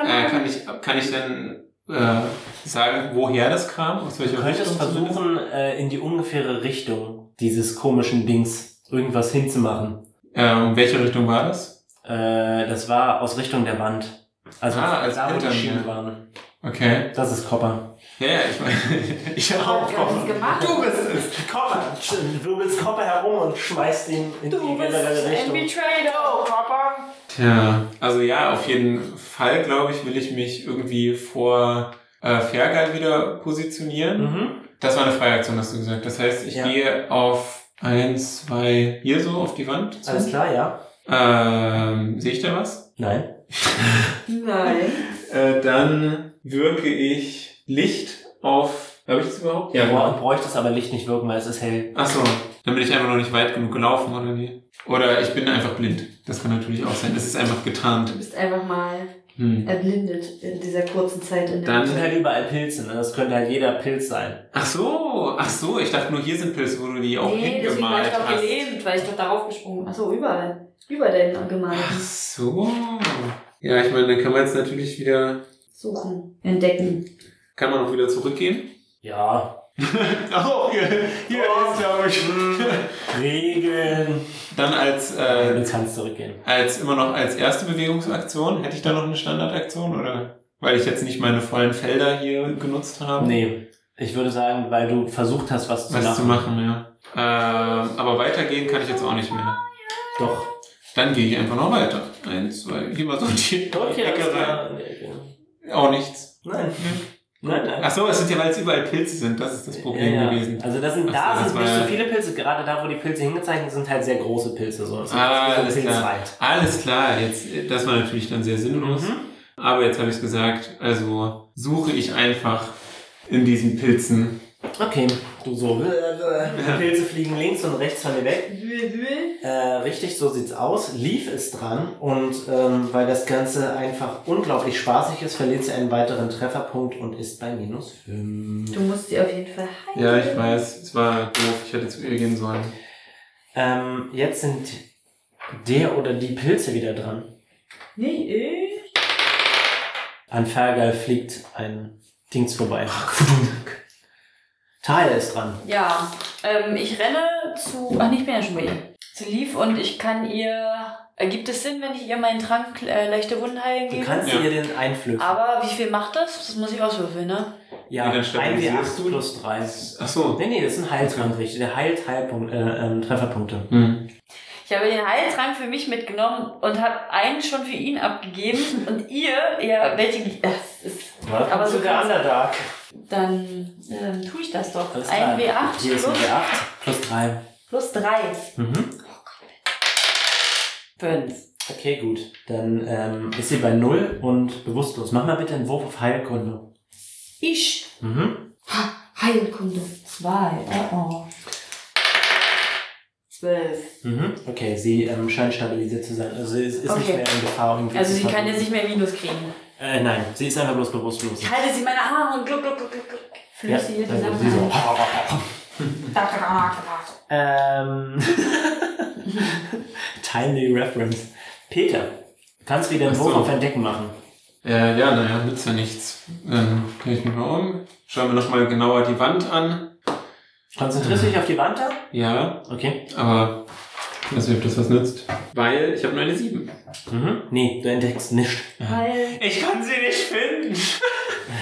C: Äh,
A: Ähm.
C: kann, ich, kann ich denn äh, sagen, woher das kam? Aus welcher
B: Du könntest
C: Richtung zumindest?
B: versuchen, äh, in die ungefähre Richtung dieses komischen Dings irgendwas hinzumachen.
C: Ähm, welche Richtung war das?
B: Äh, das war aus Richtung der Wand. Also
C: Ah, als
B: da, wo die
C: hinter
B: Schienen
C: mir.
B: waren.
C: Okay.
B: Das ist Copper.
C: Ja, ja, ich meine, ich habe auch
A: Hat gar nichts
C: gekommen.
A: gemacht.
C: Du bist es.
B: Copper! Du willst Copper herum und schmeißt ihn in
A: Du bist ein Betrayer.
B: Copper!
C: Tja, also ja, auf jeden Fall, glaube ich, will ich mich irgendwie vor äh, Fairguide wieder positionieren.
B: Mhm.
C: Das war eine freie Aktion, hast du gesagt. Das heißt, ich
B: Ja.
C: gehe auf eins, zwei, hier so auf die Wand. Zu.
B: Alles klar, ja?
C: Ähm, Sehe ich da was?
B: Nein.
A: Nein.
C: Äh, dann wirke ich Licht auf. Habe ich das überhaupt?
B: Ja, Bra bräuchte es aber Licht nicht wirken, weil es ist hell.
C: Achso, dann bin ich einfach noch nicht weit genug gelaufen, oder wie? Oder ich bin einfach blind. Das kann natürlich auch sein. Das ist einfach getarnt.
A: Du bist einfach mal
C: Hm.
A: erblindet in dieser kurzen Zeit in der
B: Es
C: Dann-
B: sind halt überall Pilze, ne? Das könnte halt jeder Pilz sein.
C: Ach so, ach so. Ich dachte nur, hier sind Pilze, wo du die auch
A: Nee, deswegen war ich
C: hingemalt
A: doch
C: hast.
A: gelähmt, weil ich doch darauf gesprungen bin. Achso, überall. Über den
C: Ach
A: gemalten.
C: so. Ja, ich meine, dann kann man jetzt natürlich wieder.
A: Suchen. Entdecken.
C: Kann man auch wieder zurückgehen?
B: Ja,
C: Oh, hier, hier
B: Oh.
C: ist, glaube ich.
B: Regeln.
C: Dann als,
B: Äh,
C: äh,
B: du kannst zurückgehen.
C: als immer noch als erste Bewegungsaktion. Hätte ich da noch eine Standardaktion? Oder weil ich jetzt nicht meine vollen Felder hier genutzt habe?
B: Nee. genau. Ich würde sagen, weil du versucht hast, was zu
C: Was zu
B: machen.
C: machen, ja. Ähm, aber weitergehen kann ich jetzt auch nicht mehr.
B: Doch.
C: Dann gehe ich einfach noch weiter. Eins, zwei, geh mal so in die
B: Dort hier
C: Ecke
B: ist
C: rein.
B: da-
C: Auch nichts.
B: Nein. Nein, nein.
C: Ach so, es sind ja, weil es überall Pilze sind. Das ist das Problem
B: Ja, ja.
C: gewesen.
B: Also das sind,
C: Ach
B: da
C: so, das
B: sind
C: war
B: nicht so
C: ja-
B: viele Pilze, gerade da, wo die Pilze hingezeichnet sind, halt sehr große Pilze. So. Das ist
C: Ah,
B: so
C: alles klar.
B: Pilzwald.
C: Alles klar, jetzt, das war natürlich dann sehr
B: Mhm.
C: sinnlos. Aber jetzt habe ich es gesagt. Also suche ich einfach in diesen Pilzen.
B: Okay, du so. Die Pilze fliegen links und rechts von dir weg.
A: Wühl, wühl.
B: Äh, richtig, so sieht's aus. Leaf ist dran und ähm, weil das Ganze einfach unglaublich spaßig ist, verliert sie einen weiteren Trefferpunkt und ist bei minus 5.
A: Du musst sie auf jeden Fall heilen.
C: Ja, ich weiß, es war doof. Ich hätte zu ihr gehen sollen.
B: Ähm, jetzt sind der oder die Pilze wieder dran.
A: Nicht ich.
B: An Fergal fliegt ein Dings vorbei. Talia ist dran.
A: Ja, ähm, ich renne zu. Ach, nicht mehr schon bei ihr. Zu Leaf und ich kann ihr. Äh, gibt es Sinn, wenn ich ihr meinen Trank äh, leichte Wunden heilen
B: Du
A: gebe?
B: kannst
C: Ja.
B: ihr den einflößen.
A: Aber wie viel macht das? Das muss ich auswürfeln, ne?
B: Ja,
C: Nee, dann
B: 1W8
C: stabilisierst du.
B: plus 3.
C: Ach so.
B: Nee, nee, das ist ein Heiltrank, richtig. Der heilt Heilpunkt, äh, ähm, Trefferpunkte.
C: Hm.
A: Ich habe den Heiltrank für mich mitgenommen und habe einen schon für ihn abgegeben. und ihr, ja, welche. Das ist.
B: Aber
A: so
B: sogar
A: kannst-
B: Underdark.
A: Dann ähm, tue ich das doch.
B: Alles
A: Ein
B: klar.
A: W8
B: Hier ist ein
A: plus,
B: W8 plus 3.
A: plus Oh 3.
B: Mhm.
A: 5.
B: Okay, gut. Dann ähm, ist sie bei 0 und bewusstlos. Mach mal bitte einen Wurf auf Heilkunde.
A: Ich.
B: Mhm.
A: Heilkunde. 2. Oh oh. 12.
B: Mhm. Okay, sie ähm, scheint stabilisiert zu sein. Also sie ist, ist nicht
A: Okay.
B: mehr in Gefahr. Irgendwie
A: Also
B: zu
A: sie kann
B: verbluten.
A: jetzt nicht mehr Minus kriegen.
B: Äh, nein, sie ist einfach bloß bewusstlos.
A: Ich halte sie in meine Arme und gluck, gluck, gluck, gluck, gluck.
B: Ja,
A: Flüsse hier
B: also
A: zusammen.
B: sie so.
A: ein.
B: Ähm. Timely Reference. Peter, kannst wieder einen
C: Ach
B: Wurf
C: so.
B: auf Entdecken machen.
C: Äh, ja, naja, nützt ja nichts. Dann drehe ich mich mal um. Schauen wir nochmal genauer die Wand an.
B: Konzentrierst du
C: Mhm.
B: dich auf die Wand da?
C: Ja,
B: Okay.
C: aber ich weiß nicht, ob das was nützt. Weil ich habe nur eine 7.
B: Mhm. Nee, du entdeckst nichts.
A: Heil.
C: Ich kann sie nicht finden.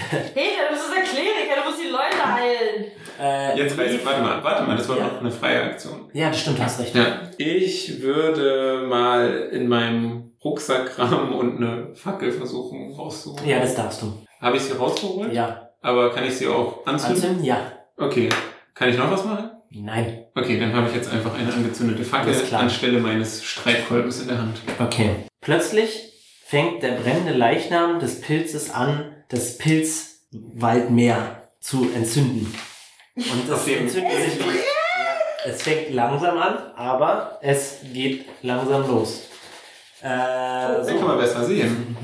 A: Peter, du bist unser Kleriker, du musst die Leute heilen.
B: Äh,
C: Jetzt weiß ich, warte mal, warte mal, das war noch eine freie Aktion.
B: Ja, das stimmt, du hast recht.
C: Ja. Ich würde mal in meinem Rucksack kramen und eine Fackel versuchen rauszuholen.
B: Ja, das darfst du.
C: Habe ich sie rausgeholt?
B: Ja.
C: Aber kann ich sie auch anzünden?
B: Anzünden? Ja.
C: Okay. Kann ich noch was machen?
B: Nein.
C: Okay, dann habe ich jetzt einfach eine angezündete Fackel
B: Alles klar.
C: anstelle meines Streitkolbens in der Hand.
B: Okay. Plötzlich fängt der brennende Leichnam des Pilzes an, das Pilzwaldmeer zu entzünden. Und
C: Auf
B: das
C: dem-
B: entzündet sich. Ja, Es fängt langsam an, aber es geht langsam los. Äh,
C: Das kann man
B: so.
C: besser sehen.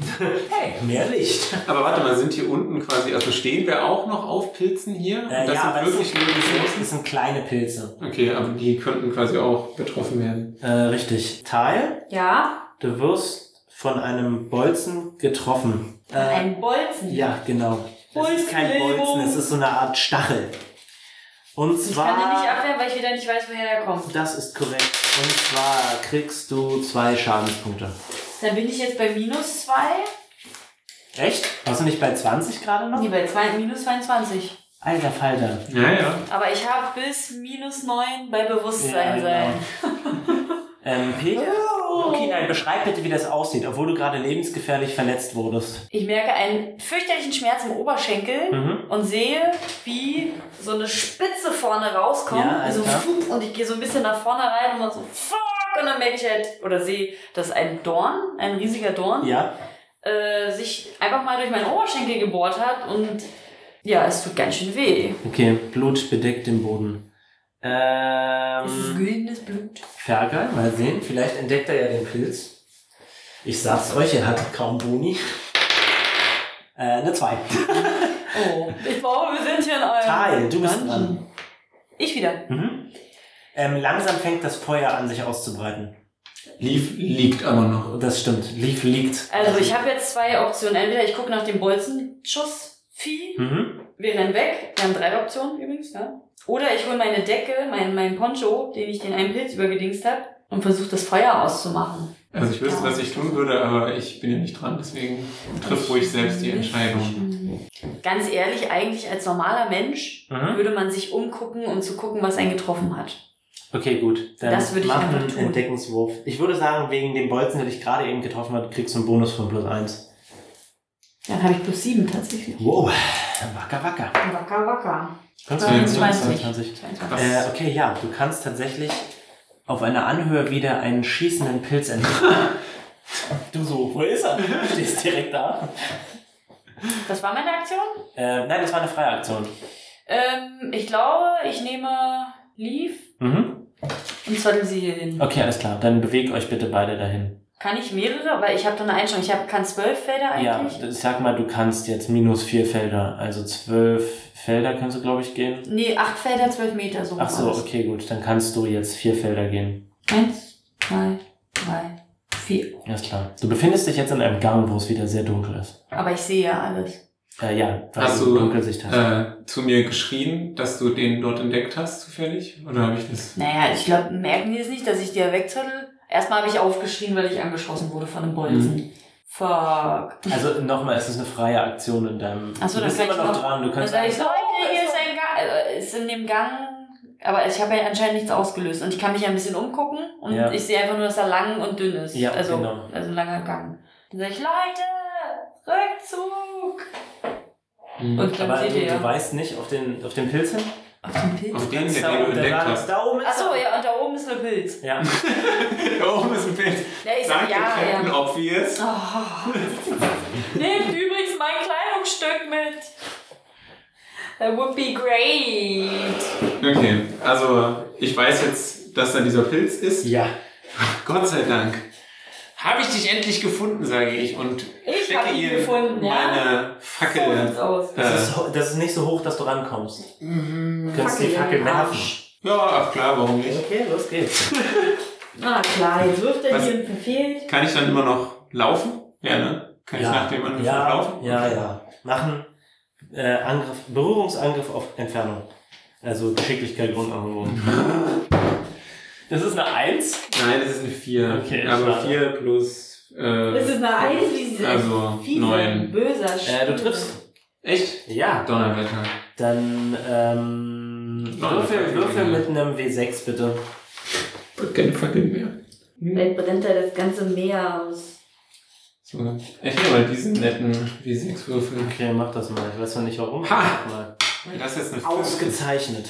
B: Hey, mehr Licht.
C: Aber warte mal, sind hier unten quasi, also stehen wir auch noch auf Pilzen hier?
B: Äh,
C: das
B: ja, aber
C: sind
B: es
C: wirklich nur die
B: sind,
C: großen?
B: es sind kleine Pilze.
C: Okay, aber die könnten quasi auch betroffen werden.
B: Äh, richtig. Teil,
A: Ja?
B: du wirst von einem Bolzen getroffen. Äh,
A: Ein Bolzen.
B: Ja, genau. Das ist kein
A: Bolzenlähmung.
B: Bolzen, es ist so eine Art Stachel. Und
A: Ich kann den nicht
B: zwar.
A: abwehren, weil ich wieder nicht weiß, woher er kommt.
B: Das ist korrekt. Und zwar kriegst du zwei Schadenspunkte.
A: Dann bin ich jetzt bei minus 2.
B: Echt? Warst du nicht bei 20 gerade noch?
A: Nee, bei zwei, minus 22.
B: Alter Falter.
C: Ja, ja.
A: Aber ich habe bis minus 9 bei Bewusstsein
B: Ja, genau.
A: sein. Oh.
B: Ähm, Peter? Okay, nein, beschreib bitte, wie das aussieht, obwohl du gerade lebensgefährlich verletzt wurdest.
A: Ich merke einen fürchterlichen Schmerz im Oberschenkel
B: Mhm.
A: und sehe, wie so eine Spitze vorne rauskommt.
B: Ja, alles
A: also
B: klar.
A: fup, und ich gehe so ein bisschen nach vorne rein und mache so fuck und dann merke ich halt oder sehe, dass ein Dorn, ein riesiger Dorn,
B: Ja.
A: äh, sich einfach mal durch meinen Oberschenkel gebohrt hat und ja, es tut ganz schön weh.
B: Okay, Blut bedeckt den Boden. Ähm.
A: Es ist güldenes Blut.
B: Fergal, mal sehen. Vielleicht entdeckt er ja den Pilz. Ich sag's euch, er hat kaum Boni. Äh, eine 2.
A: Oh, ich glaube, wir sind hier in einem.
B: Tal, du bist
A: Dungeon.
B: dran.
A: Ich wieder.
B: Mhm. Ähm, langsam fängt das Feuer an, sich auszubreiten.
C: Lief liegt aber noch.
B: Das stimmt. Leaf liegt.
A: Also ich habe jetzt zwei Optionen. Entweder ich gucke nach dem Bolzenschuss-Vieh,
B: Mhm.
A: wir rennen weg. Wir haben drei Optionen übrigens, ja. Oder ich hole meine Decke, meinen mein Poncho, den ich den einen Pilz übergedingst habe, und versucht, das Feuer auszumachen.
C: Also ich wüsste,
A: Ja.
C: was ich tun würde, aber ich bin ja nicht dran, deswegen triff ruhig selbst die Entscheidung.
A: Mhm. Ganz ehrlich, eigentlich als normaler Mensch
B: Mhm.
A: würde man sich umgucken, um zu gucken, was einen getroffen hat.
B: Okay, gut. Dann
A: Das würde ich
B: mach
A: einfach
B: einen
A: tun.
B: Entdeckungswurf. Ich würde sagen, wegen dem Bolzen, der dich gerade eben getroffen hat, kriegst du einen Bonus von plus eins.
A: Dann habe ich plus sieben tatsächlich.
B: Wow, wacker, wacker.
A: Wacker, wacker.
B: Kannst
C: Ähm,
B: du
A: 22.
B: 22.
A: 22.
B: Äh, okay, ja, du kannst tatsächlich auf einer Anhöhe wieder einen schießenden Pilz entdecken. du so, wo ist er? Stehst direkt da.
A: Das war meine Aktion.
B: Äh, nein, das war eine freie Aktion.
A: Ähm, ich glaube, ich nehme Leaf
B: Mhm.
A: und zottel sie hier hin.
B: Okay, alles klar. Dann bewegt euch bitte beide dahin.
A: Kann ich mehrere? Weil ich habe da eine Einstellung. Ich hab, kann zwölf Felder
B: Ja,
A: eigentlich.
B: ich sag mal, du kannst jetzt minus vier Felder, also zwölf Felder kannst du, glaube ich, gehen.
A: Nee, acht Felder, zwölf Meter. So
B: Ach so,
A: war's.
B: okay, gut. Dann kannst du jetzt vier Felder gehen.
A: Eins, zwei, drei, vier.
B: Alles klar. Du befindest dich jetzt in einem Gang, wo es wieder sehr dunkel ist.
A: Aber ich sehe ja alles.
B: Äh, ja, weil
C: Hast
B: du
C: du,
B: Dunkelsicht hast.
C: Äh, zu mir geschrien, dass du den dort entdeckt hast, zufällig? Oder habe ich das?
A: Naja, ich glaube, merken die es nicht, dass ich die ja wegzottel? Erstmal habe ich aufgeschrien, weil ich angeschossen wurde von einem
B: mhm.
A: Bolzen. Fuck.
B: Also nochmal, es ist eine freie Aktion in deinem.
A: Ach so,
B: du
A: dann
B: bist
A: kann
B: immer
A: ich
B: noch
A: noch-
B: dran. Du
A: Dann
B: kannst
A: sage ich, Leute, hier ist ein Gang, äh, ist in dem Gang, aber ich habe ja anscheinend nichts ausgelöst und ich kann mich ja ein bisschen umgucken und
B: Ja.
A: ich sehe einfach nur, dass er lang und dünn ist.
B: Ja,
A: also,
B: genau.
A: also ein langer Gang. Dann sage ich, Leute, Rückzug! Und dann
B: Mhm. aber
A: seht
B: du,
A: ihr
B: du
A: ja.
B: weißt nicht auf den auf den Pilz hin.
A: Auf dem Pilz.
C: Auf den,
B: Ganz
C: der
B: da
C: den du
B: oben, der
C: entdeckt
B: war ganz
C: hast.
B: Da oben ist
A: Achso,
B: er.
A: ja, und da oben ist ein Pilz.
B: ja.
C: Da oben ist ein Oh, Bild.
A: Ja, ich
C: Sagt
A: sag,
C: der
A: ja,
C: Captain
A: ja.
C: Obvious.
A: Oh. Nehmt übrigens mein Kleidungsstück mit. That would be great.
C: Okay, also ich weiß jetzt, dass da dieser Pilz ist.
B: Ja.
C: Gott sei Dank. Habe ich dich endlich gefunden, sage ich. Und
A: Ich
C: stecke
A: hab ihn
C: ihr
A: gefunden, ja.
C: meine
A: So sieht's
C: Fackel.
A: aus.
B: Das,
C: Äh,
B: ist, ho- das ist nicht so hoch, dass du rankommst.
C: mhm.
B: Du kannst die Fackel werfen.
C: ja, ach klar, warum nicht?
B: Okay, los geht's.
A: Na klar, jetzt wirft er
C: Was-
A: hier und verfehlt.
C: Kann ich dann immer noch laufen? Ja, ne? Kann ich nach dem Angriff
B: ja,
C: noch laufen?
B: Ja, ja. Machen äh, Angriff, Berührungsangriff auf Entfernung. Also Geschicklichkeit Grundangriff. Das ist eine Eins.
C: Nein, es ist eine 4.
B: Okay,
C: Aber
B: schade.
C: 4 plus. Äh,
A: Das ist eine Eins, diese
C: Also
A: fiese,
C: 9.
A: böser
B: Äh, du
A: Schwede.
B: triffst.
C: Echt?
B: Ja.
C: Donnerwetter.
B: Dann ähm,
C: Nein,
B: würfel,
C: Fackel,
B: würfel
C: ja.
B: mit einem W6 bitte.
C: Keine Fackel mehr.
A: Vielleicht brennt er das ganze Meer aus.
C: So. ne? Ich nehme mal diesen netten W6-Würfel.
B: Okay, mach das mal. Ich weiß noch nicht warum.
C: Ha!
B: Mach Mal.
C: Das ist jetzt eine 5.
B: Ausgezeichnet.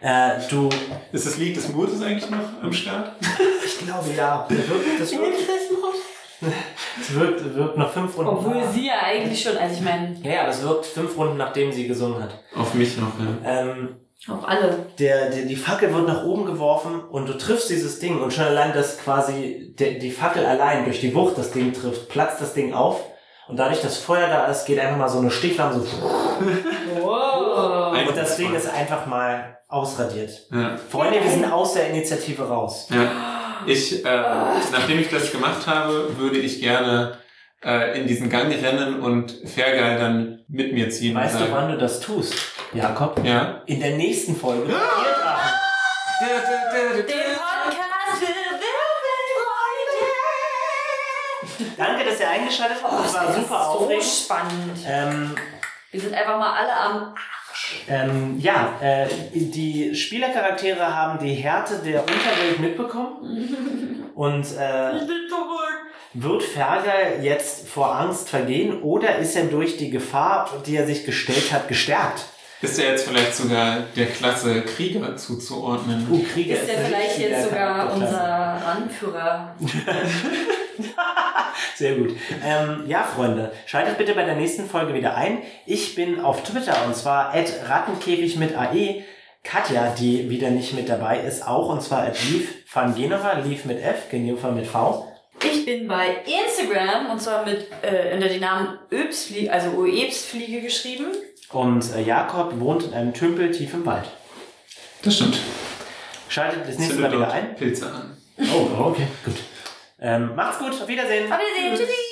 B: Äh, du.
C: Ist das Lied des Mutes eigentlich noch am Start?
B: Ich glaube ja. Das wirkt, das wirkt, das wirkt, wirkt nach fünf Runden.
A: Obwohl sie ja eigentlich schon, also ich meine,
B: Ja, ja, das wirkt fünf Runden, nachdem sie gesungen hat.
C: Auf mich noch, ja.
B: Ähm,
A: auch alle.
B: der, der, die Fackel wird nach oben geworfen und du triffst dieses Ding und schon allein das quasi, der, die Fackel allein durch die Wucht das Ding trifft, platzt das Ding auf und dadurch, dass Feuer da ist, geht einfach mal so eine Stichflamme so
A: Wow.
B: und das Ding ist einfach mal ausradiert.
C: Ja.
B: Freunde, wir sind aus der Initiative raus.
C: ja. Ich, äh, nachdem ich das gemacht habe, würde ich gerne äh, in diesen Gang rennen und Fergal dann mit mir ziehen. und
B: Weißt du,
C: sagen,
B: wann du das tust, Jakob?
C: Ja.
B: In der nächsten Folge. Ihr Drachen.
A: Den Podcast für Wirbelfreunde.
B: Danke, dass ihr eingeschaltet habt. Oh, Das war super
A: Oh, so
B: aufregend.
A: spannend.
B: Ähm,
A: Wir sind einfach mal alle am
B: Ähm, ja, äh, die Spielercharaktere haben die Härte der Unterwelt mitbekommen und äh, wird Fergal jetzt vor Angst vergehen oder ist er durch die Gefahr, die er sich gestellt hat, gestärkt?
C: Ist er jetzt vielleicht sogar der Klasse Krieger zuzuordnen?
B: Uh, Krieger
A: Ist der
B: eine
A: vielleicht jetzt sogar
B: Spielercharakterklasse.
A: unser Anführer?
B: Sehr gut. Ähm, ja, Freunde, schaltet bitte bei der nächsten Folge wieder ein. Ich bin auf Twitter und zwar at rattenkäfig mit AE. Katja, die wieder nicht mit dabei ist, auch und zwar at Leaf van Genova, Leaf mit F, Genova mit V.
A: Ich bin bei Instagram und zwar mit äh, unter den Namen Öbsfliege, also Oebsfliege geschrieben.
B: Und äh, Jakob wohnt in einem Tümpel tief im Wald.
C: Das stimmt.
B: Schaltet das nächste
C: Zünde
B: Mal wieder
C: dort
B: ein.
C: Pilze an.
B: Oh, okay, gut. Ähm, macht's gut, auf Wiedersehen.
A: Auf Wiedersehen, tschüssi!